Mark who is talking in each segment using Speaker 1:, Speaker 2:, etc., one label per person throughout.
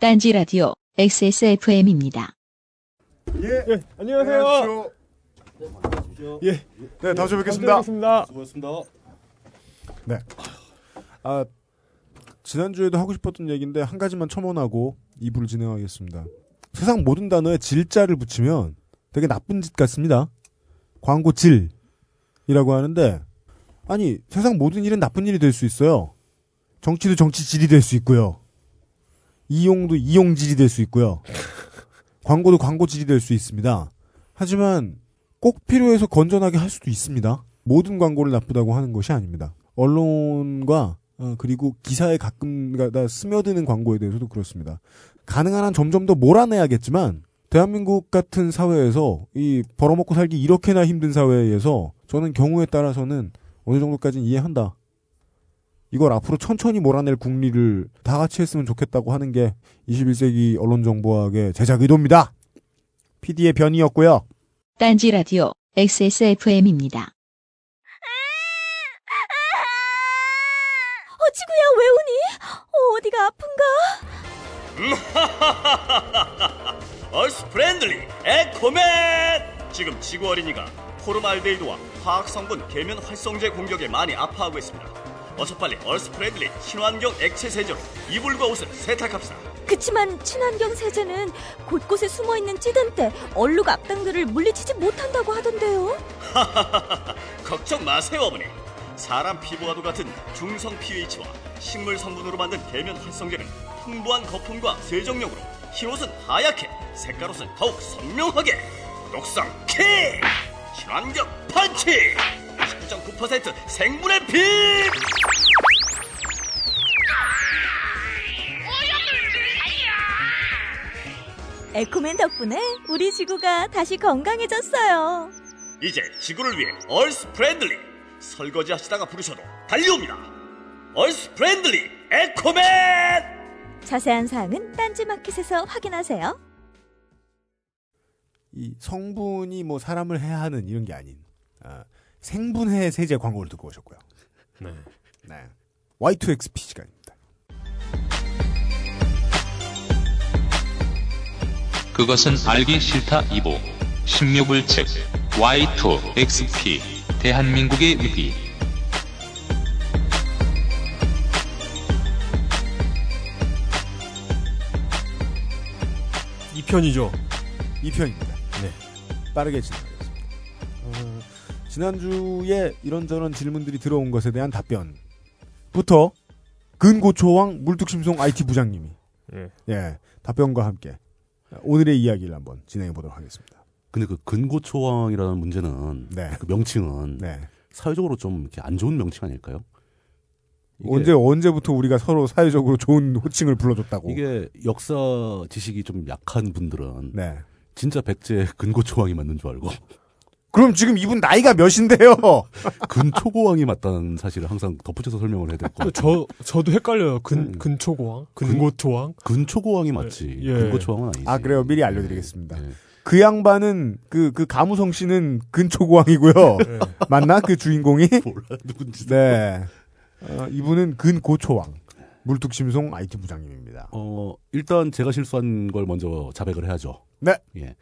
Speaker 1: 딴지 라디오 XSFM입니다.
Speaker 2: 예.
Speaker 3: 예, 안녕하세요.
Speaker 2: 안녕하세요.
Speaker 3: 예, 예,
Speaker 2: 네, 다음 주에 뵙겠습니다.
Speaker 3: 뵙겠습니다.
Speaker 4: 수고하셨습니다.
Speaker 2: 네. 아 지난주에도 하고 싶었던 얘기인데 한 가지만 첨언하고 2부를 진행하겠습니다. 세상 모든 단어에 질자를 붙이면 되게 나쁜 짓 같습니다. 광고 질이라고 하는데 아니 세상 모든 일은 나쁜 일이 될 수 있어요. 정치도 정치질이 될 수 있고요. 이용도 이용질이 될 수 있고요. 광고도 광고질이 될 수 있습니다. 하지만 꼭 필요해서 건전하게 할 수도 있습니다. 모든 광고를 나쁘다고 하는 것이 아닙니다. 언론과 어, 그리고 기사에 가끔가다 그러니까 스며드는 광고에 대해서도 그렇습니다. 가능한 한 점점 더 몰아내야겠지만 대한민국 같은 사회에서 이 벌어먹고 살기 이렇게나 힘든 사회에서 저는 경우에 따라서는 어느 정도까지는 이해한다. 이걸 앞으로 천천히 몰아낼 국리를 다 같이 했으면 좋겠다고 하는 게 21세기 언론정보학의 제작 의도입니다. PD의 변이었고요.
Speaker 1: 딴지 라디오 XSFM입니다.
Speaker 5: 어, 지구야, 왜 우니? 어, 어디가 아픈가?
Speaker 4: 어스 프렌들리 에코맨! 지금 지구 어린이가 포름알데히드와 화학성분 계면 활성제 공격에 많이 아파하고 있습니다. 어서 빨리 얼스 프렌들리 친환경 액체 세제로 이불과 옷을 세탁합시다.
Speaker 5: 그치만 친환경 세제는 곳곳에 숨어있는 찌든때 얼룩 앞당들을 물리치지 못한다고 하던데요.
Speaker 4: 걱정 마세요 어머니. 사람 피부와도 같은 중성 pH와 식물 성분으로 만든 계면 활성제는 풍부한 거품과 세정력으로 흰옷은 하얗게 색깔옷은 더욱 선명하게 녹상 킥! 친환경 펀치! 19.9% 생분의 빛!
Speaker 5: 에코맨 덕분에 우리 지구가 다시 건강해졌어요.
Speaker 4: 이제 지구를 위해 얼스 프렌들리 설거지 하시다가 부르셔도 달려옵니다. 얼스 프렌들리 에코맨!
Speaker 5: 자세한 사항은 딴지마켓에서 확인하세요.
Speaker 2: 이 성분이 뭐 사람을 해하는 이런 게 아닌 아, 생분해 세제 광고를 듣고 오셨고요. 네. Y2XP 시간입니다.
Speaker 6: 그것은 알기 싫다 2보 16을 책 Y2XP 대한민국의 위기
Speaker 3: 이 편이죠.
Speaker 2: 2편입니다. 네. 빠르게 진행하겠습니다. 어, 지난주에 이런저런 질문들이 들어온 것에 대한 답변부터 근고초왕 물뚝심송 IT 부장님이
Speaker 3: 예.
Speaker 2: 예, 답변과 함께 오늘의 이야기를 한번 진행해 보도록 하겠습니다.
Speaker 7: 근데 그 근고초왕이라는 문제는
Speaker 2: 네.
Speaker 7: 그 명칭은
Speaker 2: 네.
Speaker 7: 사회적으로 좀 이렇게 안 좋은 명칭 아닐까요? 이게-
Speaker 2: 언제 언제부터 우리가 서로 사회적으로 좋은 호칭을 불러줬다고?
Speaker 7: 이게 역사 지식이 좀 약한 분들은
Speaker 2: 네.
Speaker 7: 진짜 백제 근고초왕이 맞는 줄 알고
Speaker 2: 그럼 지금 이분 나이가 몇인데요?
Speaker 7: 근초고왕이 맞다는 사실을 항상 덧붙여서 설명을 해야 될 것 같아요.
Speaker 3: 저 저도 헷갈려요. 근
Speaker 7: 음.
Speaker 3: 근초고왕, 근고초왕.
Speaker 7: 근초고왕이 맞지
Speaker 3: 예.
Speaker 7: 근고초왕은 아니지.
Speaker 2: 아 그래요 미리 알려드리겠습니다.
Speaker 7: 예.
Speaker 2: 그 양반은 그 그 가무성 씨는 근초고왕이고요.
Speaker 3: 예.
Speaker 2: 맞나 그 주인공이?
Speaker 7: 네. 몰라 누군지.
Speaker 2: 네. 어, 이분은 근고초왕 물뚝심송 IT 부장님입니다.
Speaker 7: 어 일단 제가 실수한 걸 먼저 자백을 해야죠.
Speaker 2: 네.
Speaker 7: 예.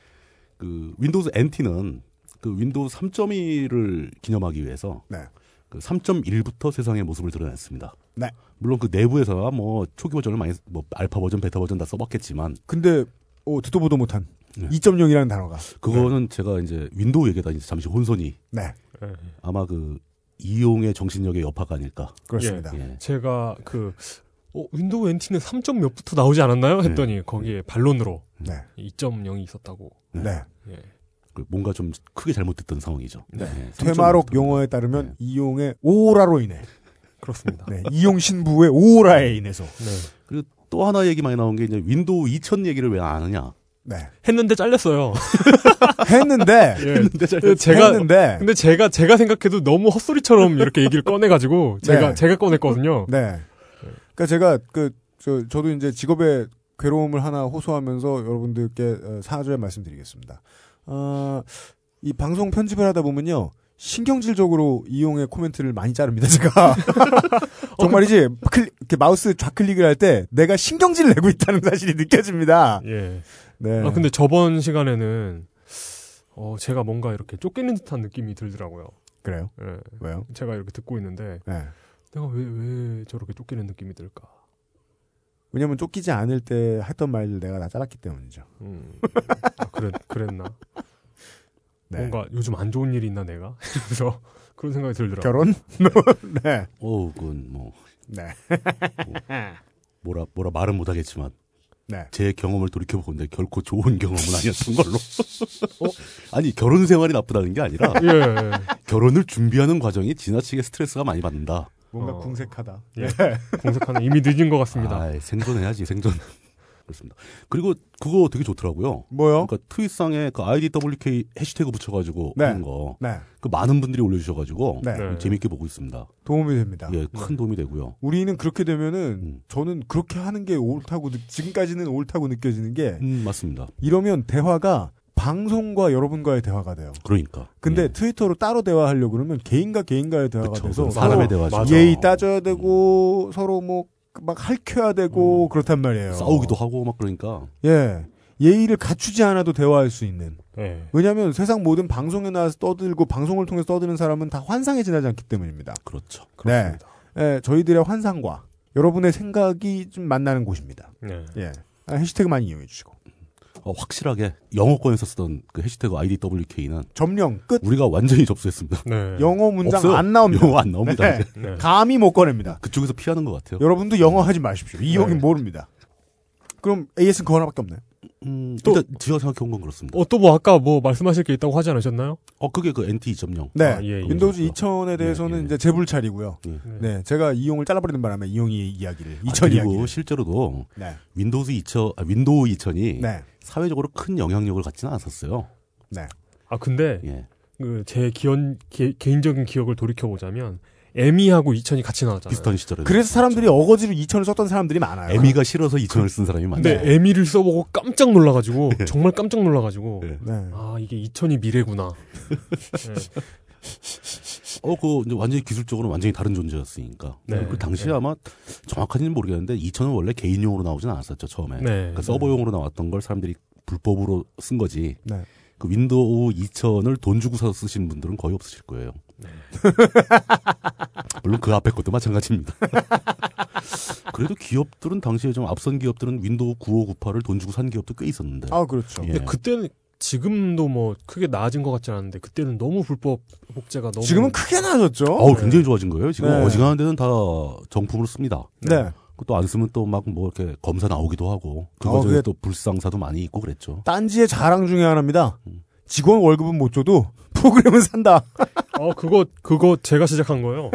Speaker 7: 그 윈도우즈 NT는 그 윈도우 3.1을 기념하기 위해서
Speaker 2: 네.
Speaker 7: 그 3.1부터 세상의 모습을 드러냈습니다.
Speaker 2: 네.
Speaker 7: 물론 그 내부에서 뭐 초기 버전을 많이 뭐 알파 버전, 베타 버전 다 써봤겠지만
Speaker 2: 근데 어, 듣도 보도 못한
Speaker 7: 네.
Speaker 2: 2.0이라는 단어가.
Speaker 7: 그거는 제가 이제 윈도우 얘기다 이제 잠시 혼선이
Speaker 2: 네.
Speaker 3: 예.
Speaker 7: 아마 그 이용의 정신력의 여파가 아닐까.
Speaker 2: 그렇습니다.
Speaker 7: 예.
Speaker 3: 제가 그 어, 윈도우 NT는 3점 몇부터 나오지 않았나요? 했더니 거기에 반론으로
Speaker 2: 네.
Speaker 3: 2.0이 있었다고.
Speaker 2: 네.
Speaker 3: 예.
Speaker 7: 그 뭔가 좀 크게 잘못됐던 상황이죠. 예, 3.1부터.
Speaker 2: 네. 퇴마록 용어에 따르면
Speaker 7: 네.
Speaker 2: 이용의 오라로 인해.
Speaker 3: 그렇습니다.
Speaker 2: 네. 이용 신부의 오라에 인해서.
Speaker 3: 네.
Speaker 7: 그리고 또 하나 얘기 많이 나온 게 이제 윈도우 2000 얘기를 왜 안 하냐.
Speaker 2: 네.
Speaker 3: 했는데 잘렸어요.
Speaker 2: 했는데
Speaker 3: 예.
Speaker 7: 했는데 잘
Speaker 3: 제가
Speaker 2: 했는데
Speaker 3: 근데 제가 제가 생각해도 너무 헛소리처럼 이렇게 얘기를 꺼내 가지고 제가
Speaker 2: 네.
Speaker 3: 제가 꺼냈거든요.
Speaker 2: 네. 그러니까 제가 그 저 저도 이제 직업의 괴로움을 하나 호소하면서 어, 여러분들께 어, 사죄의 말씀드리겠습니다. 아, 이 방송 편집을 하다 보면요. 신경질적으로 이용의 코멘트를 많이 자릅니다, 제가.
Speaker 3: 어,
Speaker 2: 정말이지, 클 이렇게 마우스 좌클릭을 할 때 내가 신경질을 내고 있다는 사실이 느껴집니다.
Speaker 3: 예.
Speaker 2: 네.
Speaker 3: 아 근데 저번 시간에는 어 제가 뭔가 이렇게 쫓기는 듯한 느낌이 들더라고요.
Speaker 2: 그래요?
Speaker 3: 예.
Speaker 2: 왜요?
Speaker 3: 제가 이렇게 듣고 있는데
Speaker 2: 네.
Speaker 3: 내가 왜 왜 저렇게 쫓기는 느낌이 들까?
Speaker 2: 왜냐면 쫓기지 않을 때 했던 말을 내가 다 잘랐기 때문이죠.
Speaker 3: 음. 아, 그래 그랬나?
Speaker 2: 네.
Speaker 3: 뭔가 요즘 안 좋은 일이 있나 내가? 그래서 그런 생각이 들더라고요.
Speaker 2: 결혼? 네.
Speaker 7: 어, 그건 뭐
Speaker 2: 네.
Speaker 7: 뭐라 뭐라 말은 못하겠지만
Speaker 2: 네.
Speaker 7: 제 경험을 돌이켜 보는데 결코 좋은 경험은 아니었던 걸로. 어? 아니 결혼 생활이 나쁘다는 게 아니라
Speaker 3: 예, 예.
Speaker 7: 결혼을 준비하는 과정이 지나치게 스트레스가 많이 받는다.
Speaker 2: 뭔가
Speaker 3: 어.
Speaker 2: 궁색하다.
Speaker 3: 예. 공색하는 이미 늦은 것 같습니다.
Speaker 7: 네. 아, 생존해야지 생존. 그렇습니다. 그리고 그거 되게 좋더라고요.
Speaker 2: 뭐요?
Speaker 7: 그러니까 트윗상에 그 IDWK 해시태그 붙여가지고
Speaker 2: 네.
Speaker 7: 하는 거.
Speaker 2: 네.
Speaker 7: 그 많은 분들이 올려주셔가지고
Speaker 2: 네.
Speaker 3: 네.
Speaker 7: 재밌게 보고 있습니다.
Speaker 2: 도움이 됩니다.
Speaker 7: 예, 큰 도움이 되고요.
Speaker 2: 우리는 그렇게 되면은
Speaker 7: 음.
Speaker 2: 저는 그렇게 하는 게 옳다고 느- 지금까지는 옳다고 느껴지는 게
Speaker 7: 음, 맞습니다.
Speaker 2: 이러면 대화가 방송과 여러분과의 대화가 돼요.
Speaker 7: 그러니까.
Speaker 2: 근데
Speaker 7: 예.
Speaker 2: 트위터로 따로 대화하려고 그러면 개인과 개인과의 대화가
Speaker 7: 그쵸.
Speaker 2: 돼서
Speaker 7: 사람의
Speaker 2: 서로
Speaker 7: 대화죠. 음.
Speaker 2: 예의 따져야 되고 서로 뭐 막 할켜야 되고 그렇단 말이에요.
Speaker 7: 음. 예. 싸우기도 하고 막 그러니까.
Speaker 2: 예. 예의를 갖추지 않아도 대화할 수 있는.
Speaker 3: 예.
Speaker 2: 왜냐하면 세상 모든 방송에 나와서 떠들고 방송을 통해서 떠드는 사람은 다 환상에 지나지 않기 때문입니다.
Speaker 7: 그렇죠.
Speaker 3: 그렇습니다.
Speaker 2: 예, 저희들의 환상과 여러분의 생각이 좀 만나는 곳입니다.
Speaker 3: 네.
Speaker 2: 예. 아, 해시태그 많이 이용해 주시고.
Speaker 7: 어, 확실하게 영어권에서 쓰던 그 해시태그 IDWK는
Speaker 2: 점령 끝.
Speaker 7: 우리가 완전히 접수했습니다.
Speaker 3: 네.
Speaker 2: 영어 문장
Speaker 7: 없어요.
Speaker 2: 안 나옵니다.
Speaker 7: 영어 안 나옵니다.
Speaker 2: 네.
Speaker 7: 이제.
Speaker 3: 네.
Speaker 2: 감히 못 꺼냅니다.
Speaker 7: 그쪽에서 피하는 것 같아요.
Speaker 2: 여러분도 영어 하지 마십시오. 이 형이
Speaker 3: 네.
Speaker 2: 모릅니다. 그럼 AS는 그거 하나밖에 없나요?
Speaker 7: 음,
Speaker 3: 또-
Speaker 7: 일단 제가 생각해 온 건 그렇습니다. 어,
Speaker 3: 어, 또 뭐 아까 뭐 말씀하실 게 있다고 하지 않으셨나요?
Speaker 7: 그게 그 NT 2.0.
Speaker 2: 네.
Speaker 3: 아, 예, 예.
Speaker 2: 윈도우즈
Speaker 7: 그렇죠.
Speaker 2: 2000에 대해서는
Speaker 7: 예, 예.
Speaker 2: 이제 재불찰이고요.
Speaker 7: 예.
Speaker 2: 네. 제가 이용을 잘라버리는 바람에 이용이 이야기를,
Speaker 7: 아,
Speaker 2: 2000
Speaker 7: 그리고
Speaker 2: 이야기를.
Speaker 7: 실제로도
Speaker 2: 네.
Speaker 7: 윈도우즈 2000, 아, 윈도우 2000이
Speaker 2: 네.
Speaker 7: 사회적으로 큰 영향력을 갖지는 않았었어요.
Speaker 2: 네.
Speaker 3: 아, 근데
Speaker 7: 예.
Speaker 3: 그 제 기원 개, 개인적인 기억을 돌이켜 보자면 에미하고 이천이 같이 나왔잖아요.
Speaker 7: 비슷한 시절에.
Speaker 2: 그래서 사람들이 어거지로 2000을 썼던 사람들이 많아요.
Speaker 7: 에미가 싫어서 2000을
Speaker 2: 그-
Speaker 7: 쓴
Speaker 2: 네,
Speaker 7: 사람이 많아요.
Speaker 3: 근데 에미를 써보고 깜짝 놀라가지고 정말 깜짝 놀라가지고
Speaker 7: 예.
Speaker 2: 네.
Speaker 3: 아 이게 이천이 미래구나.
Speaker 7: 어, 그 완전히 기술적으로 완전히 다른 존재였으니까.
Speaker 3: 네.
Speaker 7: 그 당시에 아마 정확한지는 모르겠는데 2000은 원래 개인용으로 나오진 않았었죠 처음에.
Speaker 3: 네.
Speaker 7: 그러니까 서버용으로 나왔던 걸 사람들이 불법으로 쓴 거지.
Speaker 2: 네.
Speaker 7: 그 윈도우 2000을 돈 주고 사서 쓰신 분들은 거의 없으실 거예요.
Speaker 2: 네.
Speaker 7: 물론 그 앞에 것도 마찬가지입니다. 그래도 기업들은 당시에 좀 앞선 기업들은 윈도우 9598을 돈 주고 산 기업도 꽤 있었는데.
Speaker 2: 아, 그렇죠.
Speaker 7: 예.
Speaker 3: 근데 그때는 지금도 뭐 크게 나아진 것 같지 않은데 그때는 너무 불법 복제가 너무
Speaker 2: 지금은 크게 나아졌죠.
Speaker 7: 어우, 굉장히 좋아진 거예요. 지금
Speaker 2: 네.
Speaker 7: 어지간한 데는 다 정품으로 씁니다.
Speaker 2: 네.
Speaker 7: 또 안 쓰면 또 막 뭐 이렇게 검사 나오기도 하고 그
Speaker 2: 어,
Speaker 7: 과정에
Speaker 2: 그게-
Speaker 7: 또 불상사도 많이 있고 그랬죠.
Speaker 2: 딴지의 자랑 중에 하나입니다. 직원 월급은 못 줘도 프로그램은 산다.
Speaker 3: 어 그거 그거 제가 시작한 거예요.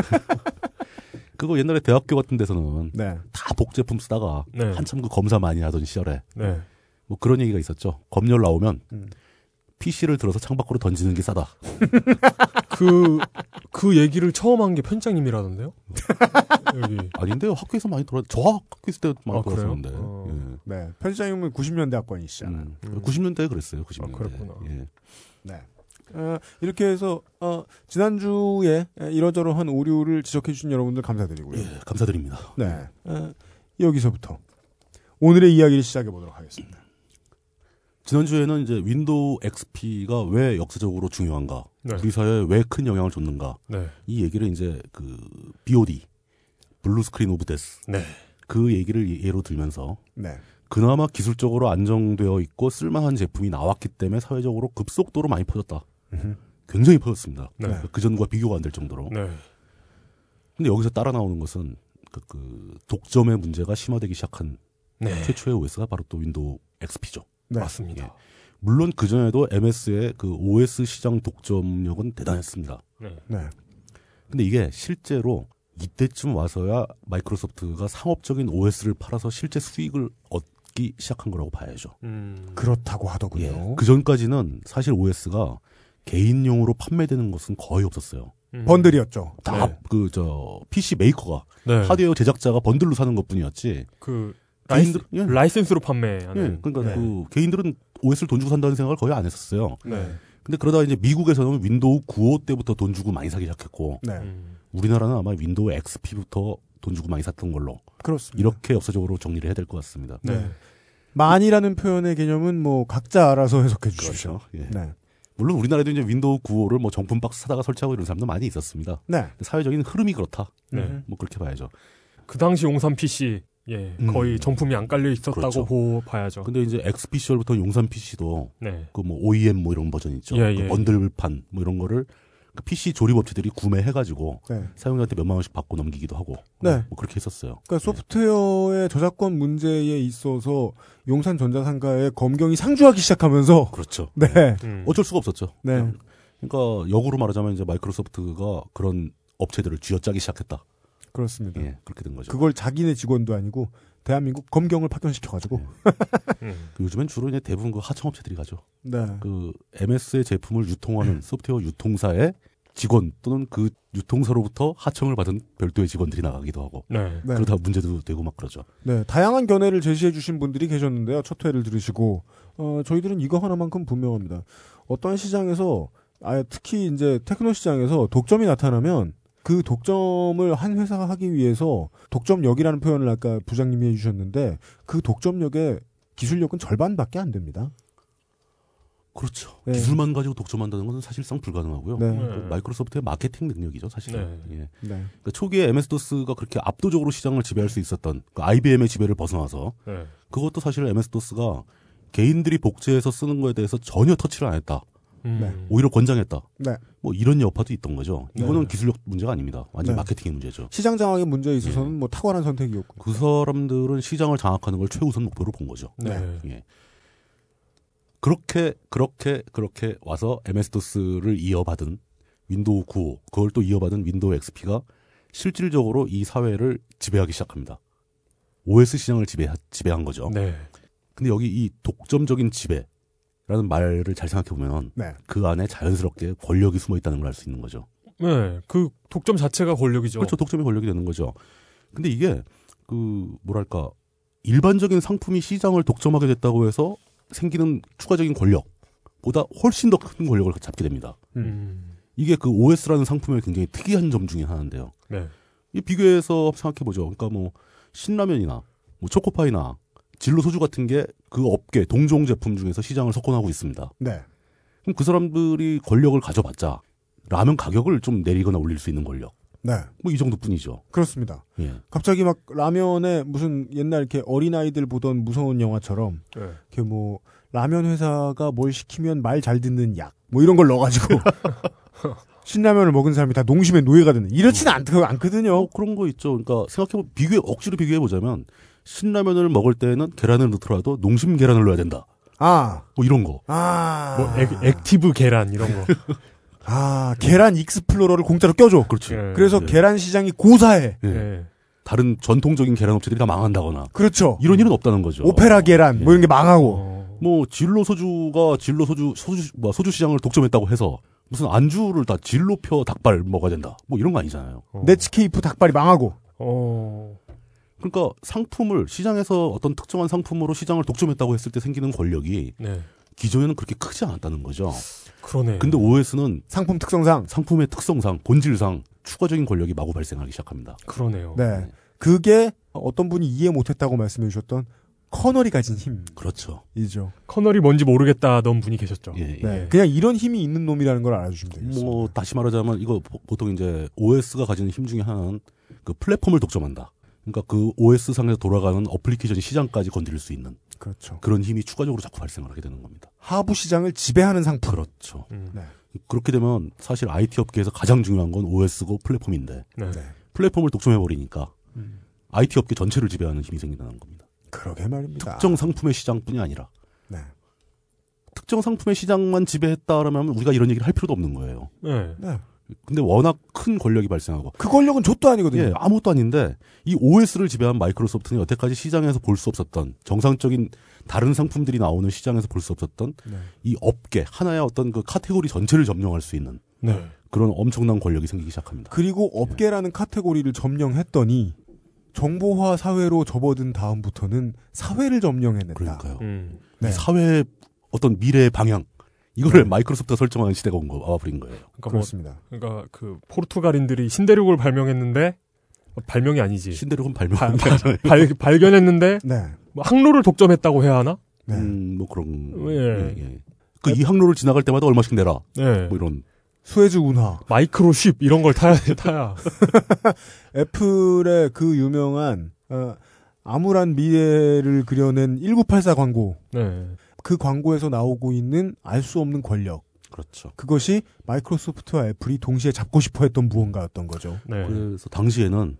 Speaker 7: 그거 옛날에 대학교 같은 데서는
Speaker 2: 네.
Speaker 7: 다 복제품 쓰다가
Speaker 3: 네.
Speaker 7: 한참 그 검사 많이 하던 시절에
Speaker 3: 네.
Speaker 7: 뭐 그런 얘기가 있었죠. 검열 나오면
Speaker 3: 음.
Speaker 7: PC를 들어서 창밖으로 던지는 게 싸다.
Speaker 3: 그, 그 얘기를 처음 한 게 편장님이라던데요? 여기.
Speaker 7: 아닌데요. 학교에서 많이 돌아 저 학교 있을 때 많이
Speaker 3: 아, 그래요?
Speaker 7: 돌았었는데.
Speaker 3: 어.
Speaker 7: 예.
Speaker 2: 네. 편집장님은 90년대 학번이시잖아요.
Speaker 7: 음. 90년대에 그랬어요. 90년대.
Speaker 3: 아, 그랬구나.
Speaker 7: 예.
Speaker 2: 네. 어, 이렇게 해서 어, 지난주에 에, 이러저러한 오류를 지적해 주신 여러분들 감사드리고요.
Speaker 7: 예, 감사드립니다.
Speaker 2: 네. 어, 여기서부터 오늘의 이야기를 시작해 보도록 하겠습니다.
Speaker 7: 지난주에는 이제 윈도우 XP가 왜 역사적으로 중요한가,
Speaker 3: 네.
Speaker 7: 우리 사회에 왜 큰 영향을 줬는가,
Speaker 3: 네.
Speaker 7: 이 얘기를 이제 그 BOD, 블루 스크린 오브 데스,
Speaker 3: 네.
Speaker 7: 그 얘기를 예로 들면서
Speaker 2: 네.
Speaker 7: 그나마 기술적으로 안정되어 있고 쓸만한 제품이 나왔기 때문에 사회적으로 급속도로 많이 퍼졌다. 굉장히 퍼졌습니다.
Speaker 3: 네.
Speaker 7: 그 전과 비교가 안 될 정도로.
Speaker 3: 네.
Speaker 7: 근데 여기서 따라 나오는 것은 그, 그 독점의 문제가 심화되기 시작한
Speaker 3: 네.
Speaker 7: 최초의 OS가 바로 또 윈도우 XP죠. 예.
Speaker 2: 네.
Speaker 3: 맞습니다.
Speaker 7: 물론 그 전에도 MS의 그 OS 시장 독점력은 대단했습니다.
Speaker 3: 네.
Speaker 2: 네.
Speaker 7: 근데 이게 실제로 이때쯤 와서야 마이크로소프트가 상업적인 OS를 팔아서 실제 수익을 얻기 시작한 거라고 봐야죠.
Speaker 3: 음.
Speaker 2: 그렇다고 하더군요.
Speaker 7: 그 전까지는 사실 OS가 개인용으로 판매되는 것은 거의 없었어요.
Speaker 3: 음.
Speaker 2: 번들이었죠.
Speaker 7: 다
Speaker 3: 네.
Speaker 7: 그 저 PC 메이커가
Speaker 3: 네.
Speaker 7: 하드웨어 제작자가 번들로 사는 것뿐이었지.
Speaker 3: 그, 라이스,
Speaker 7: 개인들 예.
Speaker 3: 라이센스로
Speaker 7: 예.
Speaker 3: 판매하는.
Speaker 7: 그러니까
Speaker 2: 네.
Speaker 7: 그 개인들은 OS를 돈 주고 산다는 생각을 거의 안 했었어요.
Speaker 3: 네.
Speaker 7: 근데 그러다 이제 미국에서는 윈도우 95 때부터 돈 주고 많이 사기 시작했고
Speaker 2: 네.
Speaker 3: 음.
Speaker 7: 우리나라는 아마 윈도우 XP부터 돈 주고 많이 샀던 걸로
Speaker 2: 그렇습니다.
Speaker 7: 이렇게 역사적으로 정리를 해야 될 것 같습니다.
Speaker 2: 네. 만이라는 표현의 개념은 뭐 각자 알아서 해석해 주십시오.
Speaker 7: 그렇죠. 예.
Speaker 2: 네.
Speaker 7: 물론 우리나라에도 이제 윈도우 95를 뭐 정품 박스 사다가 설치하고 이런 사람도 많이 있었습니다.
Speaker 2: 네.
Speaker 7: 근데 사회적인 흐름이 그렇다.
Speaker 3: 네.
Speaker 2: 음.
Speaker 7: 뭐 그렇게 봐야죠.
Speaker 3: 그 당시 용산 PC 예
Speaker 7: 음.
Speaker 3: 거의 정품이 안 깔려 있었다고
Speaker 7: 그렇죠.
Speaker 3: 보, 봐야죠.
Speaker 7: 근데 이제 XP 시절부터 용산 PC도
Speaker 3: 네.
Speaker 7: 그 뭐 OEM 뭐 이런 버전 있죠.
Speaker 3: 예,
Speaker 7: 그
Speaker 3: 예,
Speaker 7: 번들판 뭐 이런 거를 그 PC 조립 업체들이 구매해가지고
Speaker 2: 네.
Speaker 7: 사용자한테 몇만 원씩 받고 넘기기도 하고
Speaker 2: 네.
Speaker 7: 뭐 그렇게 했었어요.
Speaker 2: 그러니까 소프트웨어의 저작권 문제에 있어서 용산 전자상가의 검경이 상주하기 시작하면서
Speaker 7: 그렇죠.
Speaker 2: 네.
Speaker 3: 음.
Speaker 7: 어쩔 수가 없었죠.
Speaker 2: 네.
Speaker 7: 그러니까 역으로 말하자면 이제 마이크로소프트가 그런 업체들을 쥐어짜기 시작했다.
Speaker 2: 그렇습니다.
Speaker 7: 예, 그렇게 된 거죠.
Speaker 2: 그러니까. 그걸 자기네 직원도 아니고 대한민국 검경을 파견시켜 가지고
Speaker 3: 음.
Speaker 7: 그 요즘엔 주로 이제 대부분 그 하청업체들이 가죠.
Speaker 2: 네.
Speaker 7: 그 MS의 제품을 유통하는 소프트웨어 유통사의 직원 또는 그 유통사로부터 하청을 받은 별도의 직원들이 나가기도 하고
Speaker 3: 네.
Speaker 2: 네.
Speaker 7: 그러다 문제도 되고 막 그러죠.
Speaker 2: 네, 다양한 견해를 제시해 주신 분들이 계셨는데요. 첫 회를 들으시고 어, 저희들은 이거 하나만큼 분명합니다. 어떤 시장에서 아예 특히 이제 테크노 시장에서 독점이 나타나면 그 독점을 한 회사가 하기 위해서 독점력이라는 표현을 아까 부장님이 해주셨는데 그 독점력의 기술력은 절반밖에 안 됩니다.
Speaker 7: 그렇죠.
Speaker 2: 네.
Speaker 7: 기술만 가지고 독점한다는 것은 사실상 불가능하고요.
Speaker 2: 네.
Speaker 7: 그 마이크로소프트의 마케팅 능력이죠, 사실은.
Speaker 3: 네.
Speaker 7: 예.
Speaker 2: 네.
Speaker 7: 그러니까 초기에 MS-DOS가 그렇게 압도적으로 시장을 지배할 수 있었던 그 IBM의 지배를 벗어나서
Speaker 3: 네.
Speaker 7: 그것도 사실 MS-DOS가 개인들이 복제해서 쓰는 거에 대해서 전혀 터치를 안 했다.
Speaker 3: 음.
Speaker 2: 네.
Speaker 7: 오히려 권장했다.
Speaker 2: 네.
Speaker 7: 뭐 이런 여파도 있던 거죠. 이거는
Speaker 3: 네.
Speaker 7: 기술력 문제가 아닙니다. 완전
Speaker 2: 네.
Speaker 7: 마케팅의 문제죠.
Speaker 2: 시장 장악의 문제에 있어서는 뭐 탁월한 선택이었고.
Speaker 7: 그 사람들은 시장을 장악하는 걸 최우선 목표로 본 거죠.
Speaker 3: 네. 네.
Speaker 7: 예. 그렇게 그렇게 그렇게 와서 MS-DOS를 이어받은 윈도우 95, 그걸 또 이어받은 윈도우 XP가 실질적으로 이 사회를 지배하기 시작합니다. OS 시장을 지배 지배한 거죠.
Speaker 3: 네.
Speaker 7: 근데 여기 이 독점적인 지배라는 말을 잘 생각해 보면
Speaker 2: 네.
Speaker 7: 그 안에 자연스럽게 권력이 숨어 있다는 걸 알 수 있는 거죠.
Speaker 3: 네. 그 독점 자체가 권력이죠.
Speaker 7: 그렇죠. 독점이 권력이 되는 거죠. 근데 이게 그 뭐랄까 일반적인 상품이 시장을 독점하게 됐다고 해서 생기는 추가적인 권력보다 훨씬 더 큰 권력을 잡게 됩니다.
Speaker 3: 음.
Speaker 7: 이게 그 OS라는 상품의 굉장히 특이한 점 중에 하나인데요.
Speaker 3: 네.
Speaker 7: 이 비교해서 생각해 보죠. 그러니까 뭐 신라면이나 뭐 초코파이나 진로 소주 같은 게 그 업계 동종 제품 중에서 시장을 석권하고 있습니다.
Speaker 2: 네.
Speaker 7: 그럼 그 사람들이 권력을 가져봤자 라면 가격을 좀 내리거나 올릴 수 있는 권력
Speaker 2: 네.
Speaker 7: 뭐 이 정도뿐이죠.
Speaker 2: 그렇습니다.
Speaker 7: 예.
Speaker 2: 갑자기 막 라면에 무슨 옛날 이렇게 어린아이들 보던 무서운 영화처럼
Speaker 3: 네.
Speaker 2: 이렇게 뭐 라면 회사가 뭘 시키면 말 잘 듣는 약 뭐 이런 걸 넣어가지고 신라면을 먹은 사람이 다 농심의 노예가 되는
Speaker 3: 뭐.
Speaker 2: 이렇지는 않, 않거든요.
Speaker 7: 어, 그런 거 있죠. 그러니까 생각해보 비교해 억지로 비교해 보자면 신라면을 먹을 때는 계란을 넣더라도 농심 계란을 넣어야 된다.
Speaker 2: 아,
Speaker 7: 뭐 이런 거.
Speaker 2: 아,
Speaker 3: 뭐 액, 액티브 계란 이런 거.
Speaker 2: 아 계란 익스플로러를 공짜로 껴줘.
Speaker 7: 그렇죠.
Speaker 3: 예.
Speaker 2: 그래서
Speaker 7: 예.
Speaker 2: 계란 시장이 고사해.
Speaker 7: 예.
Speaker 3: 네.
Speaker 7: 다른 전통적인 계란 업체들이 다 망한다거나
Speaker 2: 그렇죠.
Speaker 7: 이런 일은 없다는 거죠.
Speaker 2: 오페라 계란 뭐 이런 게 망하고.
Speaker 3: 어.
Speaker 7: 뭐 진로 소주가 진로 소주 소주 뭐 소주 시장을 독점했다고 해서 무슨 안주를 다 진로표 닭발 먹어야 된다. 뭐 이런 거 아니잖아요.
Speaker 3: 어.
Speaker 2: 네츠케이프 닭발이 망하고.
Speaker 3: 어.
Speaker 7: 그러니까 상품을 시장에서 어떤 특정한 상품으로 시장을 독점했다고 했을 때 생기는 권력이
Speaker 3: 네.
Speaker 7: 기존에는 그렇게 크지 않았다는 거죠.
Speaker 3: 그러네.
Speaker 7: 근데 OS는
Speaker 2: 상품 특성상
Speaker 7: 상품의 특성상 본질상 추가적인 권력이 마구 발생하기 시작합니다.
Speaker 3: 그러네요.
Speaker 2: 네 그게 어떤 분이 이해 못했다고 말씀해 주셨던 커널이 가진
Speaker 7: 그렇죠.
Speaker 2: 힘이죠.
Speaker 3: 커널이 뭔지 모르겠다던 분이 계셨죠.
Speaker 7: 예, 예.
Speaker 2: 네,
Speaker 3: 예.
Speaker 2: 그냥 이런 힘이 있는 놈이라는 걸 알아주시면 되겠습니다.
Speaker 7: 뭐 다시 말하자면 이거 보- 보통 이제 OS가 가지는 힘 중에 하나는 그 플랫폼을 독점한다. 그러니까 그 OS 상에서 돌아가는 어플리케이션 시장까지 건드릴 수 있는
Speaker 2: 그렇죠.
Speaker 7: 그런 힘이 추가적으로 자꾸 발생을 하게 되는 겁니다.
Speaker 2: 하부 시장을 지배하는 상품.
Speaker 7: 그렇죠.
Speaker 3: 음.
Speaker 2: 네.
Speaker 7: 그렇게 되면 사실 IT 업계에서 가장 중요한 건 OS고 플랫폼인데
Speaker 3: 네.
Speaker 2: 네.
Speaker 7: 플랫폼을 독점해 버리니까 IT 업계 전체를 지배하는 힘이 생긴다는 겁니다.
Speaker 2: 그러게 말입니다.
Speaker 7: 특정 상품의 시장뿐이 아니라
Speaker 2: 네.
Speaker 7: 특정 상품의 시장만 지배했다라면 우리가 이런 얘기를 할 필요도 없는 거예요.
Speaker 3: 네.
Speaker 2: 네.
Speaker 7: 근데 워낙 큰 권력이 발생하고
Speaker 2: 그 권력은 좆도 아니거든요.
Speaker 7: 예, 아무것도 아닌데 이 OS를 지배한 마이크로소프트는 여태까지 시장에서 볼 수 없었던 정상적인 다른 상품들이 나오는 시장에서 볼 수 없었던
Speaker 2: 네.
Speaker 7: 이 업계 하나의 어떤 그 카테고리 전체를 점령할 수 있는
Speaker 3: 네.
Speaker 7: 그런 엄청난 권력이 생기기 시작합니다.
Speaker 2: 그리고 업계라는 카테고리를 점령했더니 정보화 사회로 접어든 다음부터는 사회를 점령해냈다.
Speaker 7: 그러니까요.
Speaker 3: 음.
Speaker 2: 네.
Speaker 7: 이 사회의 어떤 미래의 방향 이거를 마이크로소프트가 설정하는 시대가 온 거, 와버린 거예요.
Speaker 3: 그러니까 뭐
Speaker 2: 그렇습니다.
Speaker 3: 그러니까 그 포르투갈인들이 신대륙을 발명했는데 어, 발명이
Speaker 2: 예.
Speaker 3: 아니지.
Speaker 7: 신대륙은 발명한 게 아니라,
Speaker 3: 발, 발견했는데
Speaker 2: 네.
Speaker 3: 뭐 항로를 독점했다고 해야 하나?
Speaker 2: 네.
Speaker 7: 음, 뭐 그런.
Speaker 3: 예.
Speaker 7: 그 이 항로를 지나갈 때마다 얼마씩 내라. 뭐
Speaker 2: 네.
Speaker 3: 예.
Speaker 7: 이런.
Speaker 2: 수에즈 운하.
Speaker 3: 마이크로쉽 이런 걸 타야 타야.
Speaker 2: 애플의 그 유명한 어, 암울한 미래를 그려낸 1984 광고.
Speaker 3: 네.
Speaker 2: 그 광고에서 나오고 있는 알 수 없는 권력.
Speaker 7: 그렇죠.
Speaker 2: 그것이 마이크로소프트와 애플이 동시에 잡고 싶어 했던 무언가였던 거죠.
Speaker 3: 네.
Speaker 7: 그래서 당시에는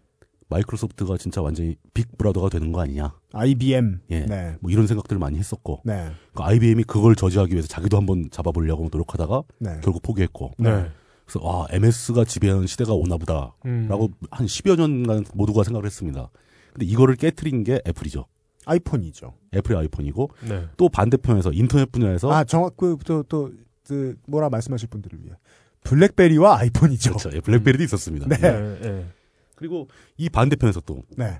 Speaker 7: 마이크로소프트가 진짜 완전히 빅브라더가 되는 거 아니냐.
Speaker 2: IBM.
Speaker 7: 예.
Speaker 2: 네.
Speaker 7: 뭐 이런 생각들을 많이 했었고.
Speaker 2: 네.
Speaker 7: 그 IBM이 그걸 저지하기 위해서 자기도 한번 잡아보려고 노력하다가
Speaker 2: 네.
Speaker 7: 결국 포기했고.
Speaker 3: 네.
Speaker 7: 그래서 와, MS가 지배하는 시대가 오나 보다.
Speaker 3: 음.
Speaker 7: 라고 한 10여 년간 모두가 생각을 했습니다. 근데 이거를 깨트린 게 애플이죠.
Speaker 2: 아이폰이죠.
Speaker 7: 애플의 아이폰이고
Speaker 3: 네.
Speaker 7: 또 반대편에서 인터넷 분야에서
Speaker 2: 아, 정확 그또또 그, 뭐라 말씀하실 분들을 위해 블랙베리와 아이폰이죠.
Speaker 7: 그렇죠. 예, 블랙베리도 있었습니다.
Speaker 2: 네.
Speaker 3: 네. 네.
Speaker 7: 그리고 이 반대편에서 또
Speaker 2: 네.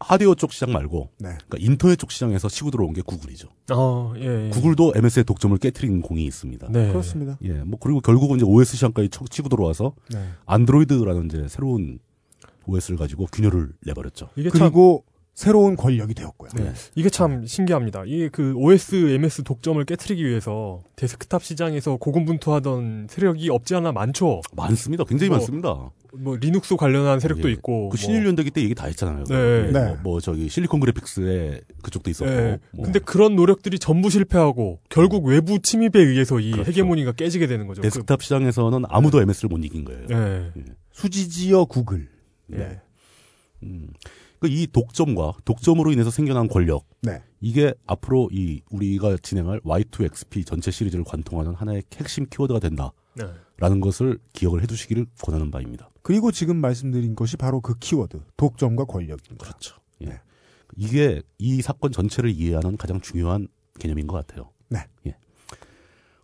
Speaker 7: 하드웨어 쪽 시장 말고
Speaker 2: 네.
Speaker 7: 그러니까 인터넷 쪽 시장에서 치고 들어온 게 구글이죠.
Speaker 3: 어, 예. 예.
Speaker 7: 구글도 MS의 독점을 깨트린 공이 있습니다.
Speaker 3: 네.
Speaker 2: 그렇습니다.
Speaker 7: 예, 뭐 그리고 결국은 이제 OS 시장까지 쳐- 치고 들어와서
Speaker 2: 네.
Speaker 7: 안드로이드라는 이제 새로운 OS를 가지고 균열을 내버렸죠.
Speaker 3: 이게 참
Speaker 2: 그리고 새로운 권력이 되었고요.
Speaker 7: 네.
Speaker 3: 이게 참 신기합니다. 이게 그 OS, MS 독점을 깨트리기 위해서 데스크탑 시장에서 고군분투하던 세력이 없지 않아 많죠.
Speaker 7: 많습니다. 굉장히
Speaker 3: 뭐,
Speaker 7: 많습니다.
Speaker 3: 뭐 리눅스 관련한 세력도
Speaker 7: 예.
Speaker 3: 있고. 뭐.
Speaker 7: 그 신일연대기 때 얘기 다 했잖아요.
Speaker 3: 네.
Speaker 7: 예,
Speaker 2: 네.
Speaker 7: 뭐, 뭐 저기 실리콘 그래픽스에 그쪽도
Speaker 3: 뭐.
Speaker 7: 있었고.
Speaker 3: 예.
Speaker 7: 뭐
Speaker 3: 근데 그런 노력들이 전부 실패하고 결국 외부 침입에 의해서 이
Speaker 7: 그렇죠.
Speaker 3: 헤게모니가 깨지게 되는 거죠.
Speaker 7: 데스크탑 음. 시장에서는 아무도 MS를 못 이긴 거예요.
Speaker 3: 그, 예.
Speaker 2: 수지지어 구글.
Speaker 7: 예.
Speaker 2: 네.
Speaker 7: 음. 그러니까 이 독점과 독점으로 인해서 생겨난 권력
Speaker 2: 네.
Speaker 7: 이게 앞으로 이 우리가 진행할 Y2XP 전체 시리즈를 관통하는 하나의 핵심 키워드가 된다라는
Speaker 3: 네.
Speaker 7: 것을 기억을 해두시기를 권하는 바입니다.
Speaker 2: 그리고 지금 말씀드린 것이 바로 그 키워드 독점과 권력입니다.
Speaker 7: 그렇죠. 예.
Speaker 2: 네.
Speaker 7: 이게 이 사건 전체를 이해하는 가장 중요한 개념인 것 같아요.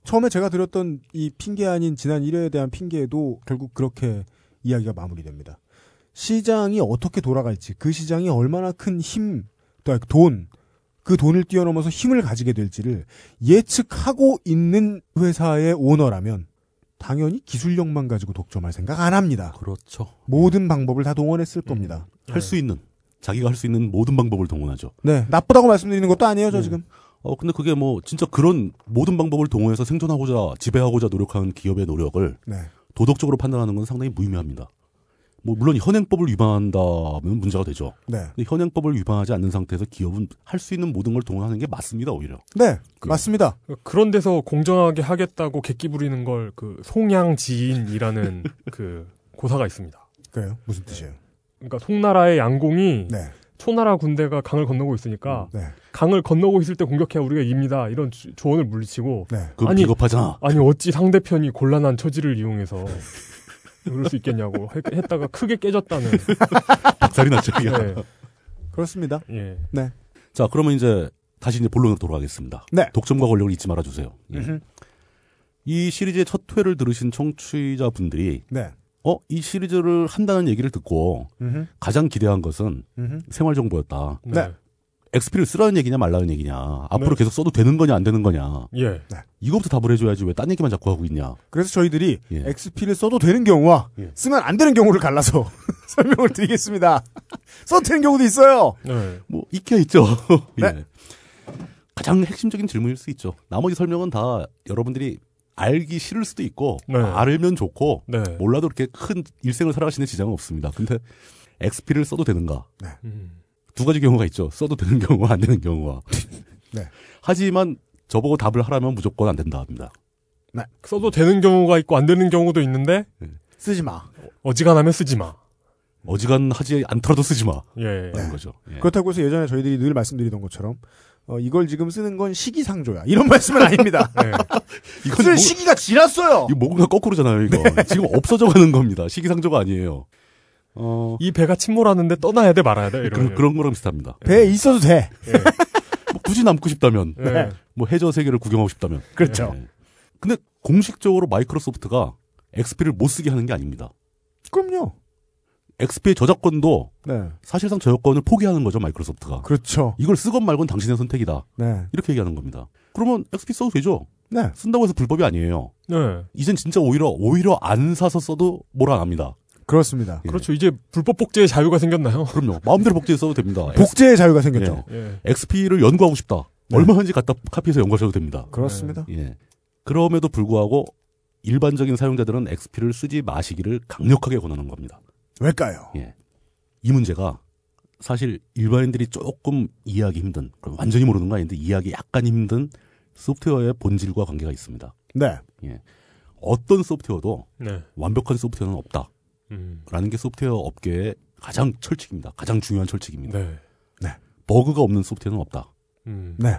Speaker 2: 처음에 제가 드렸던 이 핑계 아닌 지난 1회에 대한 핑계에도 결국 그렇게 이야기가 마무리됩니다. 시장이 어떻게 돌아갈지, 그 시장이 얼마나 큰 힘, 또 돈, 그 돈을 뛰어넘어서 힘을 가지게 될지를 예측하고 있는 회사의 오너라면 당연히 기술력만 가지고 독점할 생각 안 합니다.
Speaker 7: 그렇죠. 음.
Speaker 2: 모든 방법을 다 동원했을 겁니다.
Speaker 3: 네.
Speaker 7: 할 수 있는 자기가 할 수 있는 모든 방법을 동원하죠.
Speaker 2: 네, 나쁘다고 말씀드리는 것도 아니에요, 저 지금.
Speaker 7: 어 근데 그게 뭐 진짜 그런 모든 방법을 동원해서 생존하고자 지배하고자 노력하는 기업의 노력을
Speaker 2: 네,
Speaker 7: 도덕적으로 판단하는 건 상당히 무의미합니다. 뭐 물론 현행법을 위반한다면 문제가 되죠.
Speaker 2: 네,
Speaker 7: 근데 현행법을 위반하지 않는 상태에서 기업은 할 수 있는 모든 걸 동원하는 게 맞습니다 오히려.
Speaker 2: 네, 맞습니다.
Speaker 3: 그런 데서 공정하게 하겠다고 객기 부리는 걸 그 송양지인이라는 그 고사가 있습니다.
Speaker 2: 그래요? 무슨 뜻이에요?
Speaker 3: 그러니까 송나라의 양공이
Speaker 2: 네,
Speaker 3: 초나라 군대가 강을 건너고 있으니까
Speaker 7: 음.
Speaker 2: 네,
Speaker 3: 강을 건너고 있을 때 공격해야 우리가 이깁니다. 이런 주- 조언을 물리치고
Speaker 2: 네.
Speaker 7: 그건
Speaker 3: 아니-
Speaker 7: 비겁하잖아.
Speaker 3: 아니 어찌 상대편이 곤란한 처지를 이용해서 그럴 수 있겠냐고 했, 다가 크게 깨졌다는
Speaker 7: 박살이 났죠. 이게.
Speaker 3: 예,
Speaker 2: 그렇습니다.
Speaker 3: 예.
Speaker 7: 자 그러면 이제 다시 이제 본론으로 돌아가겠습니다.
Speaker 2: 네.
Speaker 7: 독점과 권력을 잊지 말아주세요. 예.
Speaker 2: 음흠.
Speaker 7: 이 시리즈의 첫 회를 들으신 청취자분들이
Speaker 2: 네.
Speaker 7: 어 이 시리즈를 한다는 얘기를 듣고
Speaker 2: 음흠.
Speaker 7: 가장 기대한 것은
Speaker 2: 음흠.
Speaker 7: 생활 정보였다.
Speaker 2: 네.
Speaker 7: XP를 쓰라는 얘기냐 말라는 얘기냐 앞으로 계속 써도 되는 거냐 안 되는 거냐
Speaker 3: 예.
Speaker 7: 이거부터 답을 해줘야지 왜 딴 얘기만 자꾸 하고 있냐.
Speaker 2: 그래서 저희들이
Speaker 7: 예.
Speaker 2: XP를 써도 되는 경우와
Speaker 7: 예.
Speaker 2: 쓰면 안 되는 경우를 갈라서 설명을 드리겠습니다. 써도 되는 경우도 있어요.
Speaker 3: 예.
Speaker 7: 뭐 있게 있죠. 예.
Speaker 2: 네.
Speaker 7: 가장 핵심적인 질문일 수 있죠. 나머지 설명은 다 여러분들이 알기 싫을 수도 있고
Speaker 3: 네.
Speaker 7: 알면 좋고
Speaker 3: 네.
Speaker 7: 몰라도 이렇게 큰 일생을 살아가시는 지장은 없습니다. 근데 XP를 써도 되는가?
Speaker 3: 음.
Speaker 7: 두 가지 경우가 있죠. 써도 되는 경우와 안 되는 경우와.
Speaker 2: 네.
Speaker 7: 하지만 저보고 답을 하라면 무조건 안 된다 합니다.
Speaker 3: 써도 되는 경우가 있고 안 되는 경우도 있는데
Speaker 2: 쓰지 마.
Speaker 3: 어지간하면 쓰지 마.
Speaker 7: 어지간하지 않더라도 쓰지 마.
Speaker 3: 예.
Speaker 7: 라는 거죠. 예.
Speaker 2: 네. 그렇다고 해서 예전에 저희들이 늘 말씀드리던 것처럼 어, 이걸 지금 쓰는 건 시기상조야. 이런 말씀은 아닙니다.
Speaker 3: 예.
Speaker 7: 이건
Speaker 2: 쓸
Speaker 7: 뭐-
Speaker 2: 시기가 지났어요.
Speaker 7: 이거 뭔가 거꾸로잖아요, 이거.
Speaker 2: 네.
Speaker 7: 지금 없어져 가는 겁니다. 시기상조가 아니에요. 어,
Speaker 3: 이 배가 침몰하는데 떠나야 돼 말아야 돼 이런.
Speaker 7: 그런, 그런 거랑 비슷합니다.
Speaker 2: 배에 있어도 돼.
Speaker 7: 뭐 굳이 남고 싶다면,
Speaker 3: 예. 네.
Speaker 7: 뭐 해저 세계를 구경하고 싶다면.
Speaker 2: 그렇죠.
Speaker 7: 예. 근데 공식적으로 마이크로소프트가 XP를 못 쓰게 하는 게 아닙니다.
Speaker 2: 예. 그럼요.
Speaker 7: XP의 저작권도
Speaker 2: 네.
Speaker 7: 사실상 저작권을 포기하는 거죠, 마이크로소프트가.
Speaker 2: 그렇죠.
Speaker 7: 이걸 쓰건 말건 당신의 선택이다.
Speaker 2: 네.
Speaker 7: 이렇게 얘기하는 겁니다. 그러면 XP 써도 되죠?
Speaker 2: 네.
Speaker 7: 쓴다고 해서 불법이 아니에요.
Speaker 3: 네.
Speaker 7: 이젠 진짜 오히려 오히려 안 사서 써도 뭐라 안 합니다.
Speaker 2: 그렇습니다.
Speaker 7: 예.
Speaker 3: 그렇죠. 이제 불법 복제의 자유가 생겼나요?
Speaker 7: 그럼요. 마음대로 복제해 써도 됩니다.
Speaker 2: 복제의 자유가 생겼죠.
Speaker 7: 예.
Speaker 3: 예.
Speaker 7: XP를 연구하고 싶다.
Speaker 2: 그렇죠. 네.
Speaker 7: 얼마든지 갖다 카피해서 연구하셔도 됩니다.
Speaker 2: 그렇습니다.
Speaker 7: 예. 그럼에도 불구하고 일반적인 사용자들은 XP를 쓰지 마시기를 강력하게 권하는 겁니다.
Speaker 2: 왜일까요?
Speaker 7: 예. 이 문제가 사실 일반인들이 조금 이해하기 힘든, 그럼 완전히 모르는 거 아닌데 이해하기 약간 힘든 소프트웨어의 본질과 관계가 있습니다.
Speaker 2: 네.
Speaker 7: 어떤 소프트웨어도
Speaker 3: 네.
Speaker 7: 완벽한 소프트웨어는 없다라는
Speaker 3: 음.
Speaker 7: 게 소프트웨어 업계의 가장 철칙입니다. 가장 중요한 철칙입니다.
Speaker 3: 네.
Speaker 7: 버그가 없는 소프트웨어는 없다.
Speaker 3: 음.
Speaker 2: 네.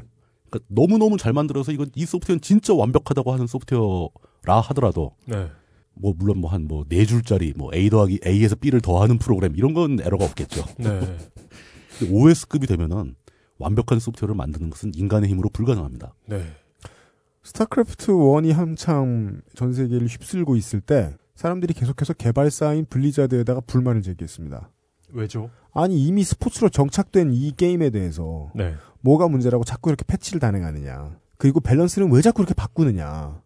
Speaker 7: 그러니까 너무너무 잘 만들어서 이건 이 소프트웨어는 진짜 완벽하다고 하는 소프트웨어라 하더라도
Speaker 3: 네.
Speaker 7: 뭐 물론 뭐 한 뭐 네 줄짜리 뭐 A 더하기 A에서 B를 더하는 프로그램 이런 건 에러가 없겠죠.
Speaker 3: 네.
Speaker 7: 근데 OS급이 되면은 완벽한 소프트웨어를 만드는 것은 인간의 힘으로 불가능합니다.
Speaker 3: 네.
Speaker 2: 스타크래프트 1이 한참 전 세계를 휩쓸고 있을 때 사람들이 계속해서 개발사인 블리자드에다가 불만을 제기했습니다.
Speaker 3: 왜죠?
Speaker 2: 아니 이미 스포츠로 정착된 이 게임에 대해서
Speaker 3: 네.
Speaker 2: 뭐가 문제라고 자꾸 이렇게 패치를 단행하느냐. 그리고 밸런스는 왜 자꾸 이렇게 바꾸느냐.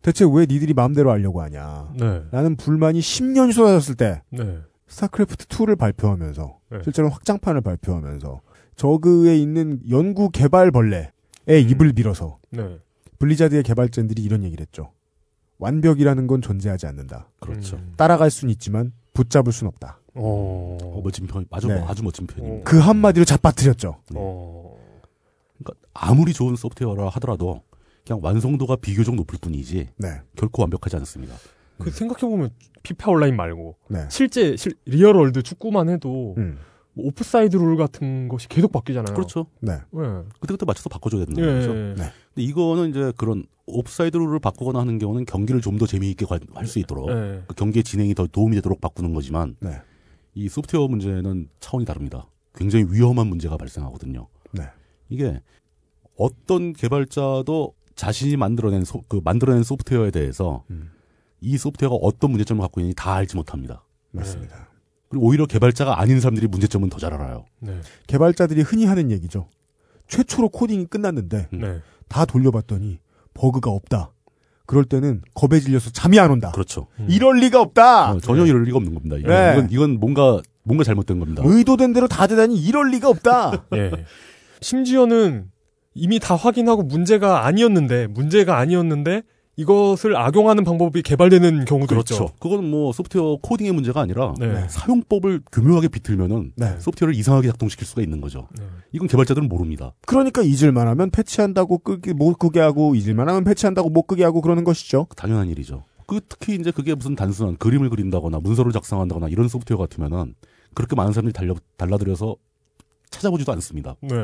Speaker 2: 대체 왜 니들이 마음대로 하려고 하냐.
Speaker 3: 네.
Speaker 2: 라는 불만이 10년이 쏟아졌을 때
Speaker 3: 네.
Speaker 2: 스타크래프트 2를 발표하면서
Speaker 3: 네.
Speaker 2: 실제로 확장판을 발표하면서 저그에 있는 연구 개발 벌레의 입을 빌어서
Speaker 3: 네.
Speaker 2: 블리자드의 개발진들이 이런 얘기를 했죠. 완벽이라는 건 존재하지 않는다.
Speaker 7: 그렇죠.
Speaker 3: 음.
Speaker 2: 따라갈 순 있지만 붙잡을 순 없다.
Speaker 3: 어.
Speaker 7: 어, 멋진 편, 아주
Speaker 2: 네.
Speaker 7: 아주 멋진 편입니다.
Speaker 2: 그 한마디로 자빠뜨렸죠.
Speaker 3: 어.
Speaker 7: 그러니까 아무리 좋은 소프트웨어라 하더라도 그냥 완성도가 비교적 높을 뿐이지
Speaker 2: 네.
Speaker 7: 결코 완벽하지 않습니다.
Speaker 2: 어.
Speaker 3: 그 생각해보면 피파 온라인 말고
Speaker 2: 네.
Speaker 3: 실제 실, 리얼 월드 축구만 해도
Speaker 2: 음.
Speaker 3: 뭐 오프사이드 룰 같은 것이 계속 바뀌잖아요.
Speaker 7: 그렇죠.
Speaker 2: 네.
Speaker 3: 예.
Speaker 7: 그때그때 맞춰서 바꿔줘야 되는
Speaker 3: 예.
Speaker 7: 거죠.
Speaker 3: 예.
Speaker 2: 네.
Speaker 7: 근데 이거는 이제 그런 옵사이드 룰을 바꾸거나 하는 경우는 경기를 좀 더 재미있게 할 수 있도록
Speaker 3: 예.
Speaker 7: 그 경기의 진행이 더 도움이 되도록 바꾸는 거지만
Speaker 2: 네.
Speaker 7: 이 소프트웨어 문제는 차원이 다릅니다. 굉장히 위험한 문제가 발생하거든요.
Speaker 2: 네.
Speaker 7: 이게 어떤 개발자도 자신이 만들어낸 소, 그 만들어낸 소프트웨어에 대해서
Speaker 2: 음.
Speaker 7: 이 소프트웨어가 어떤 문제점을 갖고 있는지 다 알지 못합니다.
Speaker 2: 맞습니다.
Speaker 7: 그리고 오히려 개발자가 아닌 사람들이 문제점은 더 잘 알아요.
Speaker 3: 네.
Speaker 2: 개발자들이 흔히 하는 얘기죠. 최초로 코딩이 끝났는데
Speaker 3: 네.
Speaker 2: 다 돌려봤더니 버그가 없다. 그럴 때는 겁에 질려서 잠이 안 온다.
Speaker 7: 그렇죠.
Speaker 3: 음.
Speaker 2: 이럴 리가 없다.
Speaker 7: 어, 전혀 이럴 리가 없는 겁니다. 이건,
Speaker 2: 네.
Speaker 7: 이건, 이건 뭔가 뭔가 잘못된 겁니다.
Speaker 2: 의도된 대로 다 되다니 이럴 리가 없다.
Speaker 3: 예. 심지어는 이미 다 확인하고 문제가 아니었는데 문제가 아니었는데 이것을 악용하는 방법이 개발되는 경우도 있죠.
Speaker 7: 그건 뭐 소프트웨어 코딩의 문제가 아니라
Speaker 3: 그렇죠. 네.
Speaker 2: 네.
Speaker 7: 사용법을 교묘하게 비틀면은
Speaker 2: 네.
Speaker 7: 소프트웨어를 이상하게 작동시킬 수가 있는 거죠.
Speaker 3: 네.
Speaker 7: 이건 개발자들은 모릅니다.
Speaker 2: 그러니까 잊을만 하면 패치한다고 끄기 못 끄게 하고 잊을만 하면 패치한다고 못 끄게 하고 그러는 것이죠.
Speaker 7: 당연한 일이죠. 그 특히 이제 그게 무슨 단순한 그림을 그린다거나 문서를 작성한다거나 이런 소프트웨어 같으면은 그렇게 많은 사람들이 달려 달라들여서 찾아보지도 않습니다.
Speaker 3: 네.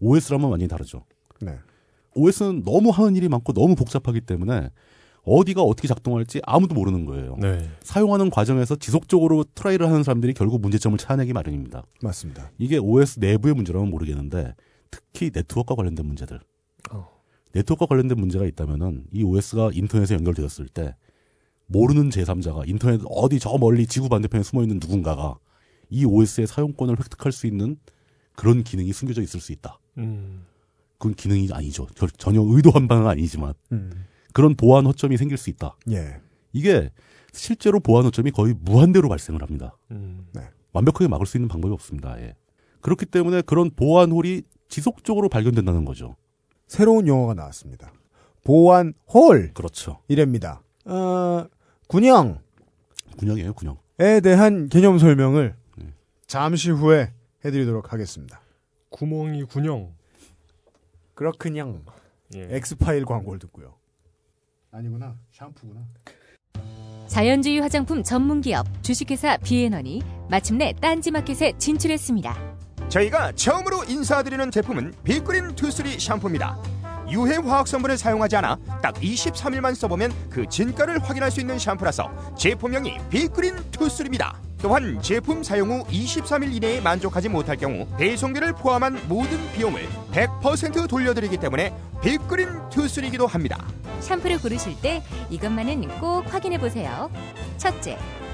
Speaker 7: OS랑은 완전히 다르죠.
Speaker 2: 네.
Speaker 7: OS는 너무 하는 일이 많고 너무 복잡하기 때문에 어디가 어떻게 작동할지 아무도 모르는 거예요.
Speaker 3: 네.
Speaker 7: 사용하는 과정에서 지속적으로 트라이를 하는 사람들이 결국 문제점을 찾아내기 마련입니다.
Speaker 2: 맞습니다.
Speaker 7: 이게 OS 내부의 문제라면 모르겠는데 특히 네트워크와 관련된 문제들.
Speaker 3: 어.
Speaker 7: 네트워크와 관련된 문제가 있다면은 이 OS가 인터넷에 연결되었을 때 모르는 제3자가 인터넷 어디 저 멀리 지구 반대편에 숨어 있는 누군가가 이 OS의 사용권을 획득할 수 있는 그런 기능이 숨겨져 있을 수 있다.
Speaker 3: 음.
Speaker 7: 그건 기능이 아니죠. 결- 전혀 의도한 바는 아니지만 그런 보안 허점이 생길 수 있다.
Speaker 2: 예.
Speaker 7: 이게 실제로 보안 허점이 거의 무한대로 발생을 합니다.
Speaker 3: 음.
Speaker 7: 완벽하게 막을 수 있는 방법이 없습니다. 예. 그렇기 때문에 그런 보안홀이 지속적으로 발견된다는 거죠.
Speaker 2: 새로운 용어가 나왔습니다. 보안 홀
Speaker 7: 그렇죠.
Speaker 2: 이랍니다. 어, 군형에
Speaker 7: 군형이에요, 군형.
Speaker 2: 대한 개념 설명을
Speaker 7: 네.
Speaker 2: 잠시 후에 해드리도록 하겠습니다.
Speaker 3: 구멍이 군형.
Speaker 2: 그렇군요.
Speaker 3: 예.
Speaker 2: 엑스파일 광고를 듣고요. 아니구나. 샴푸구나.
Speaker 8: 자연주의 화장품 전문기업 주식회사 비앤원이 마침내 딴지마켓에 진출했습니다.
Speaker 9: 저희가 처음으로 인사드리는 제품은 빅그린 투쓰리 샴푸입니다. 유해 화학 성분을 사용하지 않아 딱 23일만 써보면 그 진가를 확인할 수 있는 샴푸라서 제품명이 빅그린 투쓰리입니다. 또한 제품 사용 후 23일 이내에 만족하지 못할 경우 배송비를 포함한 모든 비용을 100% 돌려드리기 때문에 빅그린 투쓰리이기도 합니다.
Speaker 8: 샴푸를 고르실 때 이것만은 꼭 확인해 보세요. 첫째,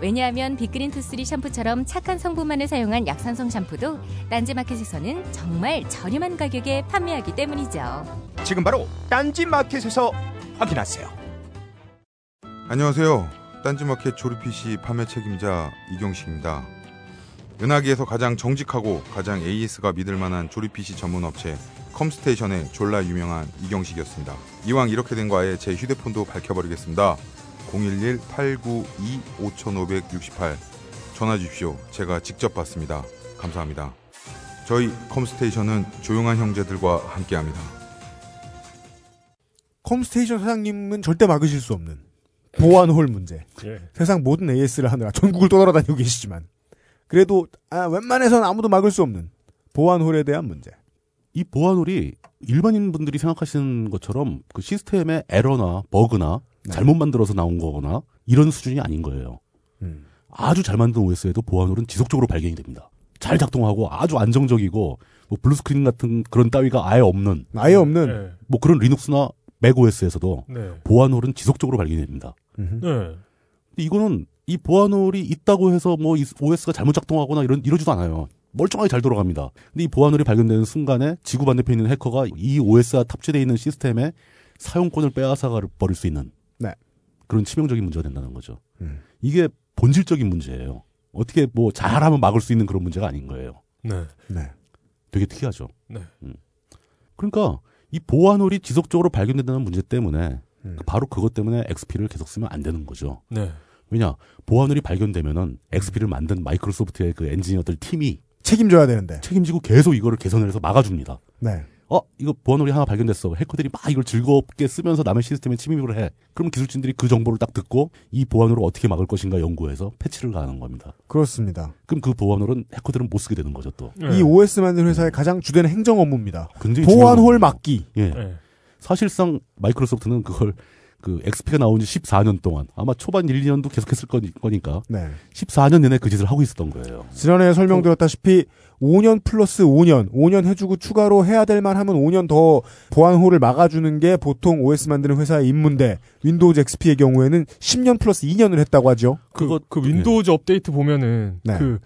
Speaker 8: 왜냐하면 빅그린 투쓰리 샴푸처럼 착한 성분만을 사용한 약산성 샴푸도 딴지마켓에서는 정말 저렴한 가격에 판매하기 때문이죠.
Speaker 9: 지금 바로 딴지 마켓에서 확인하세요.
Speaker 10: 안녕하세요. 딴지마켓 조립 PC 판매 책임자 이경식입니다. 은하계에서 가장 정직하고 가장 AS가 믿을 만한 조립 PC 전문 업체 컴스테이션의 졸라 유명한 이경식이었습니다. 이왕 이렇게 된 거 아예 제 휴대폰도 밝혀버리겠습니다. 011-892-5568 전화 주십시오. 제가 직접 받습니다. 감사합니다. 저희 컴스테이션은 조용한 형제들과 함께합니다.
Speaker 2: 컴스테이션 사장님은 절대 막으실 수 없는 보안홀 문제.
Speaker 3: 예.
Speaker 2: 세상 모든 AS를 하느라 전국을 떠돌아다니고 계시지만 그래도 아, 웬만해서는 아무도 막을 수 없는 보안홀에 대한 문제.
Speaker 7: 이 보안홀이 일반인 분들이 생각하시는 것처럼 그 시스템의 에러나 버그나 잘못 만들어서 나온 거거나 이런 수준이 아닌 거예요.
Speaker 2: 음.
Speaker 7: 아주 잘 만든 OS에도 보안홀은 지속적으로 발견이 됩니다. 잘 작동하고 아주 안정적이고 뭐 블루스크린 같은 그런 따위가 아예 없는
Speaker 2: 아예 없는
Speaker 3: 네.
Speaker 7: 뭐 그런 리눅스나 맥OS에서도
Speaker 3: 네.
Speaker 7: 보안홀은 지속적으로 발견이 됩니다.
Speaker 2: 음.
Speaker 3: 네.
Speaker 7: 근데 이거는 이 보안홀이 있다고 해서 뭐 이 OS가 잘못 작동하거나 이런 이러지도 않아요. 멀쩡하게 잘 돌아갑니다. 근데 이 보안홀이 발견되는 순간에 지구 반대편에 있는 해커가 이 OS가 탑재되어 있는 시스템에 사용권을 빼앗아 버릴 수 있는
Speaker 2: 네.
Speaker 7: 그런 치명적인 문제가 된다는 거죠.
Speaker 2: 음.
Speaker 7: 이게 본질적인 문제예요. 어떻게 뭐 잘하면 막을 수 있는 그런 문제가 아닌 거예요.
Speaker 3: 네.
Speaker 2: 네.
Speaker 7: 되게 특이하죠.
Speaker 3: 네.
Speaker 7: 음. 그러니까 이 보안홀이 지속적으로 발견된다는 문제 때문에
Speaker 2: 음.
Speaker 7: 바로 그것 때문에 XP를 계속 쓰면 안 되는 거죠.
Speaker 3: 네.
Speaker 7: 왜냐 보안홀이 발견되면은 XP를 만든 마이크로소프트의 그 엔지니어들 팀이
Speaker 2: 책임져야 되는데.
Speaker 7: 책임지고 계속 이거를 개선을 해서 막아줍니다.
Speaker 2: 네.
Speaker 7: 어 이거 보안홀이 하나 발견됐어. 해커들이 막 이걸 즐겁게 쓰면서 남의 시스템에 침입을 해. 그럼 기술진들이 그 정보를 딱 듣고 이 보안홀을 어떻게 막을 것인가 연구해서 패치를 가하는 겁니다.
Speaker 2: 그렇습니다.
Speaker 7: 그럼 그 보안홀은 해커들은 못 쓰게 되는 거죠 또.
Speaker 2: 이 OS 만든 회사의 가장 주된 행정 업무입니다.
Speaker 7: 굉장히
Speaker 2: 보안홀
Speaker 7: 중요한 거죠.
Speaker 2: 막기.
Speaker 7: 예.
Speaker 3: 네.
Speaker 7: 사실상 마이크로소프트는 그걸 그 XP가 나온 지 14년 동안 아마 초반 1, 2년도 계속했을 거니- 거니까
Speaker 2: 네.
Speaker 7: 14년 내내 그 짓을 하고 있었던 거예요.
Speaker 2: 지난해 설명드렸다시피 5년 플러스 5년, 5년 해주고 추가로 해야 될 만하면 5년 더 보안호를 막아주는 게 보통 OS 만드는 회사의 임무인데 윈도우즈 XP의 경우에는 10년 플러스 2년을 했다고 하죠.
Speaker 3: 그,
Speaker 7: 그거-
Speaker 3: 그 윈도우즈 업데이트 보면은
Speaker 2: 네.
Speaker 3: 그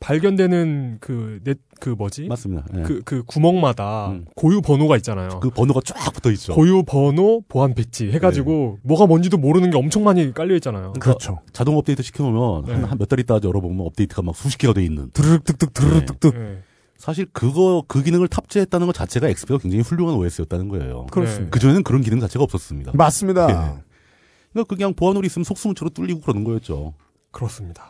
Speaker 3: 발견되는 그 넷, 그 뭐지?
Speaker 7: 맞습니다. 예.
Speaker 3: 그, 그 구멍마다
Speaker 7: 음.
Speaker 3: 고유 번호가 있잖아요.
Speaker 7: 그 번호가 쫙 붙어 있죠.
Speaker 3: 고유 번호 보안 배치 해가지고 뭐가 뭔지도 모르는 게 엄청 많이 깔려 있잖아요.
Speaker 2: 그렇죠.
Speaker 7: 자동 업데이트 시켜놓으면
Speaker 3: 네.
Speaker 7: 한 몇 달 있다 열어보면 업데이트가 막 수십 개가 돼 있는.
Speaker 2: 드르륵 뚝뚝 드르륵
Speaker 7: 네.
Speaker 2: 뚝뚝.
Speaker 3: 네.
Speaker 7: 사실 그거 그 기능을 탑재했다는 것 자체가 엑스피가 굉장히 훌륭한 OS였다는 거예요.
Speaker 2: 그렇습니다.
Speaker 7: 그 전에는 그런 기능 자체가 없었습니다.
Speaker 2: 맞습니다.
Speaker 7: 그러니까 그냥 보안홀이 있으면 속수무책으로 뚫리고 그러는 거였죠. 예,
Speaker 3: 그렇습니다.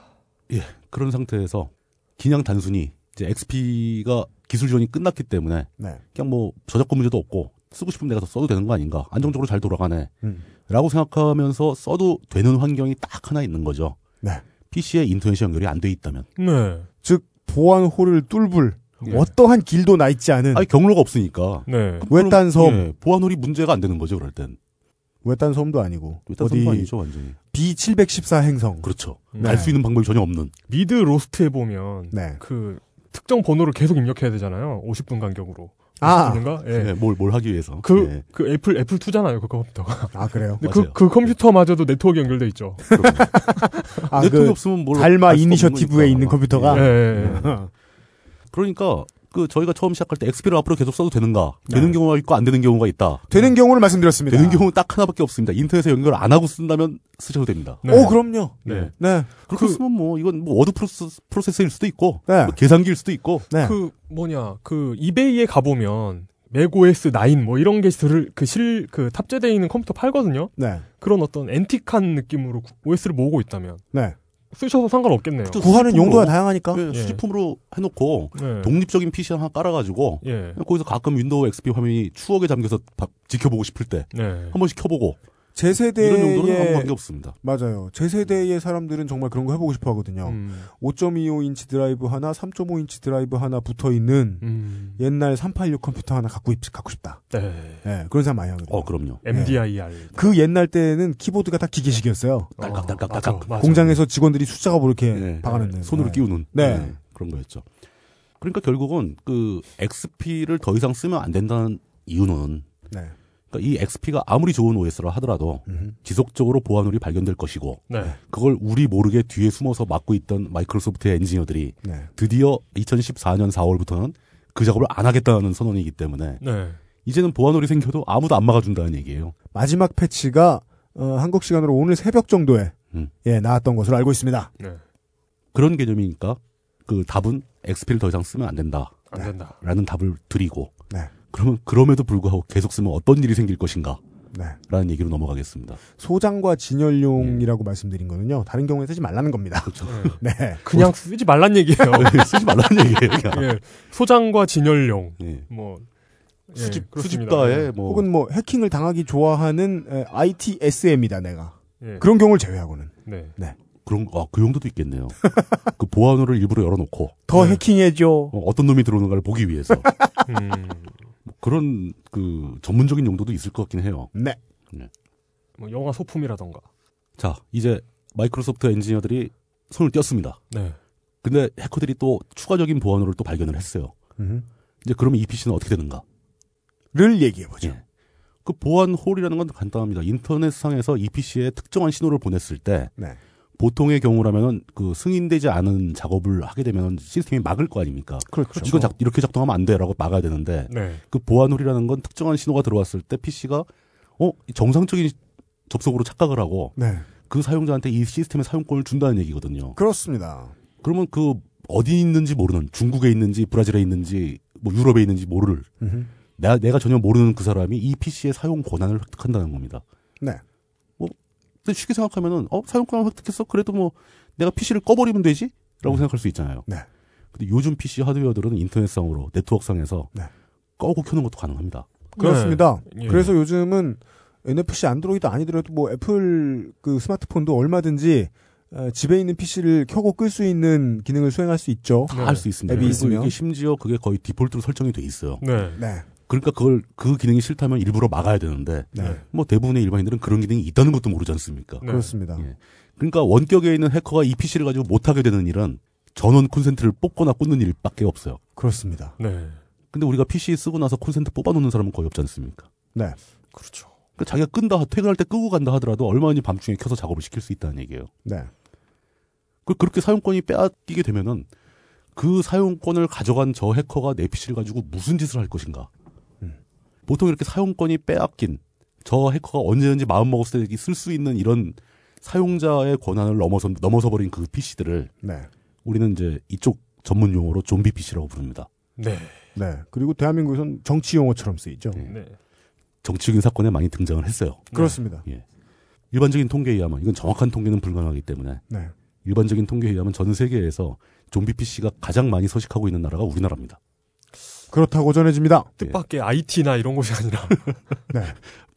Speaker 7: 그런 상태에서 그냥 단순히 이제 XP가 기술 지원이 끝났기 때문에
Speaker 2: 네.
Speaker 7: 그냥 뭐 저작권 문제도 없고 쓰고 싶은 내가 더 써도 되는 거 아닌가 안정적으로 잘 돌아가네
Speaker 2: 음.
Speaker 7: 라고 생각하면서 써도 되는 환경이 딱 하나 있는 거죠
Speaker 2: 네.
Speaker 7: PC에 인터넷이 연결이 안 돼 있다면
Speaker 3: 네.
Speaker 2: 즉 보안호를 뚫을
Speaker 3: 예.
Speaker 2: 어떠한 길도 나 있지 않은
Speaker 7: 아니 경로가 없으니까
Speaker 3: 네.
Speaker 2: 외딴 섬.
Speaker 7: 그럼, 예, 보안홀이 문제가 안 되는 거죠 그럴 땐
Speaker 2: 외딴 섬도 아니고
Speaker 7: 외딴
Speaker 2: 어디
Speaker 7: 섬도 아니죠 완전히
Speaker 2: B714 행성.
Speaker 7: 그렇죠
Speaker 3: 네.
Speaker 7: 알 수 있는 방법이 전혀 없는
Speaker 3: 미드 로스트에 보면
Speaker 2: 네.
Speaker 3: 그 특정 번호를 계속 입력해야 되잖아요. 50분 간격으로.
Speaker 2: 아,
Speaker 3: 50분인가? 예.
Speaker 7: 예, 뭘, 뭘 하기 위해서
Speaker 3: 그,
Speaker 7: 예,
Speaker 3: 그 애플, 애플 2잖아요, 그 컴퓨터가.
Speaker 2: 아 그래요.
Speaker 3: 근데 그,
Speaker 7: 맞아요.
Speaker 3: 그 컴퓨터마저도 네트워크 연결돼 있죠.
Speaker 7: 그렇죠.
Speaker 2: 아
Speaker 7: 네트워크
Speaker 2: 그
Speaker 7: 없으면 뭘
Speaker 2: 달마
Speaker 7: 알 수가 없는
Speaker 2: 이니셔티브에
Speaker 7: 거니까.
Speaker 2: 있는 컴퓨터가
Speaker 7: 아.
Speaker 2: 네.
Speaker 3: 예, 예, 예.
Speaker 7: 네. 그러니까 그 저희가 처음 시작할 때 XP를 앞으로 계속 써도 되는가
Speaker 2: 네. 그러니까.
Speaker 7: 되는 경우가 있고 안 되는 경우가 있다
Speaker 2: 되는 경우를 말씀드렸습니다.
Speaker 7: 되는 경우는 딱 하나밖에 없습니다 인터넷에 연결 안 하고 쓴다면 쓰셔도 됩니다 어,
Speaker 3: 네.
Speaker 2: 오 그럼요.
Speaker 3: 네.
Speaker 2: 네.
Speaker 7: 그렇게
Speaker 3: 그-
Speaker 7: 쓰면 뭐 이건 뭐 워드 프로세스, 프로세서일 수도 있고
Speaker 2: 네.
Speaker 7: 뭐 계산기일 수도 있고
Speaker 2: 네.
Speaker 3: 그 뭐냐 그 이베이에 가보면 맥OS 9 뭐 이런 게 들, 그 실, 그 탑재되어 있는 컴퓨터 팔거든요.
Speaker 2: 네.
Speaker 3: 그런 어떤 앤틱한 느낌으로 OS를 모으고 있다면
Speaker 2: 네.
Speaker 3: 쓰셔도 상관없겠네요.
Speaker 7: 그쵸.
Speaker 2: 구하는
Speaker 7: 수집품으로.
Speaker 2: 용도가 다양하니까.
Speaker 7: 예, 수집품으로 해놓고
Speaker 3: 네.
Speaker 7: 독립적인 PC 하나 깔아가지고
Speaker 3: 예.
Speaker 7: 거기서 가끔 윈도우 XP 화면이 추억에 잠겨서 바- 지켜보고 싶을 때 한
Speaker 3: 네.
Speaker 7: 번씩 켜보고
Speaker 2: 제 세대의
Speaker 7: 이런 용도는
Speaker 2: 예.
Speaker 7: 아무 관계 없습니다.
Speaker 2: 맞아요. 제 세대의 사람들은 정말 그런 거 해보고 싶어 하거든요.
Speaker 7: 음.
Speaker 3: 음,
Speaker 2: 5.25인치 드라이브 하나, 3.5인치 드라이브 하나 붙어 있는
Speaker 3: 음.
Speaker 2: 옛날 386 컴퓨터 하나 갖고, 입- 갖고 싶다.
Speaker 3: 네.
Speaker 2: 예, 그런 사람 많이 하거든요.
Speaker 7: 어, 그럼요.
Speaker 3: MDIR.
Speaker 2: 그 옛날 때는 키보드가 딱 기계식이었어요.
Speaker 7: 딸깍딸깍딸깍.
Speaker 3: 아, 맞아, 맞아.
Speaker 2: 공장에서 직원들이 숫자갑으로 이렇게
Speaker 7: 네.
Speaker 2: 박아냈네요.
Speaker 7: 손으로
Speaker 2: 네.
Speaker 7: 끼우는
Speaker 2: 네.
Speaker 7: 그런 거였죠. 그러니까 결국은 그 XP를 더 이상 쓰면 안 된다는 이유는
Speaker 2: 네.
Speaker 7: 그러니까 이 XP가 아무리 좋은 OS라 하더라도
Speaker 2: 음.
Speaker 7: 지속적으로 보안물이 발견될 것이고
Speaker 3: 네.
Speaker 7: 그걸 우리 모르게 뒤에 숨어서 막고 있던 마이크로소프트의 엔지니어들이
Speaker 2: 네.
Speaker 7: 드디어 2014년 4월부터는 그 작업을 안 하겠다는 선언이기 때문에
Speaker 3: 네.
Speaker 7: 이제는 보안홀이 생겨도 아무도 안 막아준다는 얘기예요.
Speaker 2: 마지막 패치가 어, 한국 시간으로 오늘 새벽 정도에
Speaker 7: 음.
Speaker 2: 예, 나왔던 것으로 알고 있습니다.
Speaker 3: 네.
Speaker 7: 그런 개념이니까 그 답은 XP를 더 이상 쓰면 안 된다라는
Speaker 3: 안 된다.
Speaker 7: 답을 드리고
Speaker 2: 네.
Speaker 7: 그러면 그럼에도 불구하고 계속 쓰면 어떤 일이 생길 것인가라는
Speaker 2: 네.
Speaker 7: 얘기로 넘어가겠습니다.
Speaker 2: 소장과 진열용이라고 말씀드린 거는요. 다른 경우에 쓰지 말라는 겁니다.
Speaker 7: 그렇죠.
Speaker 2: 네.
Speaker 3: 그냥 쓰지 말란 얘기예요.
Speaker 7: 쓰지 말라는 얘기예요. 그냥.
Speaker 3: 예. 소장과 진열용.
Speaker 7: 예.
Speaker 3: 뭐 예,
Speaker 7: 수집
Speaker 3: 그렇습니다.
Speaker 7: 수집가의 뭐
Speaker 2: 혹은 뭐 해킹을 당하기 좋아하는 에, ITSM이다 내가.
Speaker 3: 예.
Speaker 2: 그런 경우를 제외하고는
Speaker 3: 네.
Speaker 7: 그런 아, 그 용도도 있겠네요. 그 보안호를 일부러 열어놓고
Speaker 2: 더 해킹해줘.
Speaker 7: 어, 어떤 놈이 들어오는가를 보기 위해서
Speaker 3: 음,
Speaker 7: 뭐 그런 그 전문적인 용도도 있을 것 같긴 해요.
Speaker 2: 네.
Speaker 3: 뭐 영화 소품이라던가.
Speaker 7: 자 이제 마이크로소프트 엔지니어들이 손을 뗐습니다.
Speaker 3: 네.
Speaker 7: 근데 해커들이 또 추가적인 보안호를 또 발견을 했어요.
Speaker 2: 음.
Speaker 7: 이제 그러면 이 PC는 어떻게 되는가?
Speaker 2: 를 얘기해 보죠.
Speaker 7: 예. 그 보안홀이라는 건 간단합니다. 인터넷상에서 EPC에 특정한 신호를 보냈을 때
Speaker 2: 네.
Speaker 7: 보통의 경우라면은 그 승인되지 않은 작업을 하게 되면 시스템이 막을 거 아닙니까?
Speaker 2: 그렇죠.
Speaker 7: 이건 작- 이렇게 작동하면 안 돼라고 막아야 되는데
Speaker 3: 네.
Speaker 7: 그 보안홀이라는 건 특정한 신호가 들어왔을 때 PC가 어 정상적인 접속으로 착각을 하고
Speaker 2: 네.
Speaker 7: 그 사용자한테 이 시스템의 사용권을 준다는 얘기거든요.
Speaker 2: 그렇습니다.
Speaker 7: 그러면 그 어디 있는지 모르는 중국에 있는지 브라질에 있는지 뭐 유럽에 있는지 모를
Speaker 2: 음흠.
Speaker 7: 나, 내가 전혀 모르는 그 사람이 이 PC의 사용 권한을 획득한다는 겁니다.
Speaker 2: 네.
Speaker 7: 뭐 근데 쉽게 생각하면은 어 사용 권한 획득했어 그래도 뭐 내가 PC를 꺼버리면 되지라고 생각할 수 있잖아요.
Speaker 2: 네.
Speaker 7: 근데 요즘 PC 하드웨어들은 인터넷상으로 네트워크상에서
Speaker 2: 네.
Speaker 7: 꺼고 켜는 것도 가능합니다.
Speaker 2: 그렇습니다.
Speaker 3: 예.
Speaker 2: 그래서 요즘은 NFC 안드로이드 아니더라도 뭐 애플 그 스마트폰도 얼마든지 어, 집에 있는 PC를 켜고 끌 수 있는 기능을 수행할 수 있죠.
Speaker 7: 다 할 수 있습니다.
Speaker 2: 앱이
Speaker 7: 그리고
Speaker 2: 있으면.
Speaker 7: 이게 심지어 그게 거의 디폴트로 설정이 돼 있어요.
Speaker 3: 네.
Speaker 2: 네.
Speaker 7: 그러니까 그걸 그 기능이 싫다면 일부러 막아야 되는데
Speaker 2: 네.
Speaker 7: 뭐 대부분의 일반인들은 그런 기능이 있다는 것도 모르지 않습니까?
Speaker 3: 네.
Speaker 2: 그렇습니다.
Speaker 7: 예. 그러니까 원격에 있는 해커가 이 PC를 가지고 못하게 되는 일은 전원 콘센트를 뽑거나 꽂는 일밖에 없어요.
Speaker 2: 그렇습니다.
Speaker 3: 네.
Speaker 7: 근데 우리가 PC 쓰고 나서 콘센트 뽑아놓는 사람은 거의 없지 않습니까?
Speaker 2: 네.
Speaker 3: 그렇죠.
Speaker 7: 그러니까 자기가 끈다, 퇴근할 때 끄고 간다 하더라도 얼마든지 밤중에 켜서 작업을 시킬 수 있다는 얘기예요.
Speaker 2: 네.
Speaker 7: 그- 그렇게 사용권이 빼앗기게 되면은 그 사용권을 가져간 저 해커가 내 PC를 가지고 무슨 짓을 할 것인가? 보통 이렇게 사용권이 빼앗긴 저 해커가 언제든지 마음 먹었을 때 쓸 수 있는 이런 사용자의 권한을 넘어서 넘어서 버린 그 PC들을
Speaker 2: 네.
Speaker 7: 우리는 이제 이쪽 전문 용어로 좀비 PC라고 부릅니다.
Speaker 3: 네.
Speaker 2: 네. 그리고 대한민국에선 정치 용어처럼 쓰이죠.
Speaker 7: 네.
Speaker 3: 네.
Speaker 7: 정치적인 사건에 많이 등장을 했어요.
Speaker 2: 그렇습니다.
Speaker 7: 일반적인 통계에 의하면 이건 정확한 통계는 불가능하기 때문에
Speaker 2: 네.
Speaker 7: 일반적인 통계에 의하면 전 세계에서 좀비 PC가 가장 많이 서식하고 있는 나라가 우리나라입니다.
Speaker 2: 그렇다고 전해집니다.
Speaker 3: 뜻밖의 IT나 이런 것이 아니라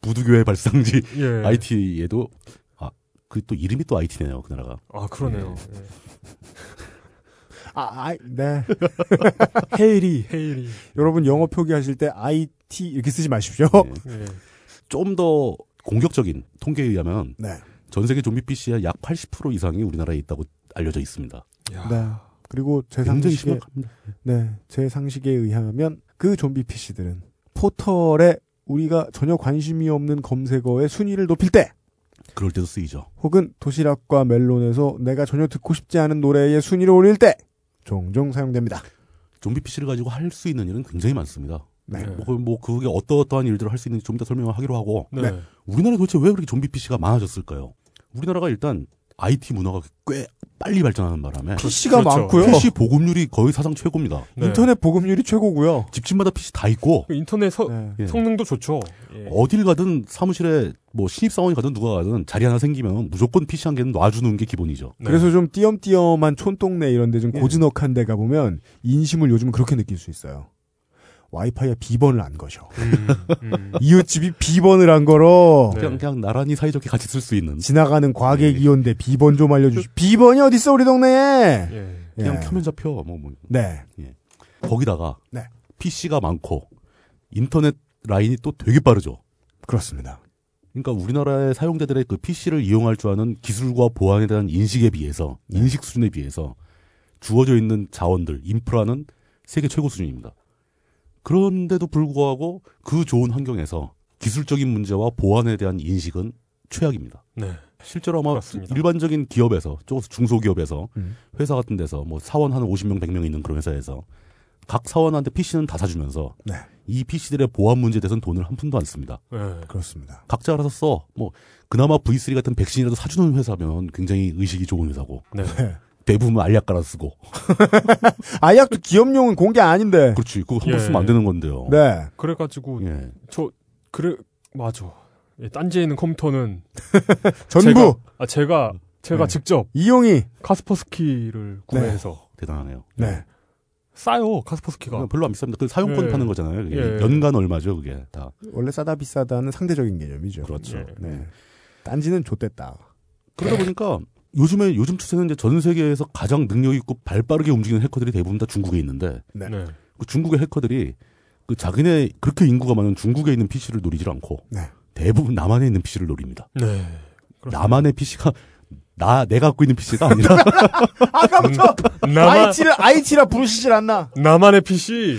Speaker 7: 부두교의 발상지
Speaker 2: 네.
Speaker 3: 예.
Speaker 7: IT에도 아 그 또 이름이 또 IT네요 그 나라가.
Speaker 3: 아, 그러네요. 예.
Speaker 2: 아, 아 네. 헤일이.
Speaker 3: 헤일이.
Speaker 2: 여러분 영어 표기하실 때 IT 이렇게 쓰지 마십시오.
Speaker 7: 네.
Speaker 3: 예.
Speaker 7: 좀 더 공격적인 통계에 의하면
Speaker 2: 네.
Speaker 7: 전 세계 좀비 PC의 약 80% 이상이 우리나라에 있다고 알려져 있습니다.
Speaker 3: 야.
Speaker 2: 네. 그리고 제
Speaker 7: 아. 굉장히
Speaker 2: 상식에
Speaker 7: 심각합니다.
Speaker 2: 네, 제 상식에 의하면 그 좀비 PC들은 포털에 우리가 전혀 관심이 없는 검색어의 순위를 높일 때
Speaker 7: 그럴 때도 쓰이죠.
Speaker 2: 혹은 도시락과 멜론에서 내가 전혀 듣고 싶지 않은 노래의 순위를 올릴 때 종종 사용됩니다.
Speaker 7: 좀비 PC를 가지고 할 수 있는 일은 굉장히 많습니다.
Speaker 2: 네.
Speaker 3: 네.
Speaker 7: 뭐, 그- 뭐 그게 어떠어떠한 일들을 할 수 있는지 좀 이따 설명을 하기로 하고
Speaker 3: 네.
Speaker 2: 네.
Speaker 7: 우리나라 도대체 왜 그렇게 좀비 PC가 많아졌을까요? 우리나라가 일단 IT 문화가 꽤 빨리 발전하는 바람에
Speaker 2: PC가
Speaker 3: 그렇죠.
Speaker 2: 많고요.
Speaker 7: PC 보급률이 거의 사상 최고입니다.
Speaker 3: 네.
Speaker 2: 인터넷 보급률이 최고고요.
Speaker 7: 집집마다 PC 다 있고
Speaker 3: 그 인터넷 서,
Speaker 2: 네.
Speaker 7: 예.
Speaker 3: 성능도 좋죠. 예.
Speaker 7: 어딜 가든 사무실에 뭐 신입사원이 가든 누가 가든 자리 하나 생기면 무조건 PC 한 개는 놔주는 게 기본이죠.
Speaker 3: 네.
Speaker 2: 그래서 좀 띄엄띄엄한 촌동네 이런 데 좀 고즈넉한 데가 보면 인심을 요즘 은 그렇게 느낄 수 있어요. 와이파이에 비번을 안 거셔.
Speaker 3: 음,
Speaker 2: 이웃집이 비번을 안 걸어.
Speaker 7: 그냥 그냥 나란히 사이좋게 같이 쓸 수 있는
Speaker 2: 지나가는 과객 이온데 비번 좀 알려주시. 비번이 어딨어 우리 동네에?
Speaker 7: 그냥
Speaker 2: 예.
Speaker 7: 켜면 잡혀 뭐, 뭐.
Speaker 2: 네.
Speaker 7: 예. 거기다가
Speaker 2: 네.
Speaker 7: PC가 많고 인터넷 라인이 또 되게 빠르죠.
Speaker 2: 그렇습니다.
Speaker 7: 그러니까 우리나라의 사용자들의 그 PC를 이용할 줄 아는 기술과 보안에 대한 인식에 비해서
Speaker 3: 네.
Speaker 7: 인식 수준에 비해서 주어져 있는 자원들 인프라는 세계 최고 수준입니다. 그런데도 불구하고 그 좋은 환경에서 기술적인 문제와 보안에 대한 인식은 최악입니다.
Speaker 3: 네.
Speaker 7: 실제로 아마
Speaker 3: 그렇습니다.
Speaker 7: 일반적인 기업에서 조금 중소기업에서
Speaker 2: 음.
Speaker 7: 회사 같은 데서 뭐 사원 한 50명 100명 있는 그런 회사에서 각 사원한테 PC는 다 사주면서
Speaker 2: 네.
Speaker 7: 이 PC들의 보안 문제에 대해서는 돈을 한 푼도 안 씁니다.
Speaker 3: 예.
Speaker 2: 그렇습니다.
Speaker 7: 각자 알아서 써. 뭐 그나마 V3 같은 백신이라도 사주는 회사면 굉장히 의식이 좋은 회사고
Speaker 3: 네.
Speaker 7: 대부분 알약 깔아 쓰고
Speaker 2: 아약도 기업용은 공개 아닌데.
Speaker 7: 그렇지 그거 함부로
Speaker 3: 예.
Speaker 7: 쓰면 안 되는 건데요.
Speaker 2: 네.
Speaker 3: 그래가지고
Speaker 7: 예.
Speaker 3: 저 그래 맞아. 예, 딴지에 있는 컴퓨터는
Speaker 2: 전부
Speaker 3: 제가, 아 제가 제가
Speaker 2: 네.
Speaker 3: 직접
Speaker 2: 이용이.
Speaker 3: 카스퍼스키를 구매해서
Speaker 7: 대단하네요.
Speaker 2: 네.
Speaker 3: 싸요 카스퍼스키가
Speaker 7: 별로 안 비쌉니다. 그 사용권
Speaker 3: 그러니까. 예.
Speaker 7: 파는 거잖아요. 그게.
Speaker 3: 예.
Speaker 7: 연간 얼마죠 그게 다.
Speaker 2: 원래 싸다 비싸다는 상대적인 개념이죠.
Speaker 7: 그렇죠.
Speaker 3: 예.
Speaker 2: 네. 딴지는 좆됐다.
Speaker 7: 그러다 보니까 요즘에 요즘 추세는 이제 전 세계에서 가장 능력 있고 발빠르게 움직이는 해커들이 대부분 다 중국에 있는데
Speaker 2: 네.
Speaker 3: 네.
Speaker 7: 그 중국의 해커들이 그 자기네 그렇게 인구가 많은 중국에 있는 PC를 노리질 않고
Speaker 2: 네.
Speaker 7: 대부분 남한에 있는 PC를 노립니다.
Speaker 3: 네.
Speaker 7: 남한의 PC가 나 내가 갖고 있는 PC가 아니라
Speaker 2: 아까부터
Speaker 3: 나만
Speaker 2: IT를 IT라 부르시질 않나.
Speaker 3: 나만의 PC.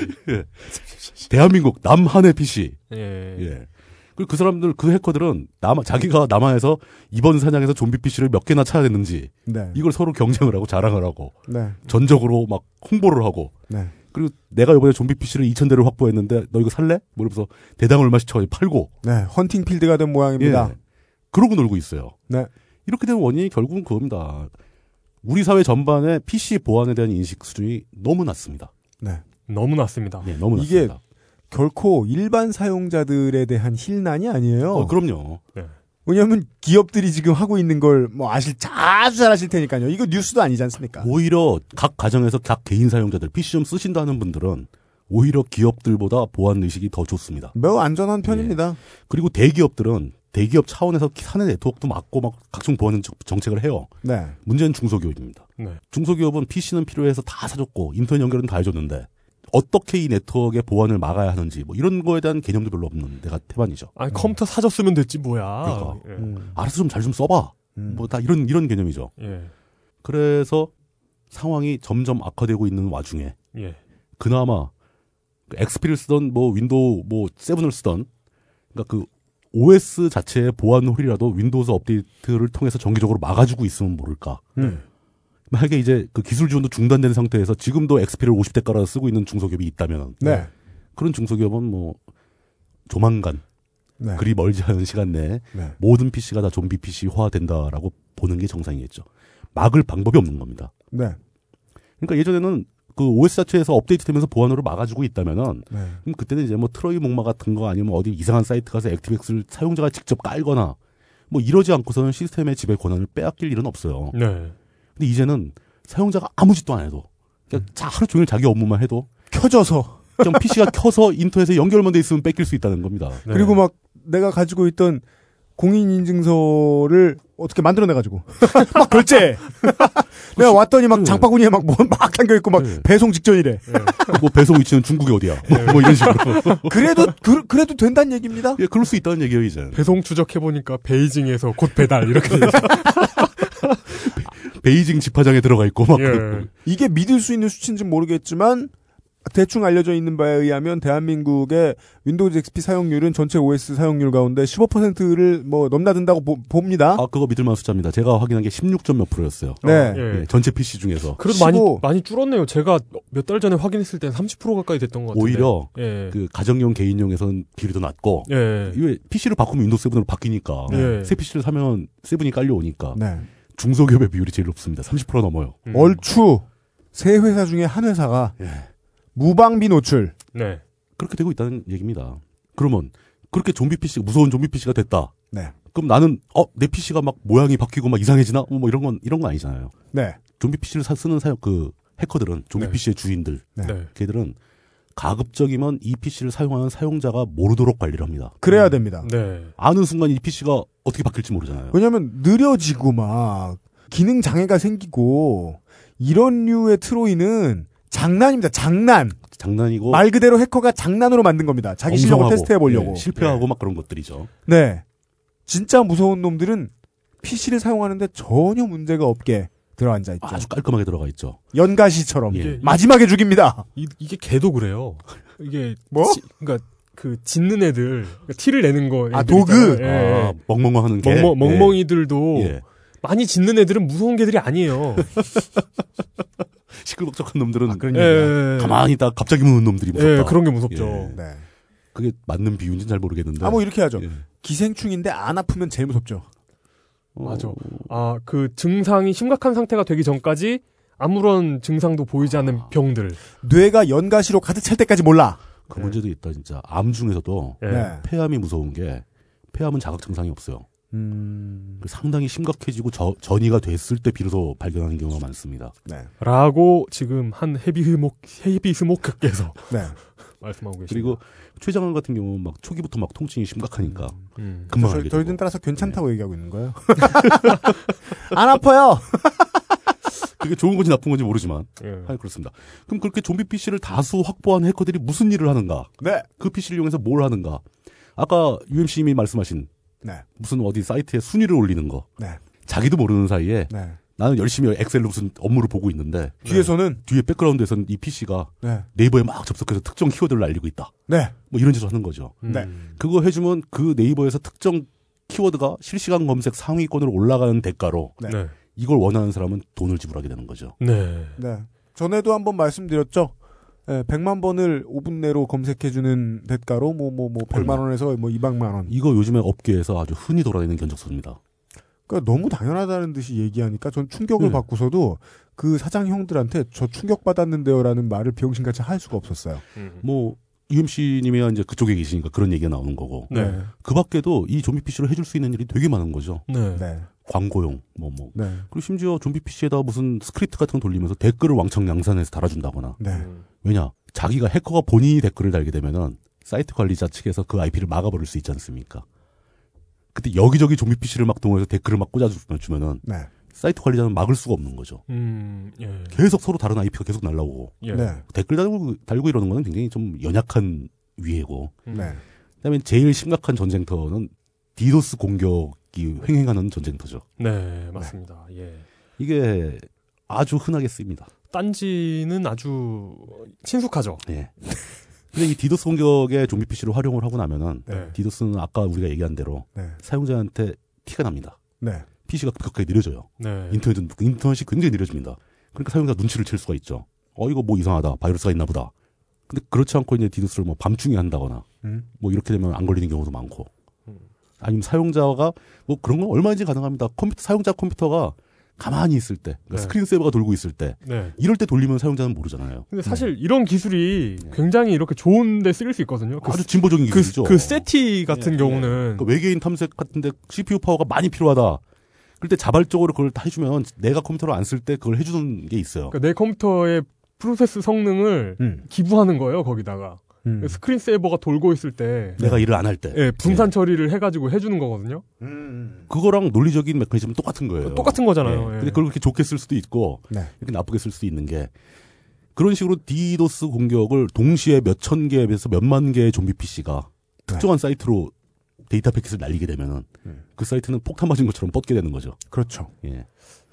Speaker 7: 대한민국 남한의 PC.
Speaker 3: 예.
Speaker 7: 예. 그리고 그 사람들 그 해커들은 남 자기가 남한에서 이번 사냥에서 좀비 PC를 몇 개나 찾아냈는지
Speaker 2: 네.
Speaker 7: 이걸 서로 경쟁을 하고 자랑을 하고
Speaker 2: 네.
Speaker 7: 전적으로 막 홍보를 하고
Speaker 2: 네.
Speaker 7: 그리고 내가 이번에 좀비 PC를 2,000대를 확보했는데 너 이거 살래? 뭐 이러면서 대당 얼마씩 쳐서 팔고
Speaker 2: 네. 헌팅 필드가 된 모양입니다.
Speaker 7: 예. 그러고 놀고 있어요.
Speaker 2: 네.
Speaker 7: 이렇게 된 원인이 결국은 그겁니다. 우리 사회 전반의 PC 보안에 대한 인식 수준이 너무 낮습니다.
Speaker 2: 네.
Speaker 3: 너무 낮습니다.
Speaker 7: 예, 너무
Speaker 2: 이게
Speaker 7: 낮습니다.
Speaker 2: 결코 일반 사용자들에 대한 힐난이 아니에요.
Speaker 7: 어, 그럼요.
Speaker 2: 왜냐하면 기업들이 지금 하고 있는 걸 뭐 아실 아주 잘 아실 테니까요. 이거 뉴스도 아니지 않습니까?
Speaker 7: 오히려 각 가정에서 각 개인 사용자들 PC 좀 쓰신다 하는 분들은 오히려 기업들보다 보안 의식이 더 좋습니다.
Speaker 2: 매우 안전한 편입니다.
Speaker 7: 그리고 대기업들은 대기업 차원에서 사내 네트워크도 막고 막 각종 보안 정- 정책을 해요.
Speaker 2: 네.
Speaker 7: 문제는 중소기업입니다.
Speaker 3: 네.
Speaker 7: 중소기업은 PC는 필요해서 다 사줬고 인터넷 연결은 다 해줬는데 어떻게 이 네트워크의 보안을 막아야 하는지 뭐 이런 거에 대한 개념도 별로 없는 데가 태반이죠.
Speaker 3: 아니 컴퓨터 사줬으면 됐지 뭐야.
Speaker 7: 그러니까.
Speaker 3: 예.
Speaker 2: 음,
Speaker 7: 알아서 좀 잘 좀 써봐.
Speaker 2: 음.
Speaker 7: 뭐 다 이런 이런 개념이죠.
Speaker 3: 예.
Speaker 7: 그래서 상황이 점점 악화되고 있는 와중에
Speaker 3: 예.
Speaker 7: 그나마 그 XP를 쓰던 뭐 윈도우 뭐 세븐을 쓰던 그러니까 그 OS 자체의 보안 홀이라도 윈도우즈 업데이트를 통해서 정기적으로 막아주고 있으면 모를까.
Speaker 2: 음.
Speaker 7: 만약에 이제 그 기술 지원도 중단된 상태에서 지금도 XP를 50대 깔아서 쓰고 있는 중소기업이 있다면
Speaker 2: 네.
Speaker 7: 그런 중소기업은 뭐 조만간
Speaker 2: 네.
Speaker 7: 그리 멀지 않은 시간 내에
Speaker 2: 네.
Speaker 7: 모든 PC가 다 좀비 PC화 된다라고 보는 게 정상이겠죠. 막을 방법이 없는 겁니다.
Speaker 2: 네.
Speaker 7: 그러니까 예전에는 그 OS 자체에서 업데이트되면서 보안으로 막아주고 있다면은
Speaker 2: 네.
Speaker 7: 그럼 그때는 이제 뭐 트로이 목마 같은 거 아니면 어디 이상한 사이트 가서 액티백스를 사용자가 직접 깔거나 뭐 이러지 않고서는 시스템의 지배 권한을 빼앗길 일은 없어요.
Speaker 3: 네.
Speaker 7: 근데 이제는 사용자가 아무 짓도 안 해도 그냥
Speaker 3: 음.
Speaker 7: 자 하루 종일 자기 업무만 해도
Speaker 2: 켜져서
Speaker 7: 그냥 PC가 켜서 인터넷에 연결만 돼 있으면 뺏길 수 있다는 겁니다.
Speaker 3: 네.
Speaker 2: 그리고 막 내가 가지고 있던 공인 인증서를 어떻게 만들어내 가지고 막 결제. 내가 왔더니 막
Speaker 7: 네.
Speaker 2: 장바구니에 막 뭐 막 담겨 있고 막
Speaker 7: 네.
Speaker 2: 배송 직전이래.
Speaker 3: 예.
Speaker 7: 뭐 배송 위치는 중국이 어디야? 뭐, 뭐 이런 식으로.
Speaker 2: 그래도 그, 그래도 된다는 얘기입니다.
Speaker 7: 예, 그럴 수 있다는 얘기예요 이제.
Speaker 3: 배송 추적해 보니까 베이징에서 곧 배달 이렇게
Speaker 7: 베이징 집화장에 들어가 있고 막.
Speaker 3: 예.
Speaker 2: 이게 믿을 수 있는 수치인지 는 모르겠지만 대충 알려져 있는 바에 의하면 대한민국의 윈도우즈 XP 사용률은 전체 OS 사용률 가운데 15%를 뭐 넘나든다고 보- 봅니다.
Speaker 7: 아 그거 믿을만한 숫자입니다. 제가 확인한 게 16점 몇 프로였어요.
Speaker 2: 네.
Speaker 3: 예.
Speaker 7: 예, 전체 PC 중에서
Speaker 3: 그래도
Speaker 2: 15.
Speaker 3: 많이 많이 줄었네요. 제가 몇 달 전에 확인했을 땐 30% 가까이 됐던 것 같은데.
Speaker 7: 오히려
Speaker 3: 예.
Speaker 7: 그 가정용 개인용에서는 비율이 더 낮고
Speaker 3: 예.
Speaker 7: 왜 네, PC를 바꾸면 윈도우 7으로 바뀌니까
Speaker 3: 예.
Speaker 7: 새 PC를 사면 7이 깔려 오니까
Speaker 2: 네.
Speaker 7: 중소기업의 비율이 제일 높습니다. 30% 넘어요.
Speaker 3: 음.
Speaker 2: 얼추 세 회사 중에 한 회사가 무방비 노출.
Speaker 3: 네.
Speaker 7: 그렇게 되고 있다는 얘기입니다. 그러면 그렇게 좀비 PC 가 무서운 좀비 PC가 됐다.
Speaker 2: 네.
Speaker 7: 그럼 나는 어 내 PC가 막 모양이 바뀌고 막 이상해지나 뭐 이런 건 이런 건 아니잖아요.
Speaker 2: 네.
Speaker 7: 좀비 PC를 쓰는 사용 그 해커들은 좀비
Speaker 3: 네.
Speaker 7: PC의 주인들
Speaker 2: 네.
Speaker 3: 네.
Speaker 7: 걔들은 가급적이면 이 PC를 사용하는 사용자가 모르도록 관리를 합니다.
Speaker 2: 그래야
Speaker 7: 음.
Speaker 2: 됩니다.
Speaker 3: 네.
Speaker 7: 아는 순간 이 PC가 어떻게 바뀔지 모르잖아요.
Speaker 2: 왜냐면 느려지고 막 기능 장애가 생기고 이런 류의 트로이는 장난입니다. 장난.
Speaker 7: 장난이고
Speaker 2: 말 그대로 해커가 장난으로 만든 겁니다. 자기 실력을
Speaker 7: 엉성하고,
Speaker 2: 테스트해 보려고.
Speaker 7: 뭐 예, 실패하고 막 그런 것들이죠.
Speaker 2: 네. 진짜 무서운 놈들은 PC를 사용하는데 전혀 문제가 없게 들어앉아 있죠.
Speaker 7: 아주 깔끔하게 들어가 있죠.
Speaker 2: 연가시처럼
Speaker 7: 예.
Speaker 2: 마지막에 죽입니다.
Speaker 3: 이, 이게 개도 그래요. 이게
Speaker 2: 뭐?
Speaker 3: 지- 그러니까 그 짖는 애들 그러니까 티를 내는 거.
Speaker 2: 아,
Speaker 3: 애들
Speaker 2: 도그?
Speaker 3: 있잖아요. 예,
Speaker 7: 아, 멍멍하는 게
Speaker 3: 예. 멍멍 멍멍이들도 뭐.
Speaker 7: 예, 예.
Speaker 3: 많이 짖는 애들은 무서운 개들이 아니에요.
Speaker 7: 시끌벅적한 놈들은
Speaker 3: 예, 예, 예.
Speaker 7: 가만히 있다 갑자기 무는 놈들이 무섭다.
Speaker 3: 예, 그런 게 무섭죠.
Speaker 7: 예.
Speaker 2: 네.
Speaker 7: 그게 맞는 비유인지는 잘 모르겠는데.
Speaker 2: 아, 뭐 이렇게 하죠.
Speaker 7: 예.
Speaker 2: 기생충인데 안 아프면 제일 무섭죠.
Speaker 7: 어,
Speaker 3: 맞아. 아, 그 증상이 심각한 상태가 되기 전까지 아무런 증상도 보이지 않는 병들.
Speaker 2: 뇌가 연가시로 가득 찰 때까지 몰라.
Speaker 7: 그 문제도 있다 진짜. 암 중에서도
Speaker 3: 예.
Speaker 2: 네.
Speaker 7: 폐암이 무서운 게 폐암은 자각 증상이 없어요.
Speaker 2: 음.
Speaker 7: 그 상당히 심각해지고 저, 전이가 됐을 때 비로소 발견하는 경우가 많습니다.
Speaker 2: 네.
Speaker 3: 라고 지금 한 헤비 스모 헤비 스모크께서
Speaker 2: 네.
Speaker 3: 말씀하고 계십니다.
Speaker 7: 그리고 최장암 같은 경우는 막 초기부터 막 통증이 심각하니까
Speaker 3: 음.
Speaker 7: 금방
Speaker 2: 저희,
Speaker 7: 알게
Speaker 2: 저희들은
Speaker 7: 되고.
Speaker 2: 따라서 괜찮다고 얘기하고 있는 거예요. 안 아파요.
Speaker 7: 그게 좋은 건지 나쁜 건지 모르지만
Speaker 3: 예.
Speaker 7: 하여 네, 그렇습니다. 그럼 그렇게 좀비 PC를 다수 확보한 해커들이 무슨 일을 하는가?
Speaker 2: 네.
Speaker 7: 그 PC를 이용해서 뭘 하는가? 아까 UMC님이 말씀하신
Speaker 2: 네.
Speaker 7: 무슨 어디 사이트에 순위를 올리는 거.
Speaker 2: 네.
Speaker 7: 자기도 모르는 사이에
Speaker 2: 네.
Speaker 7: 나는 열심히 엑셀로 무슨 업무를 보고 있는데
Speaker 2: 뒤에서는
Speaker 7: 뒤에 백그라운드에서는 이 PC가
Speaker 2: 네.
Speaker 7: 네이버에 막 접속해서 특정 키워드를 알리고 있다.
Speaker 2: 네.
Speaker 7: 뭐 이런 짓을 하는 거죠.
Speaker 2: 네.
Speaker 7: 그거 해주면 그 네이버에서 특정 키워드가 실시간 검색 상위권으로 올라가는 대가로
Speaker 2: 네.
Speaker 3: 네.
Speaker 7: 이걸 원하는 사람은 돈을 지불하게 되는 거죠.
Speaker 3: 네.
Speaker 2: 네. 전에도 한번 말씀드렸죠. 예, 100만 번을 5분 내로 검색해주는 대가로 뭐 뭐 뭐 100만 원에서 뭐 200만 원.
Speaker 7: 이거 요즘에 업계에서 아주 흔히 돌아다니는 견적서입니다.
Speaker 2: 그러니까 너무 당연하다는 듯이 얘기하니까 전 충격을
Speaker 7: 네.
Speaker 2: 받고서도 그 사장 형들한테 저 충격 받았는데요라는 말을 병신같이 할 수가 없었어요.
Speaker 7: 뭐 UMC님이야 이제 그쪽에 계시니까 그런 얘기가 나오는 거고
Speaker 3: 네.
Speaker 7: 그 밖에도 이 좀비 PC로 해줄 수 있는 일이 되게 많은 거죠.
Speaker 3: 네.
Speaker 2: 네.
Speaker 7: 광고용 뭐 뭐.
Speaker 2: 네.
Speaker 7: 그리고 심지어 좀비 PC에다 무슨 스크립트 같은 거 돌리면서 댓글을 왕창 양산해서 달아준다거나
Speaker 2: 네.
Speaker 3: 음.
Speaker 7: 왜냐 자기가 해커가 본인이 댓글을 달게 되면은 사이트 관리자 측에서 그 IP를 막아버릴 수 있지 않습니까? 그때 여기저기 좀비 PC를 막 동원해서 댓글을 막 꽂아주면은
Speaker 2: 네.
Speaker 7: 사이트 관리자는 막을 수가 없는 거죠.
Speaker 3: 음. 예.
Speaker 7: 계속 서로 다른 IP가 계속 날라오고
Speaker 3: 예.
Speaker 2: 네.
Speaker 7: 댓글 달고, 달고 이러는 거는 굉장히 좀 연약한 위해고
Speaker 3: 음.
Speaker 2: 네.
Speaker 7: 그다음에 제일 심각한 전쟁터는 디도스 공격이 횡행하는 전쟁터죠.
Speaker 3: 네, 맞습니다. 예.
Speaker 7: 이게 아주 흔하게 쓰입니다.
Speaker 3: 딴지는 아주 친숙하죠.
Speaker 7: 예. 근데 이 디도스 공격에 좀비 PC를 활용을 하고 나면은
Speaker 2: 네.
Speaker 7: 디도스는 아까 우리가 얘기한 대로
Speaker 2: 네.
Speaker 7: 사용자한테 티가 납니다.
Speaker 2: 네.
Speaker 7: PC가 급격하게 느려져요.
Speaker 3: 네.
Speaker 7: 인터넷은 인터넷이 굉장히 느려집니다. 그러니까 사용자 가 눈치를 챌 수가 있죠. 어 이거 뭐 이상하다. 바이러스가 있나 보다. 근데 그렇지 않고 이제 디도스를 뭐 밤중에 한다거나
Speaker 2: 음.
Speaker 7: 뭐 이렇게 되면 안 걸리는 경우도 많고
Speaker 3: 음.
Speaker 7: 아니면 사용자가 뭐 그런 건 얼마든지 가능합니다. 컴퓨터 사용자 컴퓨터가 가만히 있을 때 그러니까
Speaker 3: 네.
Speaker 7: 스크린 세이버가 돌고 있을 때
Speaker 3: 네.
Speaker 7: 이럴 때 돌리면 사용자는 모르잖아요.
Speaker 3: 근데 사실 이런 기술이 굉장히 이렇게 좋은데 쓰일 수 있거든요. 그,
Speaker 7: 네. 아주 진보적인
Speaker 3: 그,
Speaker 7: 기술이죠.
Speaker 3: 그 세티 같은
Speaker 7: 예,
Speaker 3: 경우는
Speaker 7: 그러니까 외계인 탐색 같은데 CPU 파워가 많이 필요하다. 그럴 때 자발적으로 그걸 다 해주면 내가 컴퓨터를 안 쓸 때 그걸 해주는 게 있어요.
Speaker 3: 그러니까 내 컴퓨터의 프로세스 성능을
Speaker 2: 음.
Speaker 3: 기부하는 거예요 거기다가
Speaker 2: 음.
Speaker 3: 스크린 세이버가 돌고 있을 때
Speaker 7: 내가 일을 안 할 때.
Speaker 3: 예, 분산 처리를 해가지고 해주는 거거든요.
Speaker 2: 음.
Speaker 7: 예. 그거랑 논리적인 메커니즘은 똑같은 거예요.
Speaker 3: 똑같은 거잖아요.
Speaker 7: 예.
Speaker 3: 예.
Speaker 7: 근데 그걸 그렇게 좋게 쓸 수도 있고
Speaker 2: 네.
Speaker 7: 이렇게 나쁘게 쓸 수도 있는 게 그런 식으로 디도스 공격을 동시에 몇 천 개에 비해서 몇만 개의 좀비 PC가
Speaker 2: 네.
Speaker 7: 특정한 사이트로 데이터 패킷을 날리게 되면은
Speaker 2: 음.
Speaker 7: 그 사이트는 폭탄 맞은 것처럼 뻗게 되는 거죠.
Speaker 2: 그렇죠.
Speaker 7: 예.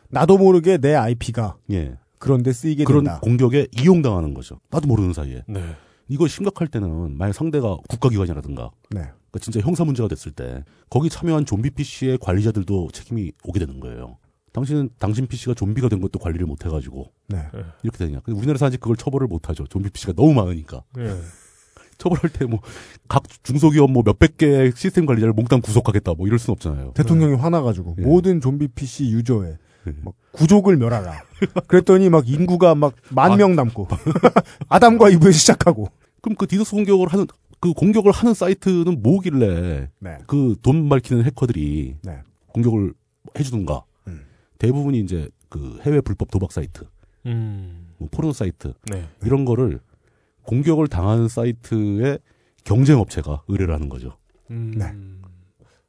Speaker 2: 나도 모르게 내 IP가
Speaker 7: 예.
Speaker 2: 그런데 쓰이게
Speaker 7: 그런
Speaker 2: 된다.
Speaker 7: 공격에 이용당하는 거죠. 나도 모르는 사이에.
Speaker 3: 네.
Speaker 7: 이거 심각할 때는 만약 상대가 국가기관이라든가
Speaker 2: 네.
Speaker 7: 그러니까 진짜 형사 문제가 됐을 때 거기 참여한 좀비 PC의 관리자들도 책임이 오게 되는 거예요. 당신은 당신 PC가 좀비가 된 것도 관리를 못 해가지고
Speaker 2: 네.
Speaker 7: 이렇게 되냐. 근데 우리나라에서 아직 그걸 처벌을 못 하죠. 좀비 PC가 너무 많으니까
Speaker 3: 예.
Speaker 7: 처벌할 때 뭐 각 중소기업 뭐 몇백 개의 시스템 관리자를 몽땅 구속하겠다 뭐 이럴 순 없잖아요.
Speaker 2: 대통령이 화나가지고
Speaker 7: 예.
Speaker 2: 모든 좀비 PC 유저의
Speaker 7: 예.
Speaker 2: 막 구족을 멸하라. 그랬더니 막 인구가 막 만
Speaker 7: 아.
Speaker 2: 명 남고 아담과 이브에 시작하고.
Speaker 7: 그럼 그 디도스 공격을 하는 그 공격을 하는 사이트는 뭐길래
Speaker 2: 네.
Speaker 7: 그 돈 밝히는 해커들이
Speaker 2: 네.
Speaker 7: 공격을 해주든가
Speaker 2: 음.
Speaker 7: 대부분이 이제 그 해외 불법 도박 사이트
Speaker 3: 음.
Speaker 7: 뭐 포르노 사이트
Speaker 3: 네.
Speaker 7: 이런 거를 공격을 당한 사이트에 경쟁 업체가 의뢰를 하는 거죠.
Speaker 3: 음,
Speaker 2: 네.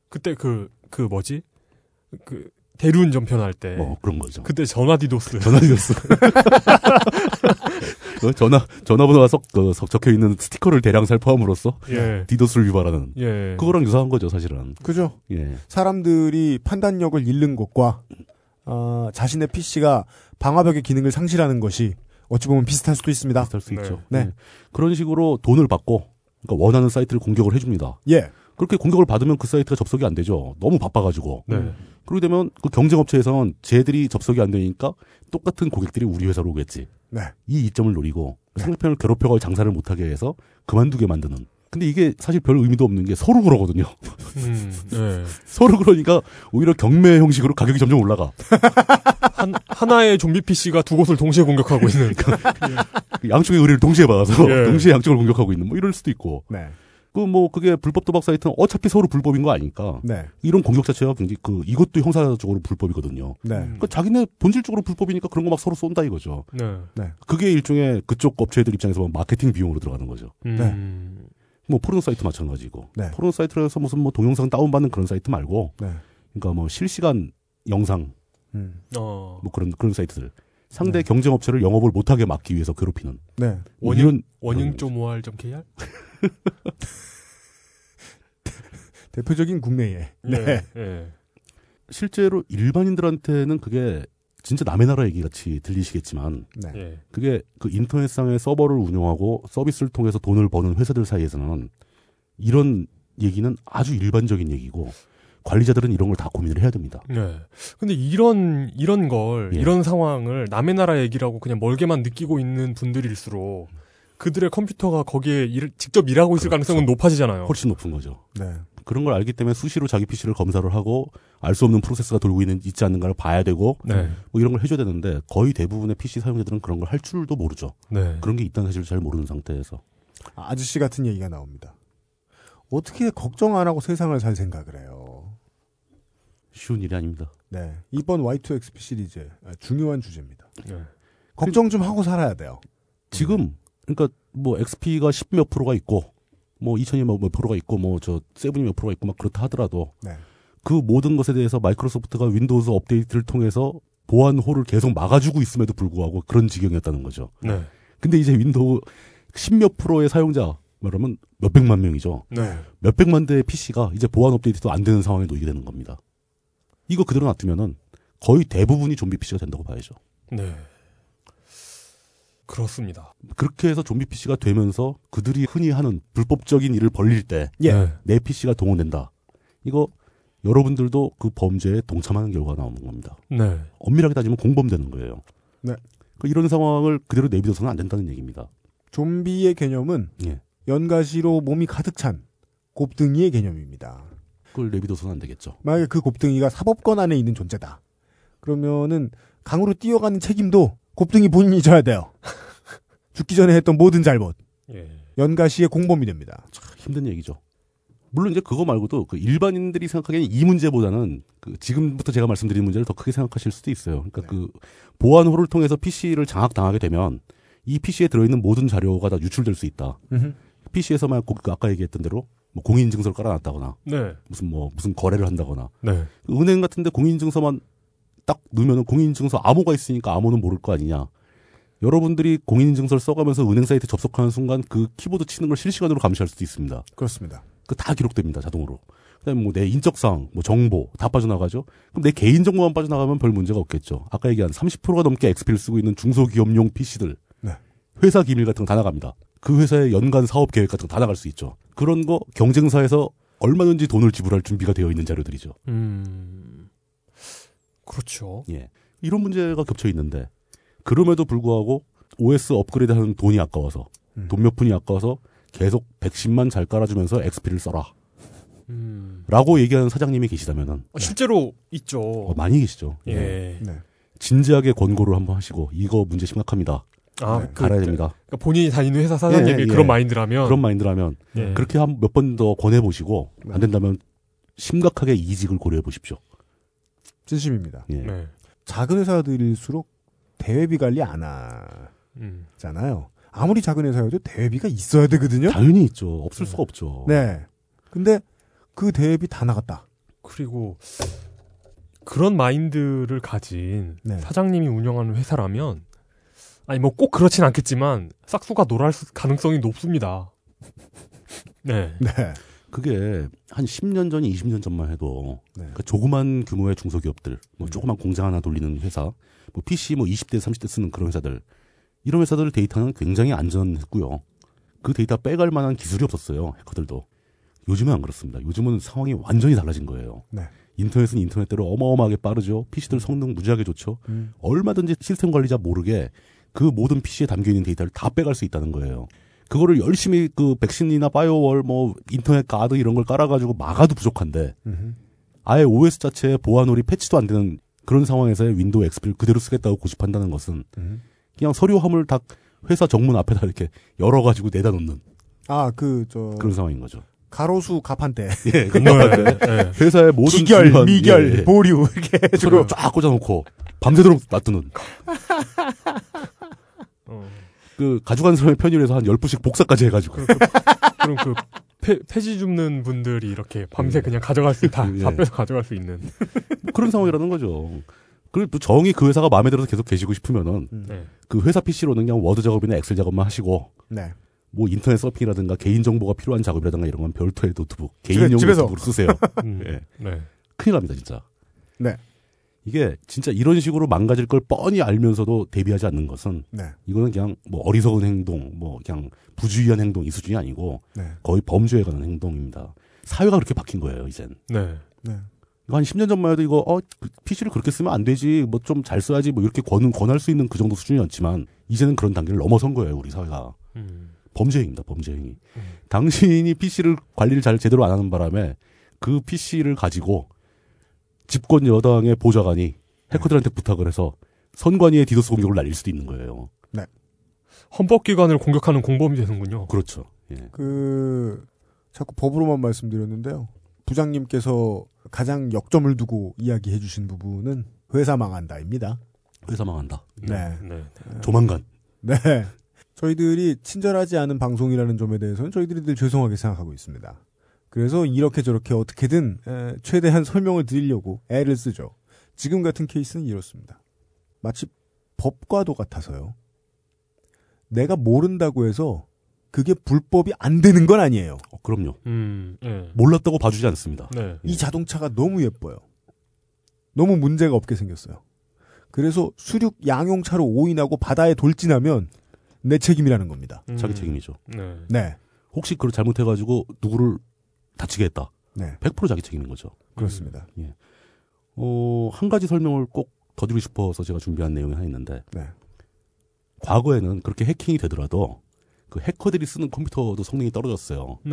Speaker 3: 그때 그, 그 뭐지? 그, 대리운전 편할 때.
Speaker 7: 뭐 그런 거죠.
Speaker 3: 네. 그때 전화 디도스.
Speaker 7: 전화 드렸어. 어, 전화 전화번호가 석, 그, 석- 적혀 있는 스티커를 대량 살포함으로써
Speaker 3: 예.
Speaker 7: 디도스를 위반하는
Speaker 3: 예.
Speaker 7: 그거랑 유사한 거죠, 사실은.
Speaker 2: 그죠?
Speaker 7: 예.
Speaker 2: 사람들이 판단력을 잃는 것과 아, 자신의 PC가 방화벽의 기능을 상실하는 것이 어찌 보면 비슷할 수도 있습니다.
Speaker 7: 비슷할 수
Speaker 3: 네.
Speaker 7: 있죠.
Speaker 2: 네.
Speaker 7: 예. 그런 식으로 돈을 받고 그러니까 원하는 사이트를 공격을 해줍니다.
Speaker 2: 예,
Speaker 7: 그렇게 공격을 받으면 그 사이트가 접속이 안 되죠. 너무 바빠가지고.
Speaker 3: 네.
Speaker 7: 그렇게 되면 그 경쟁업체에선 쟤들이 접속이 안 되니까 똑같은 고객들이 우리 회사로 오겠지.
Speaker 2: 네,
Speaker 7: 이 이점을 노리고
Speaker 3: 네.
Speaker 7: 상대편을 괴롭혀가지고 장사를 못하게 해서 그만두게 만드는. 근데 이게 사실 별 의미도 없는 게 서로 그러거든요.
Speaker 3: 음, 예.
Speaker 7: 서로 그러니까 오히려 경매 형식으로 가격이 점점 올라가.
Speaker 3: 한, 하나의 좀비 PC가 두 곳을 동시에 공격하고 있는.
Speaker 7: 그 양쪽의 의뢰를 동시에 받아서
Speaker 3: 예.
Speaker 7: 동시에 양쪽을 공격하고 있는 뭐 이럴 수도 있고.
Speaker 2: 네,
Speaker 7: 그 뭐 그게 불법 도박 사이트는 어차피 서로 불법인 거 아니까
Speaker 2: 네,
Speaker 7: 이런 공격 자체가 굉장히 그 이것도 형사적으로 불법이거든요.
Speaker 2: 네.
Speaker 3: 음.
Speaker 7: 그러니까 자기네 본질적으로 불법이니까 그런 거 막 서로 쏜다 이거죠.
Speaker 3: 네.
Speaker 7: 그게 일종의 그쪽 업체들 입장에서 보면 마케팅 비용으로 들어가는 거죠.
Speaker 3: 음.
Speaker 7: 뭐 포르노 사이트 마찬가지고
Speaker 2: 네.
Speaker 7: 포르노 사이트에서 무슨 뭐 동영상 다운받는 그런 사이트 말고
Speaker 2: 네.
Speaker 7: 그러니까 뭐 실시간 영상
Speaker 2: 음.
Speaker 3: 어.
Speaker 7: 뭐 그런 그런 사이트들 상대 경쟁 업체를 영업을 못하게 막기 위해서 괴롭히는
Speaker 2: 네.
Speaker 7: 뭐
Speaker 3: 네. 원인-
Speaker 7: 이런
Speaker 3: 원융.or.kr?
Speaker 2: 대표적인 국내에.
Speaker 3: 네. 예.
Speaker 7: 실제로 일반인들한테는 그게 진짜 남의 나라 얘기 같이 들리시겠지만
Speaker 2: 네.
Speaker 3: 예.
Speaker 7: 그게 그 인터넷상의 서버를 운영하고 서비스를 통해서 돈을 버는 회사들 사이에서는 이런 얘기는 아주 일반적인 얘기고 관리자들은 이런 걸 다 고민을 해야 됩니다.
Speaker 3: 네. 근데 이런, 이런 걸,
Speaker 7: 예.
Speaker 3: 이런 상황을 남의 나라 얘기라고 그냥 멀게만 느끼고 있는 분들일수록 그들의 컴퓨터가 거기에 일, 직접 일하고 있을
Speaker 7: 그렇죠.
Speaker 3: 가능성은 높아지잖아요.
Speaker 7: 훨씬 높은 거죠.
Speaker 2: 네.
Speaker 7: 그런 걸 알기 때문에 수시로 자기 PC를 검사를 하고 알 수 없는 프로세스가 돌고 있는 있지 않는가를 봐야 되고
Speaker 3: 네.
Speaker 7: 뭐 이런 걸 해줘야 되는데 거의 대부분의 PC 사용자들은 그런 걸 할 줄도 모르죠.
Speaker 3: 네.
Speaker 7: 그런 게 있다는 사실을 잘 모르는 상태에서
Speaker 2: 아저씨 같은 얘기가 나옵니다. 어떻게 걱정 안 하고 세상을 살 생각을 해요.
Speaker 7: 쉬운 일이 아닙니다.
Speaker 2: 네. 이번 Y2XP 시리즈 아, 중요한 주제입니다.
Speaker 3: 네.
Speaker 2: 걱정 좀 하고 살아야 돼요.
Speaker 7: 지금 그러니까 뭐 XP가 10 몇 프로가 있고 뭐 2000이 몇 프로가 있고 뭐 저 세븐이 몇 프로가 있고 막 그렇다 하더라도
Speaker 2: 네.
Speaker 7: 그 모든 것에 대해서 마이크로소프트가 윈도우즈 업데이트를 통해서 보안호를 계속 막아주고 있음에도 불구하고 그런 지경이었다는 거죠.
Speaker 3: 네.
Speaker 7: 근데 이제 윈도우 10몇 프로의 사용자 말하면 몇백만 명이죠.
Speaker 3: 네.
Speaker 7: 몇백만 대의 PC가 이제 보안 업데이트도 안 되는 상황에 놓이게 되는 겁니다. 이거 그대로 놔두면은 거의 대부분이 좀비 PC가 된다고 봐야죠.
Speaker 3: 네. 그렇습니다.
Speaker 7: 그렇게 해서 좀비 PC가 되면서 그들이 흔히 하는 불법적인 일을 벌릴 때 내
Speaker 2: 예.
Speaker 3: 네.
Speaker 7: PC가 동원된다. 이거 여러분들도 그 범죄에 동참하는 결과가 나오는 겁니다.
Speaker 3: 네.
Speaker 7: 엄밀하게 따지면 공범되는 거예요.
Speaker 2: 네.
Speaker 7: 그 이런 상황을 그대로 내비둬서는 안 된다는 얘기입니다.
Speaker 2: 좀비의 개념은
Speaker 7: 예.
Speaker 2: 연가시로 몸이 가득 찬 곱등이의 개념입니다.
Speaker 7: 그걸 내비둬서는 안 되겠죠.
Speaker 2: 만약에 그 곱등이가 사법권 안에 있는 존재다. 그러면은 강으로 뛰어가는 책임도 곱등이 본인이 져야 돼요. 죽기 전에 했던 모든 잘못.
Speaker 3: 예.
Speaker 2: 연가시의 공범이 됩니다.
Speaker 7: 힘든 얘기죠. 물론 이제 그거 말고도 그 일반인들이 생각하기에는 이 문제보다는 그 지금부터 제가 말씀드린 문제를 더 크게 생각하실 수도 있어요. 그러니까 그 보안호를 통해서 PC를 장악당하게 되면 이 PC에 들어있는 모든 자료가 다 유출될 수 있다. PC에서만 그 아까 얘기했던 대로 뭐 공인증서를 깔아놨다거나
Speaker 3: 네.
Speaker 7: 무슨 뭐 무슨 거래를 한다거나
Speaker 3: 네.
Speaker 7: 그 은행 같은데 공인증서만 딱 넣으면 공인증서 암호가 있으니까 암호는 모를 거 아니냐. 여러분들이 공인증서를 써가면서 은행 사이트 접속하는 순간 그 키보드 치는 걸 실시간으로 감시할 수도 있습니다.
Speaker 2: 그렇습니다.
Speaker 7: 그 다 기록됩니다 자동으로. 그다음에 뭐 내 인적사항, 뭐 정보 다 빠져나가죠. 그럼 내 개인 정보만 빠져나가면 별 문제가 없겠죠. 아까 얘기한 30%가 넘게 XP를 쓰고 있는 중소기업용 PC들,
Speaker 2: 네.
Speaker 7: 회사 기밀 같은 거 다 나갑니다. 그 회사의 연간 사업 계획 같은 거 다 나갈 수 있죠. 그런 거 경쟁사에서 얼마든지 돈을 지불할 준비가 되어 있는 자료들이죠.
Speaker 3: 음. 그렇죠.
Speaker 7: 예. 이런 문제가 겹쳐 있는데 그럼에도 불구하고 OS 업그레이드하는 돈이 아까워서
Speaker 2: 음.
Speaker 7: 돈 몇 푼이 아까워서 계속 110만 잘 깔아주면서 XP를 써라라고
Speaker 3: 음.
Speaker 7: 얘기하는 사장님이 계시다면은
Speaker 3: 어, 실제로 있죠.
Speaker 7: 네. 어, 많이 계시죠.
Speaker 3: 예.
Speaker 2: 네.
Speaker 7: 진지하게 권고를 한번 하시고 이거 문제 심각합니다.
Speaker 3: 아,
Speaker 2: 네,
Speaker 3: 그,
Speaker 7: 갈아야 됩니다.
Speaker 3: 그러니까 본인이 다니는 회사 사장님이
Speaker 7: 예, 예,
Speaker 3: 그런
Speaker 7: 예.
Speaker 3: 마인드라면
Speaker 7: 그런 마인드라면
Speaker 3: 예.
Speaker 7: 그렇게 한 몇 번 더 권해 보시고
Speaker 2: 네.
Speaker 7: 안 된다면 심각하게 이직을 고려해 보십시오.
Speaker 2: 진심입니다.
Speaker 7: 예.
Speaker 3: 네. 음.
Speaker 2: 작은 회사들일수록 대회비 관리 안 하잖아요. 아무리 작은 회사여도 대회비가 있어야 되거든요.
Speaker 7: 당연히 있죠. 없을 수가 없죠.
Speaker 2: 네. 근데 그 대회비 다 나갔다.
Speaker 3: 그리고 그런 마인드를 가진
Speaker 2: 네.
Speaker 3: 사장님이 운영하는 회사라면 아니 뭐 꼭 그렇진 않겠지만 싹수가 놀랄 수- 가능성이 높습니다. 네.
Speaker 7: 음.
Speaker 2: 네.
Speaker 7: 그게 한 10년 전이 20년 전만 해도
Speaker 2: 네. 음.
Speaker 7: 그 조그만 규모의 중소기업들, 뭐 조그만 공장 하나 돌리는 회사, 뭐 PC 뭐 20대 30대 쓰는 그런 회사들 이런 회사들 데이터는 굉장히 안전했고요. 그 데이터 빼갈 만한 기술이 없었어요 해커들도. 요즘은 안 그렇습니다. 요즘은 상황이 완전히 달라진 거예요.
Speaker 2: 네.
Speaker 7: 인터넷은 인터넷대로 어마어마하게 빠르죠. PC들 성능 무지하게 좋죠.
Speaker 2: 음.
Speaker 7: 얼마든지 시스템 관리자 모르게 그 모든 PC에 담겨 있는 데이터를 다 빼갈 수 있다는 거예요. 그거를 열심히 그 백신이나 바이오월 뭐 인터넷 가드 이런 걸 깔아가지고 막아도 부족한데 음. 아예 OS 자체에 보안홀이 패치도 안 되는 그런 상황에서의 윈도우 XP를 그대로 쓰겠다고 고집한다는 것은 그냥 서류 화물 다 회사 정문 앞에다 이렇게 열어가지고 내다 놓는
Speaker 2: 아, 그, 저,
Speaker 7: 그런 상황인 거죠.
Speaker 2: 가로수 가판대.
Speaker 7: 예, 건너가는데
Speaker 3: 네.
Speaker 7: 회사의 모든
Speaker 2: 기결,
Speaker 7: 중요한-
Speaker 2: 미결,
Speaker 7: 예, 예.
Speaker 2: 보류, 이렇게 해주고.
Speaker 7: 서류 쫙 꽂아놓고 밤새도록 놔두는
Speaker 3: 어.
Speaker 7: 그 가져간 사람의 편의를 해서 한 10분씩 복사까지 해가지고
Speaker 2: 그렇죠.
Speaker 3: 그럼 그 폐, 폐지 줍는 분들이 이렇게 밤새
Speaker 7: 예.
Speaker 3: 그냥 가져갈 수다
Speaker 7: 예.
Speaker 3: 다 빼서 가져갈 수 있는.
Speaker 2: 그렇죠.
Speaker 7: 그런 상황이라는 거죠. 그리고 정이 그 회사가 마음에 들어서 계속 계시고 싶으면은
Speaker 2: 음.
Speaker 3: 네.
Speaker 7: 그 회사 PC로는 그냥 워드 작업이나 엑셀 작업만 하시고
Speaker 2: 네.
Speaker 7: 뭐 인터넷 서핑이라든가 개인 정보가 필요한 작업이라든가 이런 건 별도의 노트북, 개인용
Speaker 2: 집에서.
Speaker 7: 노트북으로 쓰세요.
Speaker 3: 음.
Speaker 7: 예.
Speaker 3: 네.
Speaker 7: 큰일 납니다, 진짜.
Speaker 2: 네.
Speaker 7: 이게 진짜 이런 식으로 망가질 걸 뻔히 알면서도 대비하지 않는 것은
Speaker 2: 네.
Speaker 7: 이거는 그냥 뭐 어리석은 행동, 뭐 그냥 부주의한 행동 이 수준이 아니고
Speaker 2: 네.
Speaker 7: 거의 범죄에 관한 행동입니다. 사회가 그렇게 바뀐 거예요, 이젠.
Speaker 3: 네.
Speaker 2: 네.
Speaker 7: 이거 한 10년 전만 해도 이거 어 PC를 그렇게 쓰면 안 되지 뭐 좀 잘 써야지 뭐 이렇게 권은 권할 수 있는 그 정도 수준이었지만 이제는 그런 단계를 넘어선 거예요 우리 사회가
Speaker 3: 음.
Speaker 7: 범죄행위입니다 범죄행위 당신이 PC를 관리를 잘 제대로 안 하는 바람에 그 PC를 가지고 집권 여당의 보좌관이 해커들한테 부탁을 해서 선관위의 디도스 공격을 날릴 수도 있는 거예요
Speaker 3: 헌법기관을 공격하는 공범이 되는군요.
Speaker 7: 그렇죠 예
Speaker 2: 그, 자꾸 법으로만 말씀드렸는데요. 부장님께서 가장 역점을 두고 이야기해 주신 부분은 회사 망한다입니다.
Speaker 7: 회사 망한다
Speaker 2: 네.
Speaker 3: 네.
Speaker 7: 조만간
Speaker 2: 네. 저희들이 친절하지 않은 방송이라는 점에 대해서는 저희들이 늘 죄송하게 생각하고 있습니다. 그래서 이렇게 저렇게 어떻게든 에, 최대한 설명을 드리려고 애를 쓰죠. 지금 같은 케이스는 이렇습니다. 마치 법과도 같아서요. 내가 모른다고 해서 그게 불법이 안 되는 건 아니에요.
Speaker 7: 어, 그럼요
Speaker 3: 음. 네.
Speaker 7: 몰랐다고 봐주지 않습니다
Speaker 3: 네.
Speaker 2: 이 자동차가 너무 예뻐요. 너무 문제가 없게 생겼어요. 그래서 수륙 양용차로 오인하고 바다에 돌진하면 내 책임이라는 겁니다.
Speaker 7: 자기
Speaker 3: 음.
Speaker 7: 책임이죠
Speaker 3: 네.
Speaker 2: 네.
Speaker 7: 혹시 그걸 잘못해가지고 누구를 다치게 했다
Speaker 2: 네.
Speaker 7: 100% 자기 책임인 거죠
Speaker 2: 그렇습니다.
Speaker 7: 어, 한 가지 설명을 꼭 더 드리고 싶어서 제가 준비한 내용이 하나 있는데,
Speaker 2: 네.
Speaker 7: 과거에는 그렇게 해킹이 되더라도, 그 해커들이 쓰는 컴퓨터도 성능이 떨어졌어요.
Speaker 3: 네.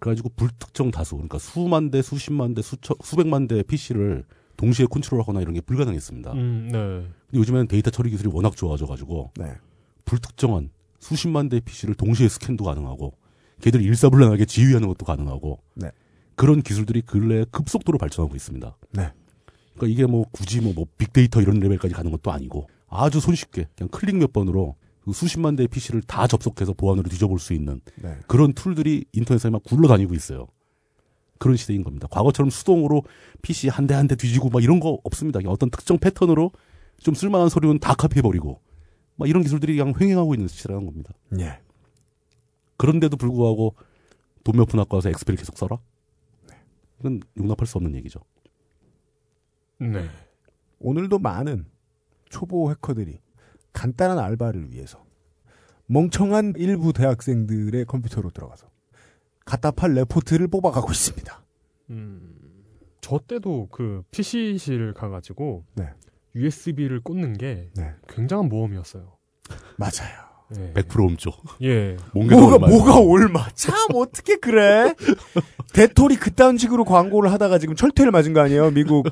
Speaker 7: 그래가지고 불특정 다수, 그러니까 수만 대, 수십만 대, 수천, 수백만 대의 PC를 동시에 컨트롤하거나 이런 게 불가능했습니다.
Speaker 3: 음. 네.
Speaker 7: 근데 요즘에는 데이터 처리 기술이 워낙 좋아져가지고,
Speaker 2: 네.
Speaker 7: 불특정한 수십만 대의 PC를 동시에 스캔도 가능하고, 걔들 일사불란하게 지휘하는 것도 가능하고,
Speaker 2: 네.
Speaker 7: 그런 기술들이 근래에 급속도로 발전하고 있습니다.
Speaker 2: 네.
Speaker 7: 그러니까 이게 뭐 굳이 뭐, 뭐 빅데이터 이런 레벨까지 가는 것도 아니고 아주 손쉽게 그냥 클릭 몇 번으로 그 수십만 대의 PC를 다 접속해서 보안으로 뒤져볼 수 있는
Speaker 2: 네.
Speaker 7: 그런 툴들이 인터넷에 막 굴러다니고 있어요. 그런 시대인 겁니다. 과거처럼 수동으로 PC 한 대 한 대 뒤지고 막 이런 거 없습니다. 그냥 어떤 특정 패턴으로 좀 쓸만한 서류는 다 카피해버리고 막 이런 기술들이 그냥 횡행하고 있는 시대라는 겁니다.
Speaker 2: 예.
Speaker 7: 그런데도 불구하고 돈 몇 푼 아까 와서 엑스피를 계속 써라? 이건 용납할 수 없는 얘기죠.
Speaker 3: 네.
Speaker 2: 오늘도 많은 초보 해커들이 간단한 알바를 위해서 멍청한 일부 대학생들의 컴퓨터로 들어가서 갖다 팔 레포트를 뽑아가고 있습니다.
Speaker 3: 음, 저 때도 그 PC실 가가지고
Speaker 2: 네.
Speaker 3: USB를 꽂는 게
Speaker 2: 네.
Speaker 3: 굉장한 모험이었어요.
Speaker 2: 맞아요.
Speaker 3: 예.
Speaker 7: 100% 옴죠.
Speaker 3: 예.
Speaker 7: 몽개도
Speaker 2: 뭐가
Speaker 7: 얼마예요?
Speaker 2: 뭐가 얼마? 참 어떻게 그래? 대토리 그딴 식으로 광고를 하다가 지금 철퇴를 맞은 거 아니에요? 미국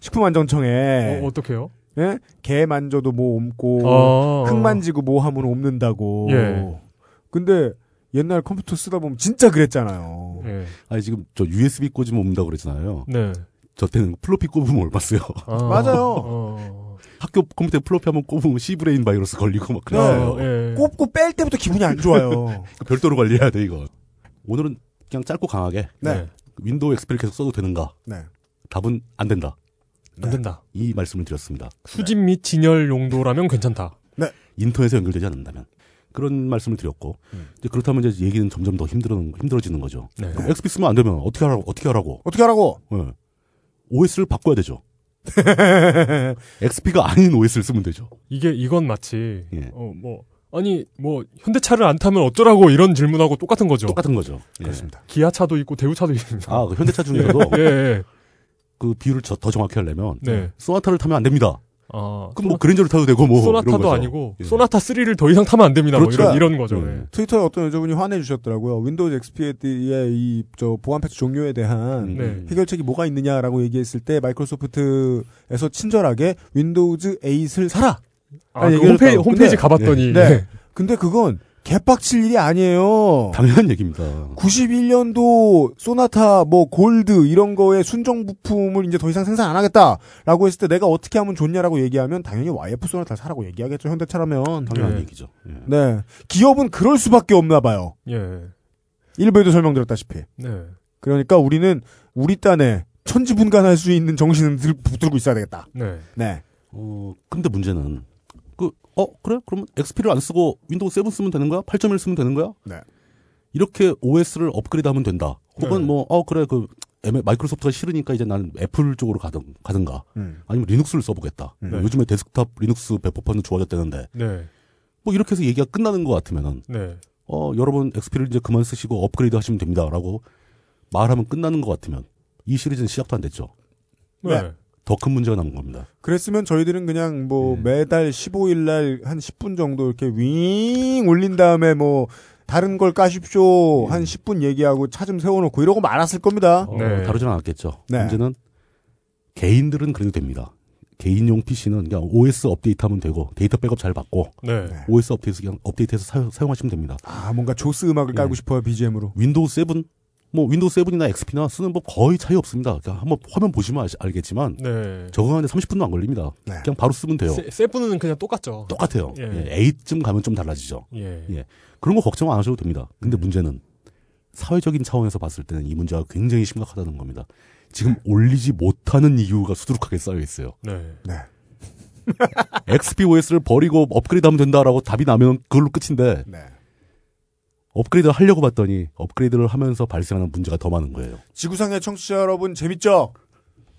Speaker 2: 식품안전청에
Speaker 3: 어, 어떡해요?
Speaker 2: 예? 개 만져도 뭐 옮고
Speaker 3: 아,
Speaker 2: 흙 만지고 뭐 하면 옮는다고.
Speaker 3: 예.
Speaker 2: 근데 옛날 컴퓨터 쓰다 보면 진짜 그랬잖아요.
Speaker 3: 예.
Speaker 7: 아니 지금 저 USB 꽂으면 옵니다 그랬잖아요.
Speaker 3: 네.
Speaker 7: 저 때는 플로피 꼽으면 얼마어요
Speaker 3: 아,
Speaker 2: 맞아요.
Speaker 3: 어,
Speaker 7: 학교 컴퓨터에 플로피 한번 꼽으면 C 브레인 바이러스 걸리고 막
Speaker 3: 어,
Speaker 2: 네.
Speaker 7: 그랬어요. 그러니까
Speaker 3: 예.
Speaker 2: 꼽고 자꾸 뺄 때부터 기분이 안 좋아요.
Speaker 7: 별도로 관리해야 돼 이거. 오늘은 그냥 짧고 강하게
Speaker 2: 네.
Speaker 7: 윈도우 엑스피를 계속 써도 되는가?
Speaker 2: 네.
Speaker 7: 답은 안 된다.
Speaker 3: 안 된다.
Speaker 7: 이 말씀을 드렸습니다.
Speaker 3: 수집 및 진열 용도라면 괜찮다.
Speaker 7: 인터넷에 연결되지 않는다면 그런 말씀을 드렸고
Speaker 2: 음.
Speaker 7: 이제 그렇다면 이제 얘기는 점점 더 힘들어 힘들어지는 거죠.
Speaker 3: 네.
Speaker 7: 그럼 엑스피 쓰면 안 되면 어떻게 하라고 어떻게 하라고?
Speaker 2: 어떻게 하라고?
Speaker 7: 예. OS를 바꿔야 되죠. XP가 아닌 OS를 쓰면 되죠.
Speaker 3: 이게 이건 마치
Speaker 7: 예.
Speaker 3: 어 뭐 아니 뭐 현대차를 안 타면 어쩌라고 이런 질문하고 똑같은 거죠.
Speaker 7: 똑같은 거죠. 예.
Speaker 2: 그렇습니다.
Speaker 3: 기아차도 있고 대우차도 있습니다.
Speaker 7: 아, 그 현대차 중에서도
Speaker 3: 예, 예.
Speaker 7: 그 비율을 저- 더 정확히 하려면
Speaker 3: 네.
Speaker 7: 소나타를 타면 안 됩니다.
Speaker 3: 아,
Speaker 7: 그럼 뭐 그랜저를 타도 되고 뭐 이런
Speaker 3: 소나타도
Speaker 7: 거죠.
Speaker 3: 아니고
Speaker 7: 예.
Speaker 3: 소나타 3를 더 이상 타면 안 됩니다. 뭐
Speaker 2: 그렇죠.
Speaker 3: 이런 이런 거죠.
Speaker 7: 음.
Speaker 2: 트위터에 어떤 여자분이 화내주셨더라고요. 윈도우즈 XP의 이 저 보안 패치 종료에
Speaker 7: 음,
Speaker 2: 대한
Speaker 3: 네.
Speaker 2: 해결책이 뭐가 있느냐라고 얘기했을 때 마이크로소프트에서 친절하게 윈도우즈 8을 사라.
Speaker 3: 아,
Speaker 2: 아니,
Speaker 3: 그
Speaker 2: 얘기를
Speaker 3: 홈페이지,
Speaker 2: 했다고.
Speaker 3: 홈페이지
Speaker 2: 근데-
Speaker 3: 가봤더니
Speaker 2: 네. 근데 그건 개빡칠 일이 아니에요.
Speaker 7: 당연한 얘기입니다.
Speaker 2: 91년도 소나타 뭐 골드 이런 거에 순정 부품을 이제 더 이상 생산 안 하겠다라고 했을 때 내가 어떻게 하면 좋냐라고 얘기하면 당연히 YF 소나타 사라고 얘기하겠죠 현대차라면
Speaker 7: 당연한
Speaker 3: 네.
Speaker 7: 얘기죠. 예.
Speaker 2: 네 기업은 그럴 수밖에 없나 봐요
Speaker 3: 예.
Speaker 2: 일부에도 설명드렸다시피
Speaker 3: 네.
Speaker 2: 그러니까 우리는 우리 딴에 천지분간할 수 있는 정신을 들, 붙들고 있어야 되겠다
Speaker 3: 네.
Speaker 2: 네
Speaker 7: 어, 근데 문제는 그, 어, 그래? 그러면 XP를 안 쓰고 윈도우 7 쓰면 되는 거야? 8.1 쓰면 되는 거야?
Speaker 2: 네.
Speaker 7: 이렇게 OS를 업그레이드 하면 된다. 혹은
Speaker 3: 네.
Speaker 7: 뭐, 어, 그래, 그, 애매- 마이크로소프트가 싫으니까 이제 나는 애플 쪽으로 가든, 가든가.
Speaker 2: 음.
Speaker 7: 아니면 리눅스를 써보겠다.
Speaker 2: 음.
Speaker 7: 뭐 요즘에 데스크탑 리눅스 배포판도 좋아졌다는데.
Speaker 3: 네.
Speaker 7: 뭐 이렇게 해서 얘기가 끝나는 것 같으면은,
Speaker 3: 네.
Speaker 7: 어, 여러분 XP를 이제 그만 쓰시고 업그레이드 하시면 됩니다. 라고 말하면 끝나는 것 같으면. 이 시리즈는 시작도 안 됐죠.
Speaker 2: 네.
Speaker 3: 네.
Speaker 7: 더 큰 문제가 남은 겁니다.
Speaker 2: 그랬으면 저희들은 그냥 뭐
Speaker 7: 음.
Speaker 2: 매달 15일 날 한 10분 정도 이렇게 윙 올린 다음에 뭐 다른 걸 까십쇼 한 10분 얘기하고 차 좀 세워놓고 이러고 말았을 겁니다.
Speaker 7: 어,
Speaker 3: 네.
Speaker 7: 다루진 않았겠죠.
Speaker 2: 아. 네.
Speaker 7: 문제는 개인들은 그래도 됩니다. 개인용 PC는 그냥 OS 업데이트하면 되고 데이터 백업 잘 받고
Speaker 3: 네.
Speaker 2: 네.
Speaker 7: OS 업데이트 그냥 업데이트해서 사용, 사용하시면 됩니다.
Speaker 2: 아 뭔가 조스 음악을 깔고
Speaker 7: 예.
Speaker 2: 싶어요 BGM으로.
Speaker 7: 윈도우 7, 뭐 윈도우 7이나 XP나 쓰는 법 거의 차이 없습니다. 그냥 한번 화면 보시면 아시- 알겠지만
Speaker 3: 네.
Speaker 7: 적응하는데 30분도 안 걸립니다.
Speaker 2: 네.
Speaker 7: 그냥 바로 쓰면 돼요.
Speaker 3: 세, 세븐은 그냥 똑같죠.
Speaker 7: 똑같아요.
Speaker 3: 예.
Speaker 7: 예. 8쯤 가면 좀 달라지죠.
Speaker 3: 예.
Speaker 7: 예. 그런 거 걱정 안 하셔도 됩니다. 근데
Speaker 2: 네.
Speaker 7: 문제는 사회적인 차원에서 봤을 때는 이 문제가 굉장히 심각하다는 겁니다. 지금 올리지 못하는 이유가 수두룩하게 쌓여 있어요.
Speaker 3: 네.
Speaker 7: XPOS를 버리고 업그레이드하면 된다라고 답이 나면 그걸로 끝인데
Speaker 2: 네.
Speaker 7: 업그레이드를 하려고 봤더니 업그레이드를 하면서 발생하는 문제가 더 많은 거예요.
Speaker 2: 지구상의 청취자 여러분 재밌죠?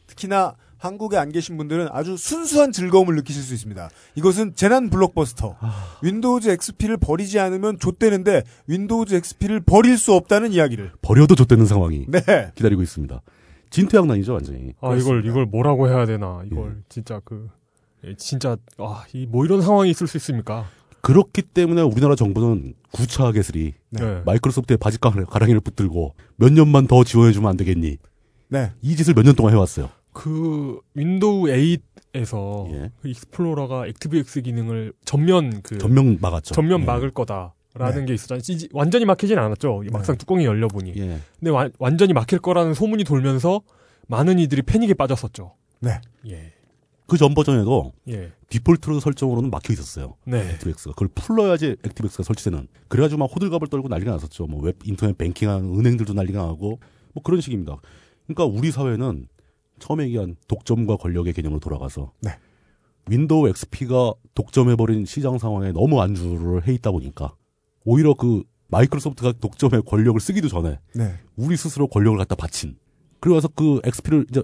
Speaker 2: 특히나 한국에 안 계신 분들은 아주 순수한 즐거움을 느끼실 수 있습니다. 이것은 재난 블록버스터. 윈도우즈 XP를 버리지 않으면 좆되는데 윈도우즈 XP를 버릴 수 없다는 이야기를.
Speaker 7: 버려도 좆되는 상황이
Speaker 2: 네.
Speaker 7: 기다리고 있습니다. 진퇴양난이죠 완전히.
Speaker 3: 아, 이걸, 이걸 뭐라고 해야 되나. 이걸 진짜 그, 예, 진짜, 아, 이, 뭐 이런 상황이 있을 수 있습니까?
Speaker 7: 그렇기 때문에 우리나라 정부는 구차 개슬이
Speaker 2: 네.
Speaker 3: 예.
Speaker 7: 마이크로소프트의 바지 가라- 가랑이를 붙들고 몇 년만 더 지원해주면 안 되겠니?
Speaker 2: 네.
Speaker 7: 이 짓을 몇 년 동안 해왔어요.
Speaker 3: 그 윈도우 8에서
Speaker 7: 예.
Speaker 3: 그 익스플로러가 액티브엑스 기능을 전면 그 전면,
Speaker 7: 전면 막았죠. 예.
Speaker 3: 막을 거다라는
Speaker 2: 네.
Speaker 3: 게 있었잖아요. 지- 완전히 막히진 않았죠. 막상 뚜껑이 열려 보니.
Speaker 7: 예.
Speaker 3: 근데 와- 완전히 막힐 거라는 소문이 돌면서 많은 이들이 패닉에 빠졌었죠.
Speaker 2: 네.
Speaker 3: 예.
Speaker 7: 그 전 버전에도
Speaker 3: 예.
Speaker 7: 디폴트로 설정으로는 막혀 있었어요.
Speaker 3: 네.
Speaker 7: 액티브엑스가 그걸 풀러야지 액티브엑스가 설치되는 그래가지고 막 호들갑을 떨고 난리가 났었죠 뭐 웹 인터넷 뱅킹하는 은행들도 난리가 나고 뭐 그런 식입니다 그러니까 우리 사회는 처음에 얘기한 독점과 권력의 개념으로 돌아가서
Speaker 2: 네.
Speaker 7: 윈도우 XP가 독점해버린 시장 상황에 너무 안주를 해 있다 보니까 오히려 그 마이크로소프트가 독점의 권력을 쓰기도 전에
Speaker 2: 네.
Speaker 7: 우리 스스로 권력을 갖다 바친 그리고 와서 그 XP를 이제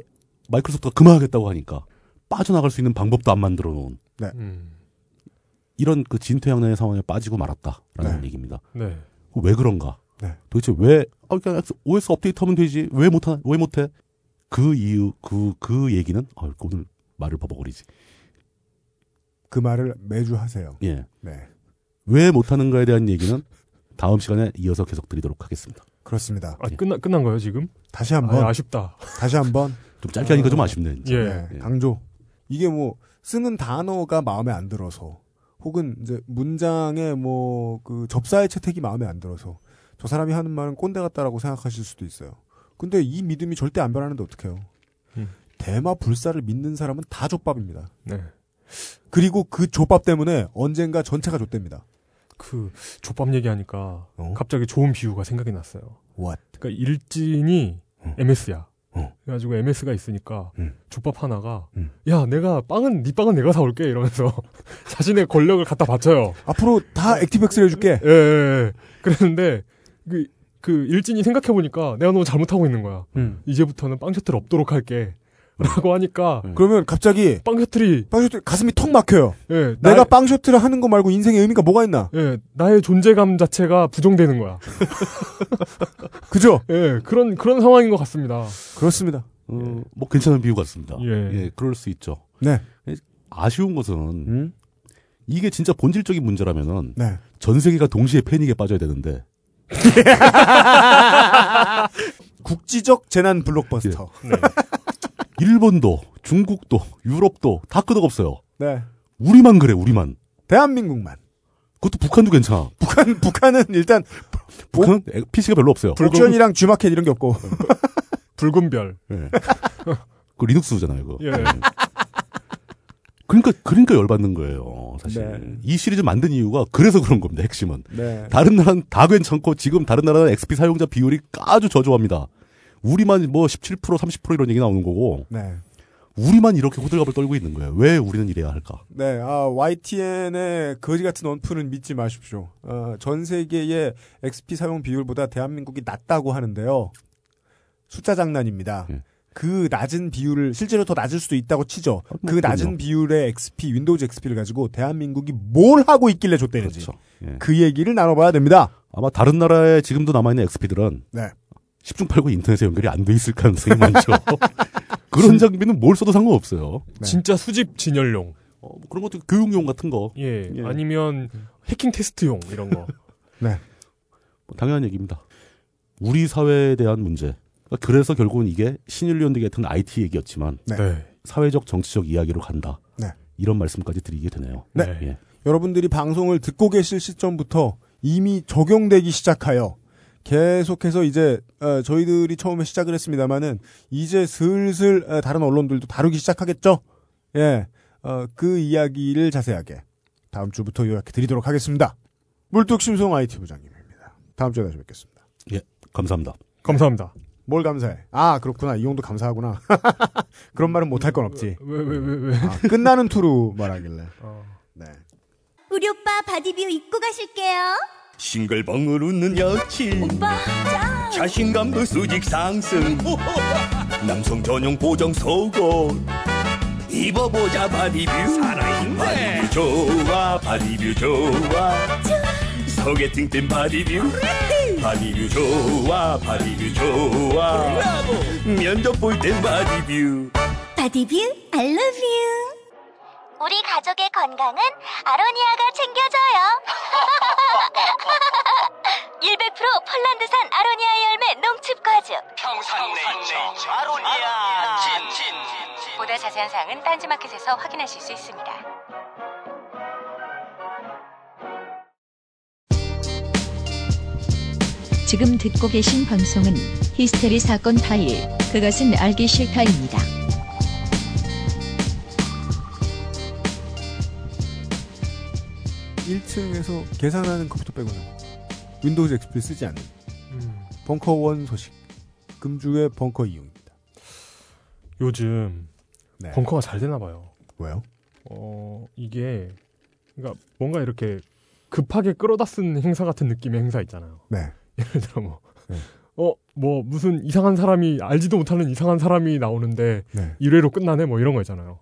Speaker 7: 마이크로소프트가 그만하겠다고 하니까 빠져나갈 수 있는 방법도 안 만들어 놓은
Speaker 3: 음.
Speaker 7: 이런 그 진퇴양난의 상황에 빠지고 말았다라는 얘기입니다.
Speaker 3: 네.
Speaker 7: 왜 그런가?
Speaker 2: 네.
Speaker 7: 도대체 왜? 아, 그냥 OS 업데이트하면 되지. 왜 못하? 왜 못해? 그 이유 그 그 얘기는 아, 오늘 말을 버벅거리지.
Speaker 2: 그 말을 매주 하세요.
Speaker 7: 예.
Speaker 2: 네.
Speaker 7: 왜 못하는가에 대한 얘기는 다음 시간에 이어서 계속 드리도록 하겠습니다.
Speaker 2: 그렇습니다.
Speaker 3: 아, 끝나 끝난 거예요, 지금?
Speaker 2: 다시
Speaker 3: 아,
Speaker 2: 한번
Speaker 3: 아쉽다.
Speaker 2: 다시 한번
Speaker 7: 좀 짧게 하니까 좀 아쉽네. 진짜.
Speaker 3: 예.
Speaker 2: 네,
Speaker 7: 예.
Speaker 2: 강조. 이게 뭐 쓰는 단어가 마음에 안 들어서 혹은 이제 문장의 뭐 그 접사의 채택이 마음에 안 들어서 저 사람이 하는 말은 꼰대 같다라고 생각하실 수도 있어요. 근데 이 믿음이 절대 안 변하는데 어떡해요?
Speaker 3: 음.
Speaker 2: 대마 불사를 믿는 사람은 다 족밥입니다.
Speaker 3: 네.
Speaker 2: 그리고 그 족밥 때문에 언젠가 전체가 족됩니다.
Speaker 3: 그 족밥 얘기하니까
Speaker 2: 어?
Speaker 3: 갑자기 좋은 비유가 생각이 났어요.
Speaker 2: What?
Speaker 3: 그러니까 일진이 MS야.
Speaker 2: 어.
Speaker 3: 그래가지고 MS가 있으니까
Speaker 2: 음.
Speaker 3: 족밥 하나가
Speaker 2: 음.
Speaker 3: 야 내가 빵은 네 빵은 내가 사올게 이러면서 자신의 권력을 갖다 바쳐요.
Speaker 2: 앞으로 다 액티백스를 해줄게.
Speaker 3: 예, 예, 예. 그랬는데 그, 그 일진이 생각해 보니까 내가 너무 잘못하고 있는 거야.
Speaker 2: 음.
Speaker 3: 이제부터는 빵 셔틀 없도록 할게라고 하니까
Speaker 7: 음.
Speaker 2: 그러면 갑자기
Speaker 3: 빵 셔틀이
Speaker 2: 빵셔틀 가슴이 턱 막혀요.
Speaker 3: 예,
Speaker 2: 내가
Speaker 3: 나의-
Speaker 2: 빵셔틀을 하는 거 말고 인생의 의미가 뭐가 있나?
Speaker 3: 예, 나의 존재감 자체가 부정되는 거야.
Speaker 2: 그죠?
Speaker 3: 예, 그런 그런 상황인 것 같습니다.
Speaker 2: 그렇습니다.
Speaker 7: 어, 뭐 괜찮은 비유 같습니다.
Speaker 3: 예.
Speaker 7: 그럴 수 있죠.
Speaker 2: 네.
Speaker 7: 아쉬운 것은
Speaker 2: 음?
Speaker 7: 이게 진짜 본질적인 문제라면은
Speaker 2: 네.
Speaker 7: 전 세계가 동시에 패닉에 빠져야 되는데
Speaker 2: 국지적 재난 블록버스터.
Speaker 7: 일본도 중국도 유럽도 다 끄덕없어요.
Speaker 2: 네.
Speaker 7: 우리만 그래 우리만.
Speaker 2: 대한민국만.
Speaker 7: 그것도 북한도 괜찮아.
Speaker 2: 북한, 북한은 일단
Speaker 7: 북한은 PC가 별로 없어요.
Speaker 2: 옥션이랑 주마켓 이런 게 없고.
Speaker 3: 붉은 별.
Speaker 7: 예. 그 리눅스잖아요, 그거.
Speaker 3: 예.
Speaker 7: 예. 그러니까 그러니까 열받는 거예요, 사실.
Speaker 2: 네.
Speaker 7: 이 시리즈 만든 이유가 그래서 그런 겁니다, 핵심은.
Speaker 2: 네.
Speaker 7: 다른 나라는 다 괜찮고 지금 다른 나라는 XP 사용자 비율이 아주 저조합니다. 우리만 뭐 17% 30% 이런 얘기 나오는 거고
Speaker 2: 네.
Speaker 7: 우리만 이렇게 호들갑을 떨고 있는 거예요. 왜 우리는 이래야 할까?
Speaker 2: 네, 아, YTN의 거지 같은 언프는 믿지 마십시오. 어, 전 세계의 XP 사용 비율보다 대한민국이 낮다고 하는데요. 숫자 장난입니다.
Speaker 7: 예.
Speaker 2: 그 낮은 비율을 실제로 더 낮을 수도 있다고 치죠.
Speaker 7: 아,
Speaker 2: 그
Speaker 7: 뭐,
Speaker 2: 낮은
Speaker 7: 그럼요.
Speaker 2: 비율의 XP, 윈도우즈 XP를 가지고 대한민국이 뭘 하고 있길래 줬대는지 그
Speaker 7: 예.
Speaker 2: 얘기를 나눠봐야 됩니다.
Speaker 7: 아마 다른 나라에 지금도 남아 있는 XP들은
Speaker 2: 네.
Speaker 7: 10중 8구 인터넷에 연결이 안 돼 있을 가능성이 많죠. 그런 장비는 뭘 써도 상관없어요.
Speaker 2: 네.
Speaker 3: 진짜 수집 진열용.
Speaker 7: 어, 뭐 그런 것도 교육용 같은 거
Speaker 3: 예.
Speaker 7: 예.
Speaker 3: 아니면 해킹 테스트용 이런 거.
Speaker 7: 뭐 당연한 얘기입니다. 우리 사회에 대한 문제. 그러니까 그래서 결국은 이게 신일리언드 같은 IT 얘기였지만
Speaker 2: 네.
Speaker 7: 사회적 정치적 이야기로 간다.
Speaker 2: 네.
Speaker 7: 이런 말씀까지 드리게 되네요.
Speaker 2: 네.
Speaker 7: 예.
Speaker 2: 여러분들이 방송을 듣고 계실 시점부터 이미 적용되기 시작하여 계속해서 이제 어, 저희들이 처음에 시작을 했습니다마는 이제 슬슬 어, 다른 언론들도 다루기 시작하겠죠. 예, 어, 그 이야기를 자세하게 다음 주부터 요약해 드리도록 하겠습니다. 물뚝심송 IT 부장님입니다. 다음 주에 다시 뵙겠습니다.
Speaker 7: 예, 감사합니다.
Speaker 3: 감사합니다.
Speaker 2: 뭘 감사해? 아 그렇구나 이용도 감사하구나. 그런 말은 못할 건 없지.
Speaker 3: 왜 왜 왜 왜?
Speaker 2: 아, 끝나는 투로 말하길래. 네.
Speaker 5: 우리 오빠 바디뷰 입고 가실게요.
Speaker 4: 싱글벙글 웃는 여친
Speaker 5: 오빠 짱.
Speaker 4: 자신감도 그 수직 상승 남성 전용 보정 속옷 입어보자 바디뷰 살아있네 바디뷰 좋아 바디뷰 좋아 소개팅 땐 바디뷰 바디뷰 좋아 바디뷰 좋아 면접 볼 땐 바디뷰
Speaker 5: 바디뷰 I love you. 우리 가족의 건강은 아로니아가 챙겨줘요. 100% 폴란드산 아로니아 열매 농축 과즙.
Speaker 4: 평산네이처 아로니아 진진
Speaker 8: 보다 자세한 사항은 딴지마켓에서 확인하실 수 있습니다.
Speaker 1: 지금 듣고 계신 방송은 히스테리 사건 파일. 그것은 알기 싫다입니다.
Speaker 2: 일층에서 계산하는 컴퓨터 빼고는 윈도우즈 XP 쓰지 않는 음. 벙커 원 소식 금주의 벙커 이용입니다.
Speaker 3: 요즘
Speaker 2: 네.
Speaker 3: 벙커가 잘 되나 봐요.
Speaker 2: 왜요?
Speaker 3: 어, 이게 그러니까 뭔가 이렇게 급하게 끌어다 쓴 행사 같은 느낌의 행사 있잖아요.
Speaker 2: 네.
Speaker 3: 예를 들어 뭐
Speaker 2: 네.
Speaker 3: 어, 뭐, 무슨 이상한 사람이, 알지도 못하는 이상한 사람이 나오는데,
Speaker 2: 네.
Speaker 3: 1회로 끝나네, 뭐 이런 거 있잖아요.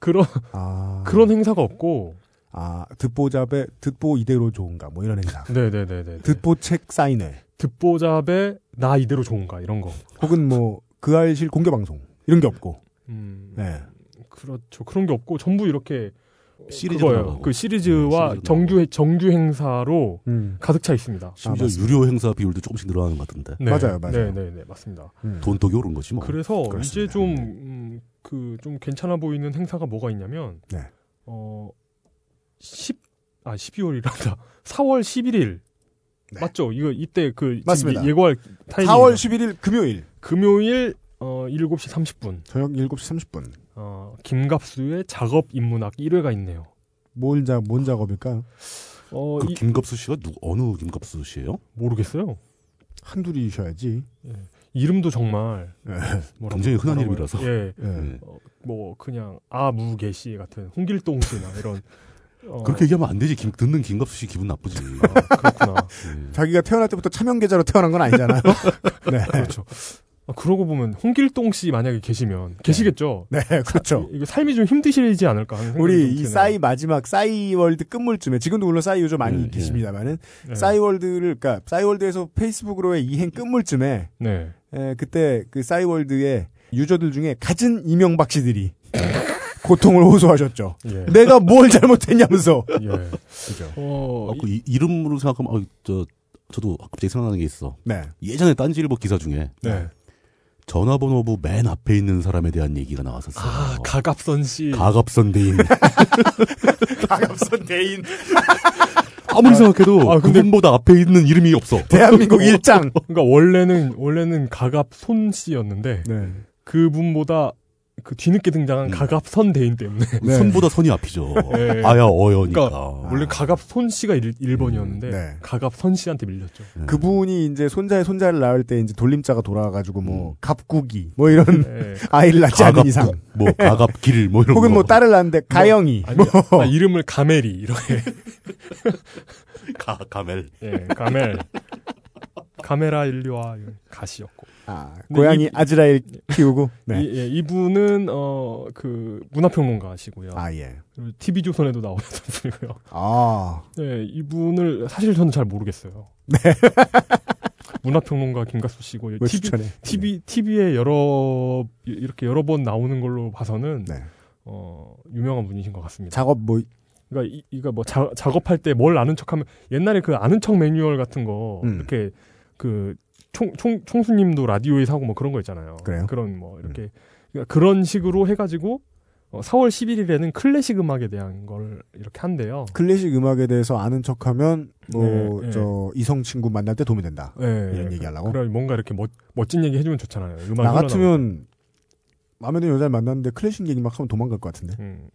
Speaker 3: 그런,
Speaker 2: 아
Speaker 3: 그런 행사가 없고,
Speaker 2: 아 듣보잡에 듣보 이대로 좋은가 뭐 이런 행사.
Speaker 3: 네네네네.
Speaker 2: 듣보 책 사인회
Speaker 3: 듣보잡에 나 이대로 좋은가, 이런 거.
Speaker 2: 혹은 뭐 그 알실 공개 방송 이런 게 없고.
Speaker 3: 음,
Speaker 2: 네.
Speaker 3: 그렇죠. 그런 게 없고, 전부 이렇게,
Speaker 7: 시리즈로
Speaker 3: 그거예요.
Speaker 7: 나가고
Speaker 3: 그 시리즈와
Speaker 7: 네, 시리즈로
Speaker 3: 정규, 정규 행사로
Speaker 2: 음.
Speaker 3: 가득 차 있습니다.
Speaker 7: 심지어
Speaker 2: 맞습니다.
Speaker 7: 유료 행사 비율도 조금씩 늘어나는 것 같은데
Speaker 3: 네.
Speaker 2: 맞아요, 맞아요.
Speaker 3: 네네네, 맞습니다.
Speaker 2: 음.
Speaker 7: 돈독이 오른 거지 뭐.
Speaker 3: 그래서
Speaker 2: 그렇습니다.
Speaker 3: 이제 좀, 음, 그, 좀 괜찮아 보이는 행사가 뭐가 있냐면,
Speaker 2: 네.
Speaker 3: 어, 10, 아, 12월이란다. 4월 11일.
Speaker 2: 네.
Speaker 3: 맞죠? 이거, 이때 그, 지금
Speaker 2: 맞습니다.
Speaker 3: 예- 예고할 타이밍.
Speaker 2: 4월 11일 금요일
Speaker 3: 금요일, 어, 7시 30분.
Speaker 2: 저녁 7시 30분.
Speaker 3: 어, 김갑수의 작업 인문학 1회가 있네요.
Speaker 2: 뭔 자, 뭔 작업일까요?
Speaker 3: 어,
Speaker 7: 그
Speaker 3: 이-
Speaker 7: 김갑수 씨가 누 어느 김갑수 씨예요?
Speaker 3: 모르겠어요.
Speaker 2: 한둘이셔야지.
Speaker 3: 이름도 정말
Speaker 2: 예.
Speaker 3: 뭐라고-
Speaker 7: 굉장히 흔한
Speaker 3: 뭐라고
Speaker 7: 이름이라서.
Speaker 3: 해요? 예.
Speaker 2: 예.
Speaker 7: 네.
Speaker 3: 어, 뭐 그냥 아무개 씨 같은 홍길동 씨나 이런 어, 아.
Speaker 7: 그렇게 얘기하면 안 되지. 김- 듣는 김갑수 씨 기분 나쁘지.
Speaker 3: 그렇구나.
Speaker 7: 예.
Speaker 2: 자기가 태어날 때부터 차명계좌로 태어난 건 아니잖아요. 네.
Speaker 3: 그렇죠. 아, 그러고 보면 홍길동 씨 만약에 계시면 계시겠죠.
Speaker 2: 네, 그렇죠.
Speaker 3: 이- 이거 삶이 좀 힘드시지 않을까 하는 그러니까 생각이
Speaker 2: 우리
Speaker 3: 좀
Speaker 2: 이
Speaker 3: 드네요.
Speaker 2: 싸이 마지막 싸이 월드 끝물쯤에 지금도 물론 싸이 요즘 많이
Speaker 7: 예, 예.
Speaker 2: 계십니다만은
Speaker 3: 네.
Speaker 2: 싸이 월드를 그러니까 싸이 월드에서 페이스북으로의 이행 끝물쯤에
Speaker 3: 네.
Speaker 2: 에, 그때 그 싸이 월드의 유저들 중에 갖은 이명박 씨들이 고통을 호소하셨죠.
Speaker 3: 예.
Speaker 2: 내가 뭘 잘못했냐면서.
Speaker 3: 예.
Speaker 2: 네. 그죠.
Speaker 3: 어,
Speaker 7: 아, 그 이, 이름으로 생각하면 아, 저 저도 갑자기 생각나는 게 있어.
Speaker 2: 네.
Speaker 7: 예전에 딴지일보 기사 중에
Speaker 3: 네.
Speaker 7: 전화번호부 맨 앞에 있는 사람에 대한 얘기가 나왔었어요.
Speaker 3: 아, 가갑선 아, 씨.
Speaker 7: 가갑선 대인.
Speaker 2: 가감선 대인.
Speaker 7: 아무리 생각해도
Speaker 3: 아, 근데-
Speaker 7: 그분보다 앞에 있는 이름이 없어.
Speaker 2: 대한민국 일장.
Speaker 3: 그러니까 원래는 원래는 가갑손 씨였는데
Speaker 2: 네.
Speaker 3: 그분보다 그 뒤늦게 등장한
Speaker 7: 음.
Speaker 3: 가갑선 대인 때문에
Speaker 2: 네.
Speaker 7: 선보다 선이 앞이죠.
Speaker 3: 네.
Speaker 7: 아야 어여니까.
Speaker 3: 그러니까 원래 가갑손 씨가 1, 번이었는데
Speaker 2: 아. 음, 네.
Speaker 3: 가갑선 씨한테 밀렸죠.
Speaker 7: 네.
Speaker 2: 그분이 이제 손자의 손자를 낳을 때 이제 돌림자가 돌아와가지고 뭐 갑국이 뭐 이런
Speaker 3: 예.
Speaker 2: 아이를 낳지 않은
Speaker 7: 가갑
Speaker 2: 이상
Speaker 7: 뭐 가갑길 뭐 이런
Speaker 2: 혹은
Speaker 7: 거.
Speaker 2: 뭐 딸을 낳는데 가영이
Speaker 3: 아니,
Speaker 2: 뭐
Speaker 3: 아, 이름을 가멜이 이렇게
Speaker 7: 가 가멜.
Speaker 3: 예, 가멜 카메라 인류와 가시였고
Speaker 2: 아,
Speaker 3: 근데
Speaker 2: 고양이
Speaker 3: 이-
Speaker 2: 아즈라일 키우고 네.
Speaker 3: 이, 예, 이분은 어 그 문화평론가시고요.
Speaker 2: 아 예.
Speaker 3: 그리고 TV 조선에도 나오셨던 분이고요.
Speaker 2: 아
Speaker 3: 네, 이분을 사실 저는 잘 모르겠어요. 문화평론가 김갑수 씨고
Speaker 2: 네.
Speaker 3: 예,
Speaker 2: 왜
Speaker 3: TV,
Speaker 2: 뭐 추천해?
Speaker 3: TV TV에 여러 이렇게 여러 번 나오는 걸로 봐서는
Speaker 2: 네.
Speaker 3: 어, 유명한 분이신 것 같습니다.
Speaker 2: 작업 뭐
Speaker 3: 그러니까 이, 이거 뭐 자- 작업할 때 뭘 아는 척하면 옛날에 그 아는 척 매뉴얼 같은 거
Speaker 2: 음.
Speaker 3: 이렇게 그 총, 총, 총수님도 라디오에 사고 뭐 그런 거 있잖아요.
Speaker 2: 그래요? 음.
Speaker 3: 런뭐 이렇게 그러니까 그런 식으로 해가지고 어, 4월 11일에는 클래식 음악에 대한 걸 이렇게 한대요.
Speaker 2: 클래식 음악에 대해서 아는 척하면 뭐
Speaker 3: 네, 네.
Speaker 2: 저 이성 친구 만날 때 도움이 된다.
Speaker 3: 예,
Speaker 2: 이런 얘기 하려고?
Speaker 3: 그럼 뭔가 이렇게 멋, 멋진 얘기 해주면 좋잖아요. 음악
Speaker 2: 나
Speaker 3: 흘러나오고.
Speaker 2: 같으면 마음에 드는 여자를 만났는데 클래식 얘기 막 하면 도망갈 것 같은데.
Speaker 3: 음,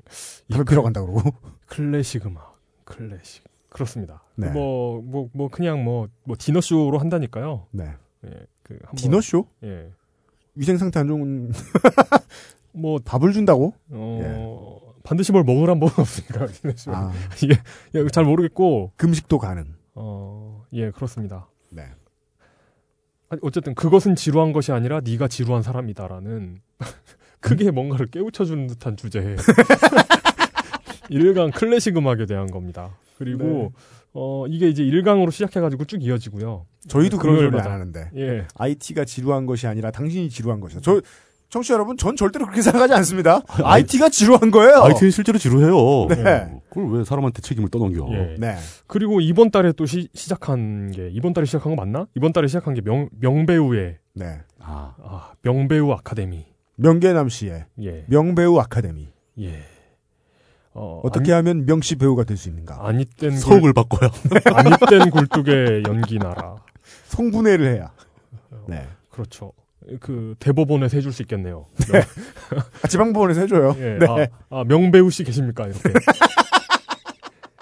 Speaker 2: 담배 피러 간다 그러고.
Speaker 3: 클래식 음악, 클래식 그렇습니다.
Speaker 2: 네.
Speaker 3: 뭐 뭐 뭐 그냥 뭐 뭐 디너쇼로 한다니까요.
Speaker 2: 네.
Speaker 3: 예, 그 한번-
Speaker 2: 디너쇼?
Speaker 3: 예,
Speaker 2: 위생 상태 안 좋은
Speaker 3: 뭐
Speaker 2: 밥을 준다고?
Speaker 3: 어, 반드시 뭘 먹으란 법은 없으니까 디너쇼.
Speaker 2: 예. 아,
Speaker 3: 예, 이거 잘 모르겠고
Speaker 2: 금식도 가능.
Speaker 3: 어, 예, 그렇습니다.
Speaker 2: 네.
Speaker 3: 아니, 어쨌든 그것은 지루한 것이 아니라 네가 지루한 사람이다라는 크게
Speaker 2: 음.
Speaker 3: 뭔가를 깨우쳐 주는 듯한 주제에 일강 클래식 음악에 대한 겁니다. 그리고
Speaker 2: 네.
Speaker 3: 어 이게 이제 일강으로 시작해 가지고 쭉 이어지고요.
Speaker 2: 저희도 그런
Speaker 3: 네, 금요일
Speaker 2: 소리 안
Speaker 3: 맞아.
Speaker 2: 하는데.
Speaker 3: 예.
Speaker 2: IT가 지루한 것이 아니라 당신이 지루한 것이다. 저 청취자 여러분, 전 절대로 그렇게 생각하지 않습니다.
Speaker 7: 아이-
Speaker 2: IT가 지루한
Speaker 3: 어.
Speaker 2: 거예요.
Speaker 7: 아이템 실제로 지루해요. 어.
Speaker 2: 네.
Speaker 7: 그걸 왜 사람한테 책임을 떠넘겨?
Speaker 3: 예.
Speaker 2: 네.
Speaker 3: 그리고 이번 달에 또 시, 작한게 이번 달에 시작한 거 맞나? 이번 달에 시작한 게 명 명배우의
Speaker 2: 네.
Speaker 7: 아,
Speaker 3: 아, 명배우 아카데미.
Speaker 2: 명계남 씨의
Speaker 3: 예.
Speaker 2: 명배우 아카데미.
Speaker 3: 예. 어,
Speaker 2: 어떻게 하면 명씨 배우가 될 수 있는가?
Speaker 3: 안, 안입된 굴-
Speaker 7: 성을 바꿔요.
Speaker 3: 안입된 굴뚝의 연기나라.
Speaker 2: 성분해를 해야. 네.
Speaker 3: 그렇죠. 그 대법원에서 해줄 수 있겠네요.
Speaker 2: 아, 지방법원에서 해줘요.
Speaker 3: 명, 예, 아, 아, 명배우 씨 계십니까 이렇게.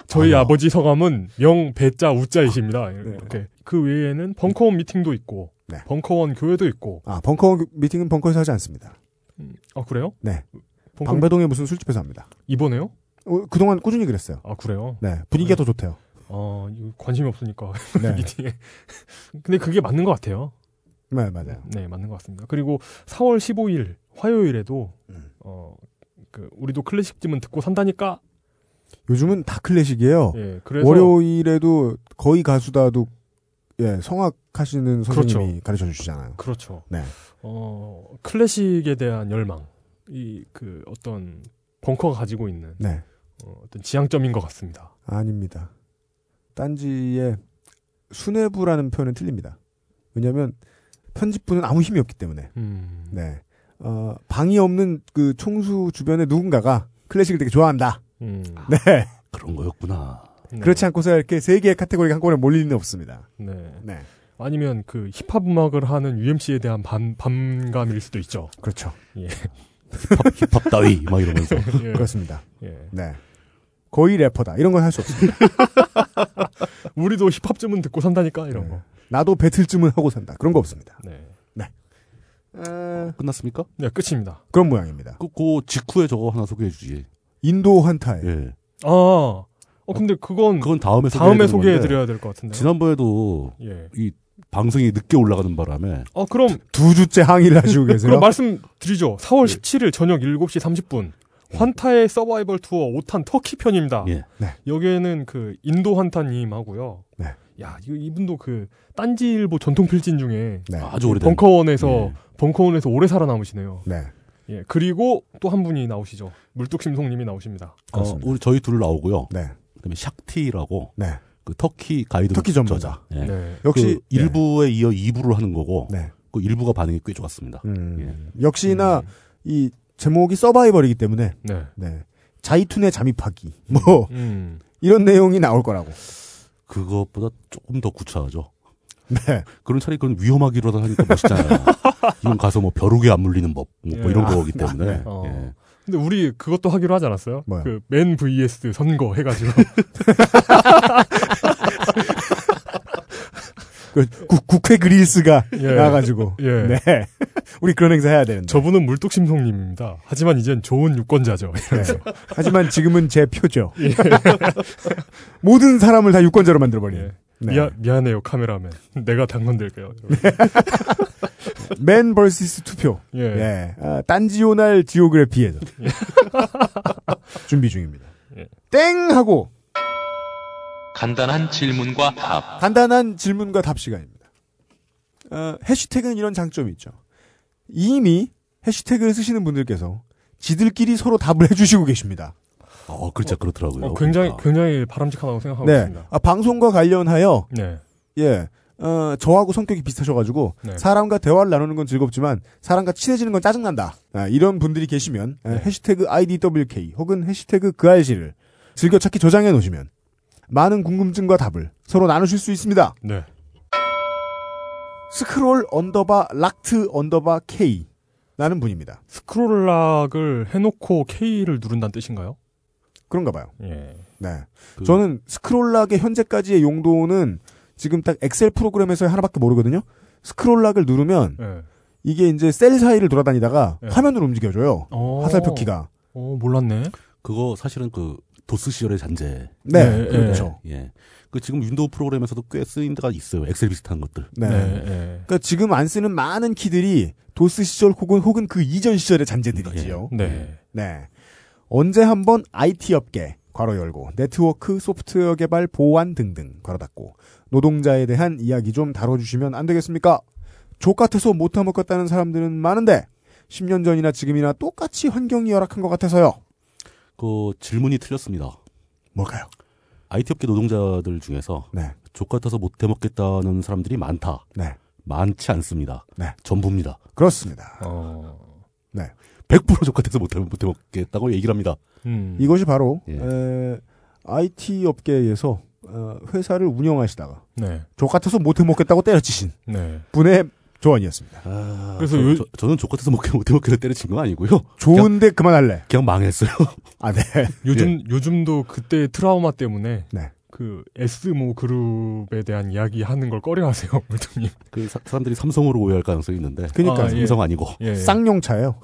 Speaker 3: 저희
Speaker 7: 아.
Speaker 3: 아, 버지 성함은 명배자 우자이십니다. 이렇게 그 외에는 벙커원 미팅도 있고
Speaker 2: 네.
Speaker 3: 벙커원 교회도 있고.
Speaker 2: 아, 벙커 미팅은 벙커에서 하지 않습니다.
Speaker 3: 음, 아 그래요?
Speaker 2: 네.
Speaker 3: 벙커
Speaker 2: 방배동에 무슨 술집에서 합니다.
Speaker 3: 이번에요?
Speaker 2: 어, 그동안 꾸준히 그랬어요.
Speaker 3: 아 그래요?
Speaker 2: 네. 분위기가 더 좋대요.
Speaker 3: 아 이거 관심이 없으니까
Speaker 2: 네.
Speaker 3: 미팅에. 근데 그게 맞는 것 같아요.
Speaker 2: 네, 맞아요.
Speaker 3: 네 맞는 것 같습니다. 그리고 4월 15일 화요일에도
Speaker 2: 음.
Speaker 3: 어. 그 우리도 클래식쯤은 듣고 산다니까.
Speaker 2: 요즘은 다 클래식이에요.
Speaker 3: 예, 그래서
Speaker 2: 월요일에도 거의 가수다도 예, 성악 하시는 선생님이 가르쳐 주시잖아요.
Speaker 3: 그렇죠.
Speaker 2: 네.
Speaker 3: 어, 클래식에 대한 열망. 이 그 어떤 벙커가 가지고 있는
Speaker 2: 네.
Speaker 3: 어, 떤 지향점인 것 같습니다.
Speaker 2: 아닙니다. 딴지의 수뇌부라는 표현은 틀립니다. 왜냐하면 편집부는 아무 힘이 없기 때문에.
Speaker 3: 음.
Speaker 2: 네. 어, 방이 없는 그 총수 주변에 누군가가 클래식을 되게 좋아한다. 그렇죠.
Speaker 3: 음.
Speaker 2: 네.
Speaker 7: 그런 거였구나.
Speaker 3: 네.
Speaker 2: 그렇지 않고서 이렇게 세 개의 카테고리가 한꺼번에 몰릴 리는 없습니다.
Speaker 3: 네.
Speaker 2: 네.
Speaker 3: 아니면 그 힙합 음악을 하는 UMC에 대한 반, 반감일 수도 있죠.
Speaker 2: 그렇죠.
Speaker 3: 예.
Speaker 7: 힙합 따위 막 이러면서.
Speaker 3: 예.
Speaker 2: 그렇습니다.
Speaker 3: 예.
Speaker 2: 네. 거의 래퍼다. 이런 건 할 수 없습니다.
Speaker 3: 우리도 힙합쯤은 듣고 산다니까
Speaker 2: 네.
Speaker 3: 이런 거.
Speaker 2: 나도 배틀쯤은 하고 산다. 그런 거 없습니다.
Speaker 3: 네.
Speaker 7: 끝났습니까?
Speaker 3: 네, 끝입니다.
Speaker 2: 그런 모양입니다.
Speaker 7: 그, 그 직후에 저거 하나 소개해주지.
Speaker 2: 인도 환타에.
Speaker 7: 예.
Speaker 3: 아, 어, 근데 그건
Speaker 7: 그건 다음에
Speaker 3: 다음에
Speaker 7: 소개해드리는 건데,
Speaker 3: 소개해드려야 될 것 같은데.
Speaker 7: 지난번에도
Speaker 3: 예.
Speaker 7: 방송이 늦게 올라가는 바람에
Speaker 3: 어, 그럼
Speaker 2: 두 주째 항의를 하시고
Speaker 3: 그럼
Speaker 2: 계세요.
Speaker 3: 말씀드리죠. 4월
Speaker 7: 예.
Speaker 3: 17일 저녁 7시 30분. 환타의 서바이벌 투어 5탄 터키 편입니다.
Speaker 7: 예.
Speaker 2: 네.
Speaker 3: 여기에는 그 인도 환타님 하고요.
Speaker 2: 네.
Speaker 3: 야, 이거 이분도 그 딴지일보 전통 필진 중에
Speaker 2: 네.
Speaker 7: 아주 오래된
Speaker 3: 벙커원에서
Speaker 7: 예.
Speaker 3: 벙커원에서 오래 살아남으시네요.
Speaker 2: 네.
Speaker 3: 예. 그리고 또 한 분이 나오시죠. 물뚝심송님이 나오신다.
Speaker 7: 어,
Speaker 2: 그렇습니다.
Speaker 7: 우리 저희 둘 나오고요.
Speaker 2: 네.
Speaker 7: 그다음에 샥티라고
Speaker 2: 네.
Speaker 7: 그 터키 가이드
Speaker 2: 터키 전문가.
Speaker 7: 저자. 예.
Speaker 3: 네.
Speaker 2: 역시
Speaker 7: 그 일부에 이어 2부를 하는 거고
Speaker 2: 네.
Speaker 7: 그 일부가 반응이 꽤 좋았습니다.
Speaker 2: 음,
Speaker 3: 예.
Speaker 2: 역시나 이 제목이 서바이벌이기 때문에
Speaker 3: 네.
Speaker 2: 네. 자이툰의 잠입하기 뭐
Speaker 3: 음.
Speaker 2: 이런 내용이 나올 거라고.
Speaker 7: 그것보다 조금 더 구차하죠.
Speaker 2: 네.
Speaker 7: 그런 차라리 그건 위험하기로 하니까 멋있잖아요. 이건 가서 뭐 벼룩에 안 물리는 법, 뭐,
Speaker 3: 예.
Speaker 7: 이런
Speaker 3: 아,
Speaker 7: 거기 때문에.
Speaker 3: 네. 어.
Speaker 7: 예.
Speaker 3: 근데 우리 그것도 하기로 하지 않았어요?
Speaker 2: 뭐요?
Speaker 3: 그맨 vs 선거 해가지고
Speaker 2: 그 국, 국회 그릴스가
Speaker 3: 예.
Speaker 2: 나가지고
Speaker 3: 예.
Speaker 2: 네. 우리 그런 행사 해야 되는데.
Speaker 3: 저분은 물뚝심송님입니다. 하지만 이젠 좋은 유권자죠.
Speaker 2: 네. 하지만 지금은 제 표죠.
Speaker 3: 예.
Speaker 2: 모든 사람을 다 유권자로 만들어버리는.
Speaker 3: 예.
Speaker 2: 네.
Speaker 3: 미안, 미안해요 카메라맨. 내가 당선될게요.
Speaker 2: 맨 vs 투표.
Speaker 3: 예.
Speaker 2: 예. 아, 딴지오날 지오그래피에서 준비 중입니다.
Speaker 3: 예.
Speaker 2: 땡 하고
Speaker 6: 간단한 질문과 답.
Speaker 2: 간단한 질문과 답 시간입니다. 어, 해시태그는 이런 장점이 있죠. 이미 해시태그를 쓰시는 분들께서 지들끼리 서로 답을 해주시고 계십니다.
Speaker 7: 어, 글자 그렇더라고요. 그러니까
Speaker 3: 어, 굉장히
Speaker 7: 보니까.
Speaker 3: 굉장히 바람직하다고 생각하고
Speaker 2: 네.
Speaker 3: 있습니다.
Speaker 2: 아, 방송과 관련하여
Speaker 3: 네.
Speaker 2: 예. 어, 저하고 성격이 비슷하셔가지고
Speaker 3: 네.
Speaker 2: 사람과 대화를 나누는 건 즐겁지만 사람과 친해지는 건 짜증난다. 아, 이런 분들이 계시면
Speaker 3: 네.
Speaker 2: 에, 해시태그 IDWK 혹은 해시태그 그알씨를 즐겨찾기 저장해 놓으시면 많은 궁금증과 답을 서로 나누실 수 있습니다.
Speaker 3: 네.
Speaker 2: 스크롤 언더바 락트 언더바 K 라는 분입니다.
Speaker 3: 스크롤락을 해놓고 K를 누른다는 뜻인가요?
Speaker 2: 그런가 봐요.
Speaker 3: 예.
Speaker 2: 네.
Speaker 7: 그-
Speaker 2: 저는 스크롤락의 현재까지의 용도는 지금 딱 엑셀 프로그램에서 하나밖에 모르거든요. 스크롤락을 누르면
Speaker 3: 예.
Speaker 2: 이게 이제 셀 사이를 돌아다니다가
Speaker 3: 네.
Speaker 2: 화면으로 움직여줘요.
Speaker 3: 어.
Speaker 2: 화살표 키가.
Speaker 3: 어 몰랐네.
Speaker 7: 그거 사실은 그 도스 시절의 잔재.
Speaker 2: 네,
Speaker 3: 네,
Speaker 2: 그렇죠.
Speaker 7: 예. 그 지금 윈도우 프로그램에서도 꽤 쓰인 데가 있어요. 엑셀 비슷한 것들.
Speaker 2: 네.
Speaker 3: 예.
Speaker 2: 그러니까 지금 안 쓰는 많은 키들이 도스 시절 혹은 혹은 그 이전 시절의 잔재들이지요.
Speaker 3: 네.
Speaker 2: 네. 언제 한번 IT 업계 괄호 열고 네트워크 소프트웨어 개발 보안 등등 괄호 닫고 노동자에 대한 이야기 좀 다뤄주시면 안 되겠습니까? 족 같아서 못하먹 었다는 사람들은 많은데 10년 전이나 지금이나 똑같이 환경이 열악한 것 같아서요.
Speaker 7: 그 질문이 틀렸습니다.
Speaker 2: 뭘까요?
Speaker 7: IT 업계 노동자들 중에서
Speaker 2: 네,
Speaker 7: 족 같아서 못 해먹겠다는 사람들이 많다.
Speaker 2: 네,
Speaker 7: 많지 않습니다.
Speaker 2: 네.
Speaker 7: 전부입니다.
Speaker 2: 그렇습니다. 네.
Speaker 3: 어.
Speaker 7: 100%족 같아서 못, 해- 못 해먹겠다고 얘기를 합니다.
Speaker 3: 음.
Speaker 2: 아. 이것이 바로
Speaker 7: 예.
Speaker 2: 에, IT 업계에서 어, 회사를 운영하시다가
Speaker 3: 네.
Speaker 2: 족 같아서 못해먹겠다고 때려치신
Speaker 3: 네.
Speaker 2: 분의 조언이었습니다.
Speaker 3: 그래서
Speaker 7: 저,
Speaker 3: 요-
Speaker 7: 는족 같아서 못, 해- 못 해먹기로 때려친 건 아니고요.
Speaker 2: 좋은데 그만할래.
Speaker 7: 그냥 망했어요.
Speaker 2: 아, 네.
Speaker 3: 요즘 요즘도 그때 트라우마 때문에
Speaker 2: 네.
Speaker 3: 그 S모 그룹에 대한 이야기 하는 걸 꺼려하세요, 물뚱님.
Speaker 7: 그 사, 람들이 삼성으로 오해할 가능성이 있는데.
Speaker 2: 그러니까요.
Speaker 3: 아, 예.
Speaker 7: 삼성 아니고.
Speaker 3: 예.
Speaker 2: 쌍용차예요.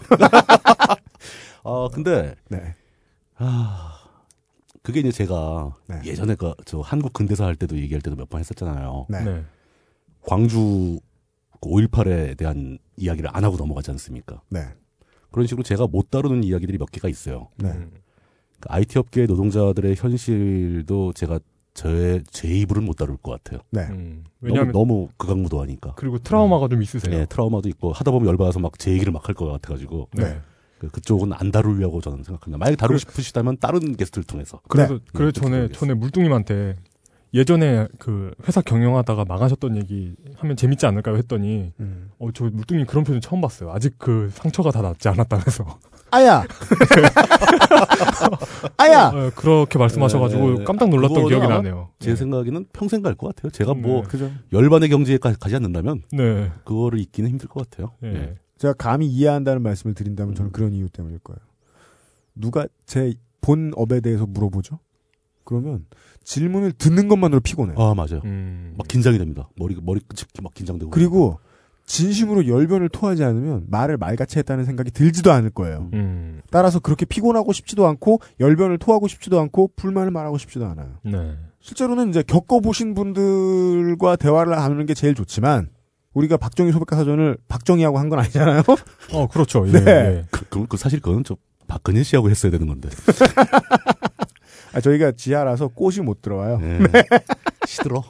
Speaker 7: 아 근데
Speaker 2: 네.
Speaker 7: 아, 그게 이제 제가
Speaker 2: 네.
Speaker 7: 예전에 그 저 한국 근대사 할 때도 얘기할 때도 몇 번 했었잖아요.
Speaker 2: 네.
Speaker 3: 네.
Speaker 7: 광주 5.18에 대한 이야기를 안 하고 넘어가지 않습니까?
Speaker 2: 네.
Speaker 7: 그런 식으로 제가 못 다루는 이야기들이 몇 개가 있어요.
Speaker 2: 네.
Speaker 3: 음.
Speaker 7: 그 IT 업계 노동자들의 현실도 제가 제, 제 입으로는 못 다룰 것 같아요.
Speaker 2: 네.
Speaker 3: 음. 왜냐하면
Speaker 7: 너무, 너무 극악무도하니까.
Speaker 3: 그리고 트라우마가 좀 있으세요.
Speaker 7: 네, 트라우마도 있고 하다 보면 열받아서 막 제 얘기를 막 할 것 같아가지고
Speaker 2: 네.
Speaker 7: 그- 그쪽은 안 다루려고 저는 생각합니다. 만약 다루고
Speaker 3: 그렇죠.
Speaker 7: 싶으시다면 다른 게스트를 통해서.
Speaker 3: 그래서
Speaker 7: 네,
Speaker 3: 그래서 전에
Speaker 7: 알겠습니다.
Speaker 3: 전에 물뚱님한테 예전에 그 회사 경영하다가 망하셨던 얘기 하면 재밌지 않을까요 했더니
Speaker 2: 음.
Speaker 3: 어 저 물뚱님 그런 표현 처음 봤어요. 아직 그 상처가 다 낫지 않았다면서
Speaker 2: 아야. 아야.
Speaker 3: 어, 그렇게 말씀하셔가지고
Speaker 7: 네, 네, 네.
Speaker 3: 깜짝 놀랐던
Speaker 7: 그거는
Speaker 3: 기억이
Speaker 7: 아마
Speaker 3: 나네요.
Speaker 7: 제 생각에는 평생 갈 것 같아요. 제가 뭐
Speaker 3: 네.
Speaker 2: 그죠.
Speaker 7: 열반의 경지에 가- 가지 않는다면
Speaker 3: 네.
Speaker 7: 그거를 잊기는 힘들 것 같아요.
Speaker 3: 예.
Speaker 7: 예.
Speaker 2: 제가 감히 이해한다는 말씀을 드린다면 저는 그런 이유 때문일 거예요. 누가 제 본 업에 대해서 물어보죠? 그러면 질문을 듣는 것만으로 피곤해.
Speaker 7: 아 맞아요.
Speaker 3: 음.
Speaker 7: 막 긴장이 됩니다. 머리 머리 끝이 막 긴장되고.
Speaker 2: 그리고 진심으로 열변을 토하지 않으면 말을 말같이 했다는 생각이 들지도 않을
Speaker 3: 음.
Speaker 2: 거예요. 따라서 그렇게 피곤하고 싶지도 않고 열변을 토하고 싶지도 않고 불만을 말하고 싶지도 않아요.
Speaker 3: 네.
Speaker 2: 실제로는 이제 겪어보신 분들과 대화를 하는 게 제일 좋지만 우리가 박정희 소백과 사전을 박정희하고 한 건 아니잖아요.
Speaker 3: 어 그렇죠.
Speaker 2: 네.
Speaker 7: 그, 그럼 그 사실 그건 저 박근혜 씨하고 했어야 되는 건데.
Speaker 2: 아, 저희가 지하라서 꽃이 못 들어와요.
Speaker 7: 네. 시들어.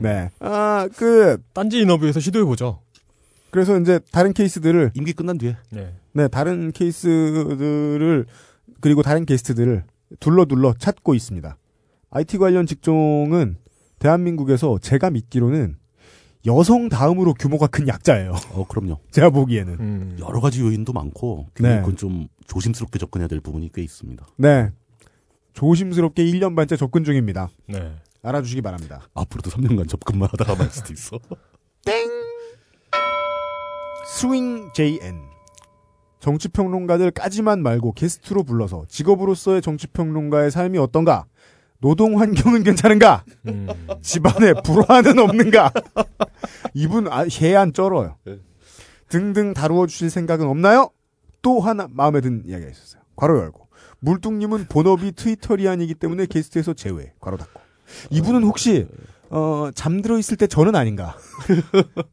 Speaker 2: 네. 아, 그.
Speaker 3: 딴지 인터뷰에서 시도해보죠.
Speaker 2: 그래서 이제 다른 케이스들을.
Speaker 7: 임기 끝난 뒤에.
Speaker 3: 네.
Speaker 2: 네, 다른 케이스들을, 그리고 다른 게스트들을 둘러둘러 찾고 있습니다. IT 관련 직종은 대한민국에서 제가 믿기로는 여성 다음으로 규모가 큰 약자예요.
Speaker 7: 어 그럼요.
Speaker 2: 제가 보기에는.
Speaker 7: 여러 가지 요인도 많고
Speaker 2: 네.
Speaker 7: 그건 좀 조심스럽게 접근해야 될 부분이 꽤 있습니다.
Speaker 2: 네. 조심스럽게 1년 반째 접근 중입니다.
Speaker 3: 네.
Speaker 2: 알아주시기 바랍니다.
Speaker 7: 앞으로도 3년간 접근만 하다가 말 수도 있어.
Speaker 2: 땡! 스윙 JN. 정치평론가들까지만 말고 게스트로 불러서 직업으로서의 정치평론가의 삶이 어떤가? 노동 환경은 괜찮은가? 집안에 불화는 없는가? 이분 아, 해안 쩔어요. 등등 다루어 주실 생각은 없나요? 또 하나 마음에 든 이야기가 있었어요. 괄호 열고. 물뚱님은 본업이 트위터리안이기 때문에 게스트에서 제외. 괄호 닫고. 이분은 혹시 어, 잠들어 있을 때 저는 아닌가?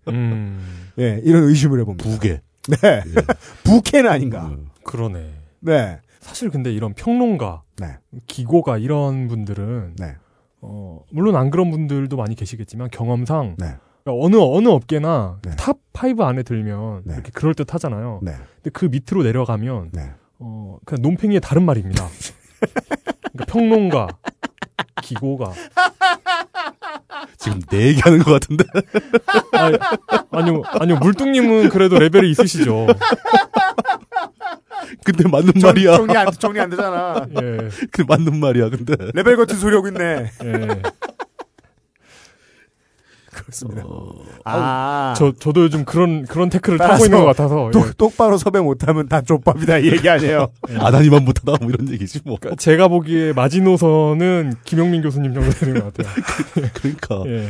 Speaker 3: 음.
Speaker 2: 예, 이런 의심을 해봅니다.
Speaker 7: 부계.
Speaker 2: 네. 부캐는 아닌가?
Speaker 3: 그러니까. 그러네.
Speaker 2: 네.
Speaker 3: 사실 근데 이런 평론가,
Speaker 2: 네.
Speaker 3: 기고가 이런 분들은
Speaker 2: 네.
Speaker 3: 어, 물론 안 그런 분들도 많이 계시겠지만 경험상
Speaker 2: 네.
Speaker 3: 그러니까 어느 어느 업계나 탑 파이브 안에 들면 이렇게 그럴 듯 하잖아요.
Speaker 2: 네.
Speaker 3: 근데 그 밑으로 내려가면
Speaker 2: 네.
Speaker 3: 어, 그냥 논팽이의 다른 말입니다. 그러니까 평론가, 기고가
Speaker 7: 지금 내 얘기하는 것 같은데.
Speaker 3: 아니, 아니요, 아니요, 물뚱님은 그래도 레벨이 있으시죠.
Speaker 7: 근데 맞는 말이야.
Speaker 2: 정리 안, 정리 안 되잖아.
Speaker 3: 예.
Speaker 7: 근데 맞는 말이야. 근데.
Speaker 2: 레벨 같은 소리 하고 있네.
Speaker 3: 예.
Speaker 2: 그렇습니다. 아.
Speaker 3: 저, 저도 요즘 그런, 그런 태클을 타고
Speaker 2: 따라서
Speaker 3: 있는 것 같아서. 예.
Speaker 2: 똑- 똑바로 섭외 못하면 다 족밥이다 이 얘기 아니에요.
Speaker 7: 아다니만 못하다 뭐 이런 얘기지 뭐.
Speaker 3: 네. 그러니까 제가 보기에 마지노선은 김용민 교수님 정도 되는 것 같아요.
Speaker 7: 그러니까
Speaker 3: 예.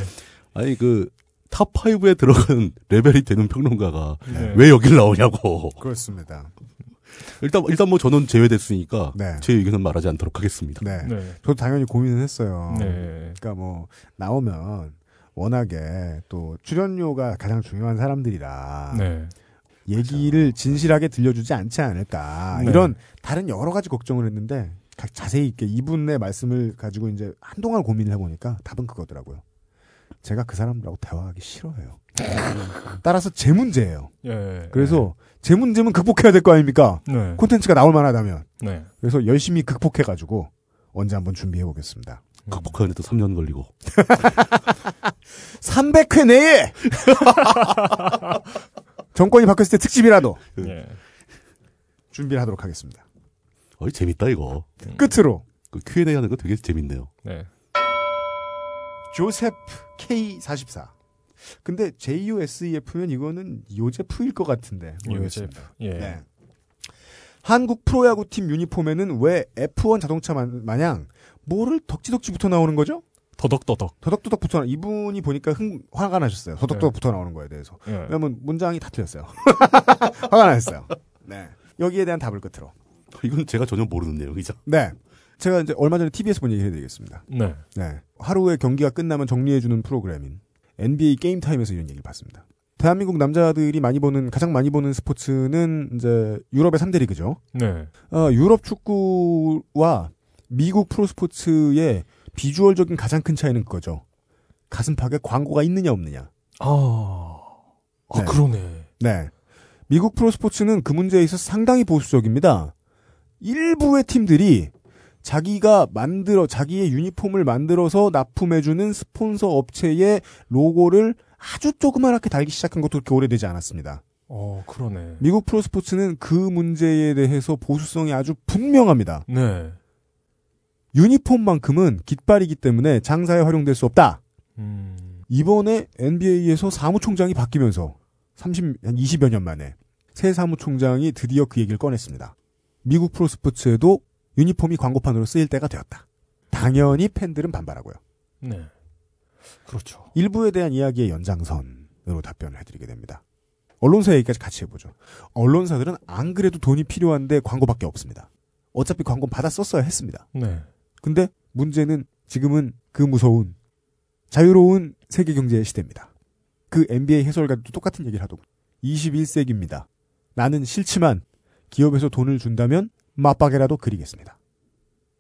Speaker 7: 아니 그 탑5에 들어간 레벨이 되는 평론가가
Speaker 3: 네.
Speaker 7: 왜 여길 나오냐고.
Speaker 2: 그렇습니다.
Speaker 7: 일단 일단 뭐 저는 제외됐으니까
Speaker 2: 네.
Speaker 7: 제 의견은 말하지 않도록 하겠습니다.
Speaker 2: 네.
Speaker 3: 네.
Speaker 2: 저도 당연히 고민을 했어요.
Speaker 3: 네.
Speaker 2: 그러니까 뭐 나오면 워낙에 또 출연료가 가장 중요한 사람들이라
Speaker 3: 네.
Speaker 2: 얘기를 진실하게 들려주지 않지 않을까
Speaker 3: 그렇죠. 네.
Speaker 2: 이런 다른 여러 가지 걱정을 했는데 가- 자세히 있게 이분의 말씀을 가지고 이제 한동안 고민을 해보니까 답은 그거더라고요. 제가 그 사람들하고 대화하기 싫어해요. 따라서 제 문제예요.
Speaker 3: 예.
Speaker 2: 그래서 제 문제면 극복해야 될 거 아닙니까?
Speaker 3: 네.
Speaker 2: 콘텐츠가 나올 만하다면.
Speaker 3: 네.
Speaker 2: 그래서 열심히 극복해가지고 언제 한번 준비해 보겠습니다.
Speaker 7: 극복하는데도 3년 걸리고.
Speaker 2: 300회 내에 정권이 바뀌었을 때 특집이라도
Speaker 3: 예.
Speaker 2: 준비를 하도록 하겠습니다.
Speaker 7: 어이 재밌다 이거.
Speaker 2: 끝으로
Speaker 7: 그 Q&A 하는 거 되게 재밌네요.
Speaker 3: 네.
Speaker 2: 조세프 K44. 근데 JUSEF면 이거는 요제프일 것 같은데. 모르겠습니다.
Speaker 3: 예.
Speaker 2: 네. 한국 프로야구팀 유니폼에는 왜 F1 자동차 마- 마냥 뭐를 덕지덕지부터 나오는 거죠?
Speaker 3: 더덕더덕.
Speaker 2: 더덕더덕 붙어 나 이분이 보니까 흥 화가 나셨어요. 더덕더덕 붙어 나오는 거에 대해서.
Speaker 3: 예.
Speaker 2: 왜냐면 문장이 다 틀렸어요. 화가 나셨어요. 네. 여기에 대한 답을 끝으로.
Speaker 7: 이건 제가 전혀 모르는 내용이죠.
Speaker 2: 네. 제가 이제 얼마 전에 TV에서 본 얘기 해드리겠습니다.
Speaker 3: 네.
Speaker 2: 네. 하루에 경기가 끝나면 정리해주는 프로그램인 NBA 게임 타임에서 이런 얘기를 봤습니다. 대한민국 남자들이 많이 보는, 가장 많이 보는 스포츠는 이제 유럽의 3대 리그죠.
Speaker 3: 네.
Speaker 2: 어, 유럽 축구와 미국 프로스포츠의 비주얼적인 가장 큰 차이는 그거죠. 가슴팍에 광고가 있느냐 없느냐.
Speaker 3: 아. 아,
Speaker 2: 네.
Speaker 3: 그러네.
Speaker 2: 네. 미국 프로스포츠는 그 문제에 있어서 상당히 보수적입니다. 일부의 팀들이 자기가 만들어, 자기의 유니폼을 만들어서 납품해주는 스폰서 업체의 로고를 아주 조그맣게 달기 시작한 것도 그렇게 오래되지 않았습니다.
Speaker 3: 어, 그러네.
Speaker 2: 미국 프로스포츠는 그 문제에 대해서 보수성이 아주 분명합니다.
Speaker 3: 네.
Speaker 2: 유니폼만큼은 깃발이기 때문에 장사에 활용될 수 없다.
Speaker 3: 음.
Speaker 2: 이번에 NBA에서 사무총장이 바뀌면서 30, 한 20여 년 만에 새 사무총장이 드디어 그 얘기를 꺼냈습니다. 미국 프로스포츠에도 유니폼이 광고판으로 쓰일 때가 되었다. 당연히 팬들은 반발하고요.
Speaker 3: 네. 그렇죠.
Speaker 2: 일부에 대한 이야기의 연장선으로 답변을 해드리게 됩니다. 언론사 얘기까지 같이 해보죠. 언론사들은 안 그래도 돈이 필요한데 광고밖에 없습니다. 어차피 광고 받아 썼어야 했습니다.
Speaker 3: 네.
Speaker 2: 근데 문제는 지금은 그 무서운 자유로운 세계 경제의 시대입니다. 그 NBA 해설가도 똑같은 얘기를 하더군. 21세기입니다. 나는 싫지만 기업에서 돈을 준다면 맞박에라도 그리겠습니다.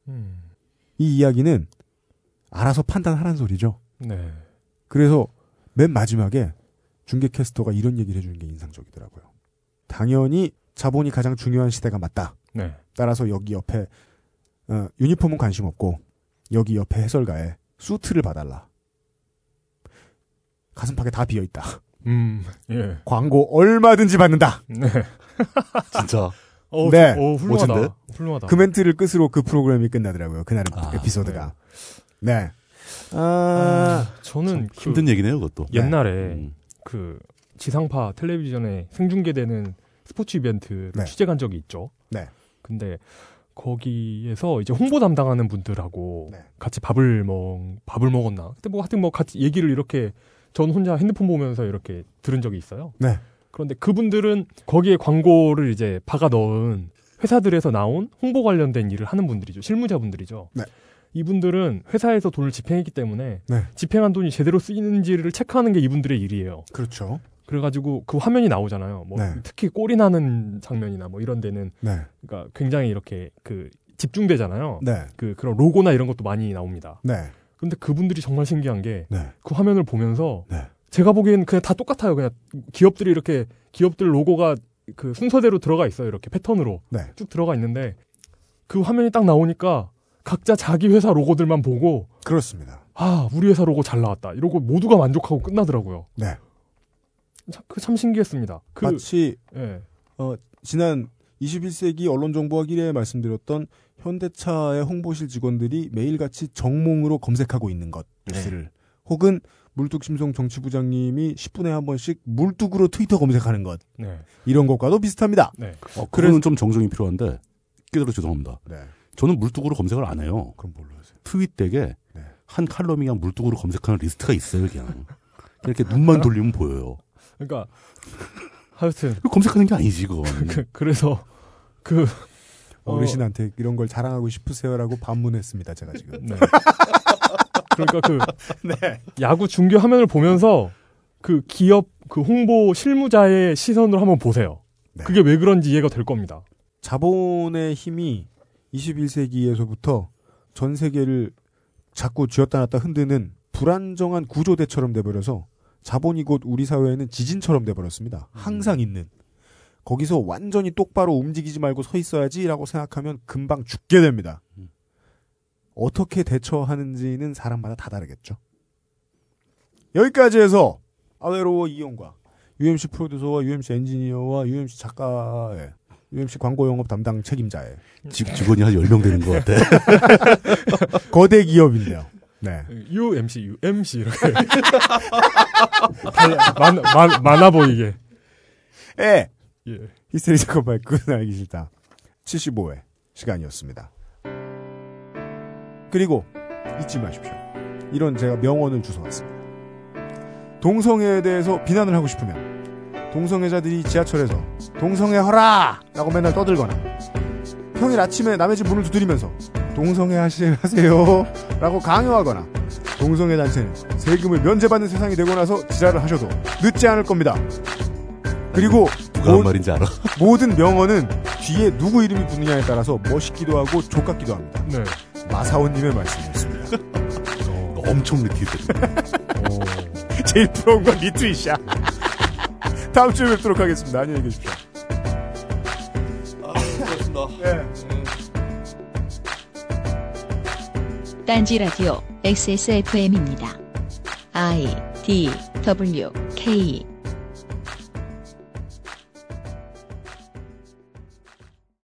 Speaker 3: 음.
Speaker 2: 이 이야기는 알아서 판단하라는 소리죠.
Speaker 3: 네.
Speaker 2: 그래서 맨 마지막에 중계 캐스터가 이런 얘기를 해주는 게 인상적이더라고요. 당연히 자본이 가장 중요한 시대가 맞다.
Speaker 3: 네.
Speaker 2: 따라서 여기 옆에 어, 유니폼은 관심 없고 여기 옆에 해설가에 수트를 봐달라. 가슴팍에 다 비어 있다.
Speaker 3: 음. 예.
Speaker 2: 광고 얼마든지 받는다.
Speaker 3: 네.
Speaker 7: 진짜.
Speaker 3: 어,
Speaker 2: 네.
Speaker 3: 저- 어, 훌륭하다.
Speaker 2: 멋진데?
Speaker 3: 훌륭하다.
Speaker 2: 그 멘트를 끝으로 그 프로그램이 끝나더라고요. 그날의 에피소드가. 아, 네. 아,
Speaker 3: 저는 그
Speaker 7: 힘든 얘기네요, 그것도.
Speaker 3: 옛날에
Speaker 7: 음.
Speaker 3: 그 지상파 텔레비전에 생중계되는 스포츠 이벤트를
Speaker 2: 네.
Speaker 3: 취재간 적이 있죠.
Speaker 2: 네.
Speaker 3: 근데 거기에서 이제 홍보 담당하는 분들하고
Speaker 2: 네.
Speaker 3: 같이 밥을 먹 밥을 먹었나 그때 뭐 하여튼 뭐 같이 얘기를 이렇게 전 혼자 핸드폰 보면서 이렇게 들은 적이 있어요.
Speaker 2: 네.
Speaker 3: 그런데 그분들은 거기에 광고를 이제 박아 넣은 회사들에서 나온 홍보 관련된 일을 하는 분들이죠. 실무자분들이죠.
Speaker 2: 네.
Speaker 3: 이분들은 회사에서 돈을 집행했기 때문에
Speaker 2: 네.
Speaker 3: 집행한 돈이 제대로 쓰이는지를 체크하는 게 이분들의 일이에요.
Speaker 2: 그렇죠.
Speaker 3: 그래가지고 그 화면이 나오잖아요. 뭐
Speaker 2: 네.
Speaker 3: 특히 골이 나는 장면이나 뭐 이런 데는
Speaker 2: 네.
Speaker 3: 그러니까 굉장히 이렇게 그 집중되잖아요.
Speaker 2: 네.
Speaker 3: 그 그런 로고나 이런 것도 많이 나옵니다.
Speaker 2: 네.
Speaker 3: 근데 그분들이 정말 신기한 게 그
Speaker 2: 네.
Speaker 3: 화면을 보면서
Speaker 2: 네.
Speaker 3: 제가 보기엔 그냥 다 똑같아요. 그냥 기업들이 이렇게 기업들 로고가 그 순서대로 들어가 있어요. 이렇게 패턴으로
Speaker 2: 네.
Speaker 3: 쭉 들어가 있는데 그 화면이 딱 나오니까 각자 자기 회사 로고들만 보고
Speaker 2: 그렇습니다.
Speaker 3: 아 우리 회사 로고 잘 나왔다 이러고 모두가 만족하고 끝나더라고요.
Speaker 2: 네.
Speaker 3: 참, 그참 신기했습니다. 그
Speaker 2: 마치
Speaker 3: 예.
Speaker 2: 지난 21세기 언론정보학 1회에 말씀드렸던 현대차의 홍보실 직원들이 매일같이 정몽으로 검색하고 있는 것 뉴스를 혹은 물뚝심송 정치부장님이 10분에 한 번씩 물뚝으로 트위터 검색하는 것
Speaker 3: 네.
Speaker 2: 이런 것과도 비슷합니다.
Speaker 3: 네.
Speaker 7: 어, 그거는 좀 정정이 필요한데 끼들어 죄송합니다.
Speaker 2: 네.
Speaker 7: 저는 물뚝으로 검색을 안 해요.
Speaker 2: 그럼 뭘로 하세요?
Speaker 7: 트윗덱에
Speaker 2: 네.
Speaker 7: 한 칼럼이 그냥 물뚝으로 검색하는 리스트가 있어요, 그냥. 이렇게 눈만 돌리면 보여요.
Speaker 3: 그러니까 하여튼
Speaker 7: 이거 검색하는 게 아니지, 그건.
Speaker 3: 그, 그래서 그
Speaker 2: 어르신한테 이런 걸 자랑하고 싶으세요라고 반문했습니다. 제가 지금.
Speaker 3: 네. 그러니까 그
Speaker 2: 네.
Speaker 3: 야구 중계 화면을 보면서 그 기업 그 홍보 실무자의 시선으로 한번 보세요.
Speaker 2: 네.
Speaker 3: 그게 왜 그런지 이해가 될 겁니다.
Speaker 2: 자본의 힘이 21세기에서부터 전 세계를 자꾸 쥐었다 놨다 흔드는 불안정한 구조대처럼 돼버려서 자본이 곧 우리 사회에는 지진처럼 돼버렸습니다. 항상 있는. 거기서 완전히 똑바로 움직이지 말고 서 있어야지라고 생각하면 금방 죽게 됩니다. 어떻게 대처하는지는 사람마다 다 다르겠죠. 여기까지 해서 아웨로워 이용과 UMC 프로듀서와 UMC 엔지니어와 UMC 작가의 UMC 광고 영업 담당 책임자의
Speaker 7: 직, 직원이 한 10명 되는 것 같아.
Speaker 2: 거대 기업인데요. 네.
Speaker 3: U MC U MC 이렇게 만, 만, 많아 보이게.
Speaker 2: 예.
Speaker 3: 예.
Speaker 2: 히스테리 작업 발끈 알기 싫다. 75회 시간이었습니다. 그리고 잊지 마십시오. 이런 제가 명언을 주워왔습니다. 동성애에 대해서 비난을 하고 싶으면 동성애자들이 지하철에서 동성애 허라! 라고 맨날 떠들거나 평일 아침에 남의 집 문을 두드리면서 동성애 하시- 하세요 라고 강요하거나 동성애 단체는 세금을 면제받는 세상이 되고 나서 지랄을 하셔도 늦지 않을 겁니다. 그리고
Speaker 7: 누가 한
Speaker 2: 모-
Speaker 7: 말인지 알아.
Speaker 2: 모든 명언은 뒤에 누구 이름이 붙느냐에 따라서 멋있기도 하고 족같기도 합니다.
Speaker 3: 네.
Speaker 2: 마사오님의 말씀이었습니다.
Speaker 7: 엄청 느끼거든요.
Speaker 2: 제일 부러운 건 리트윗이야. 다음 주에 뵙도록 하겠습니다. 안녕히 계십시오.
Speaker 4: 아,
Speaker 1: 딴지 라디오 XSFM입니다. I D W K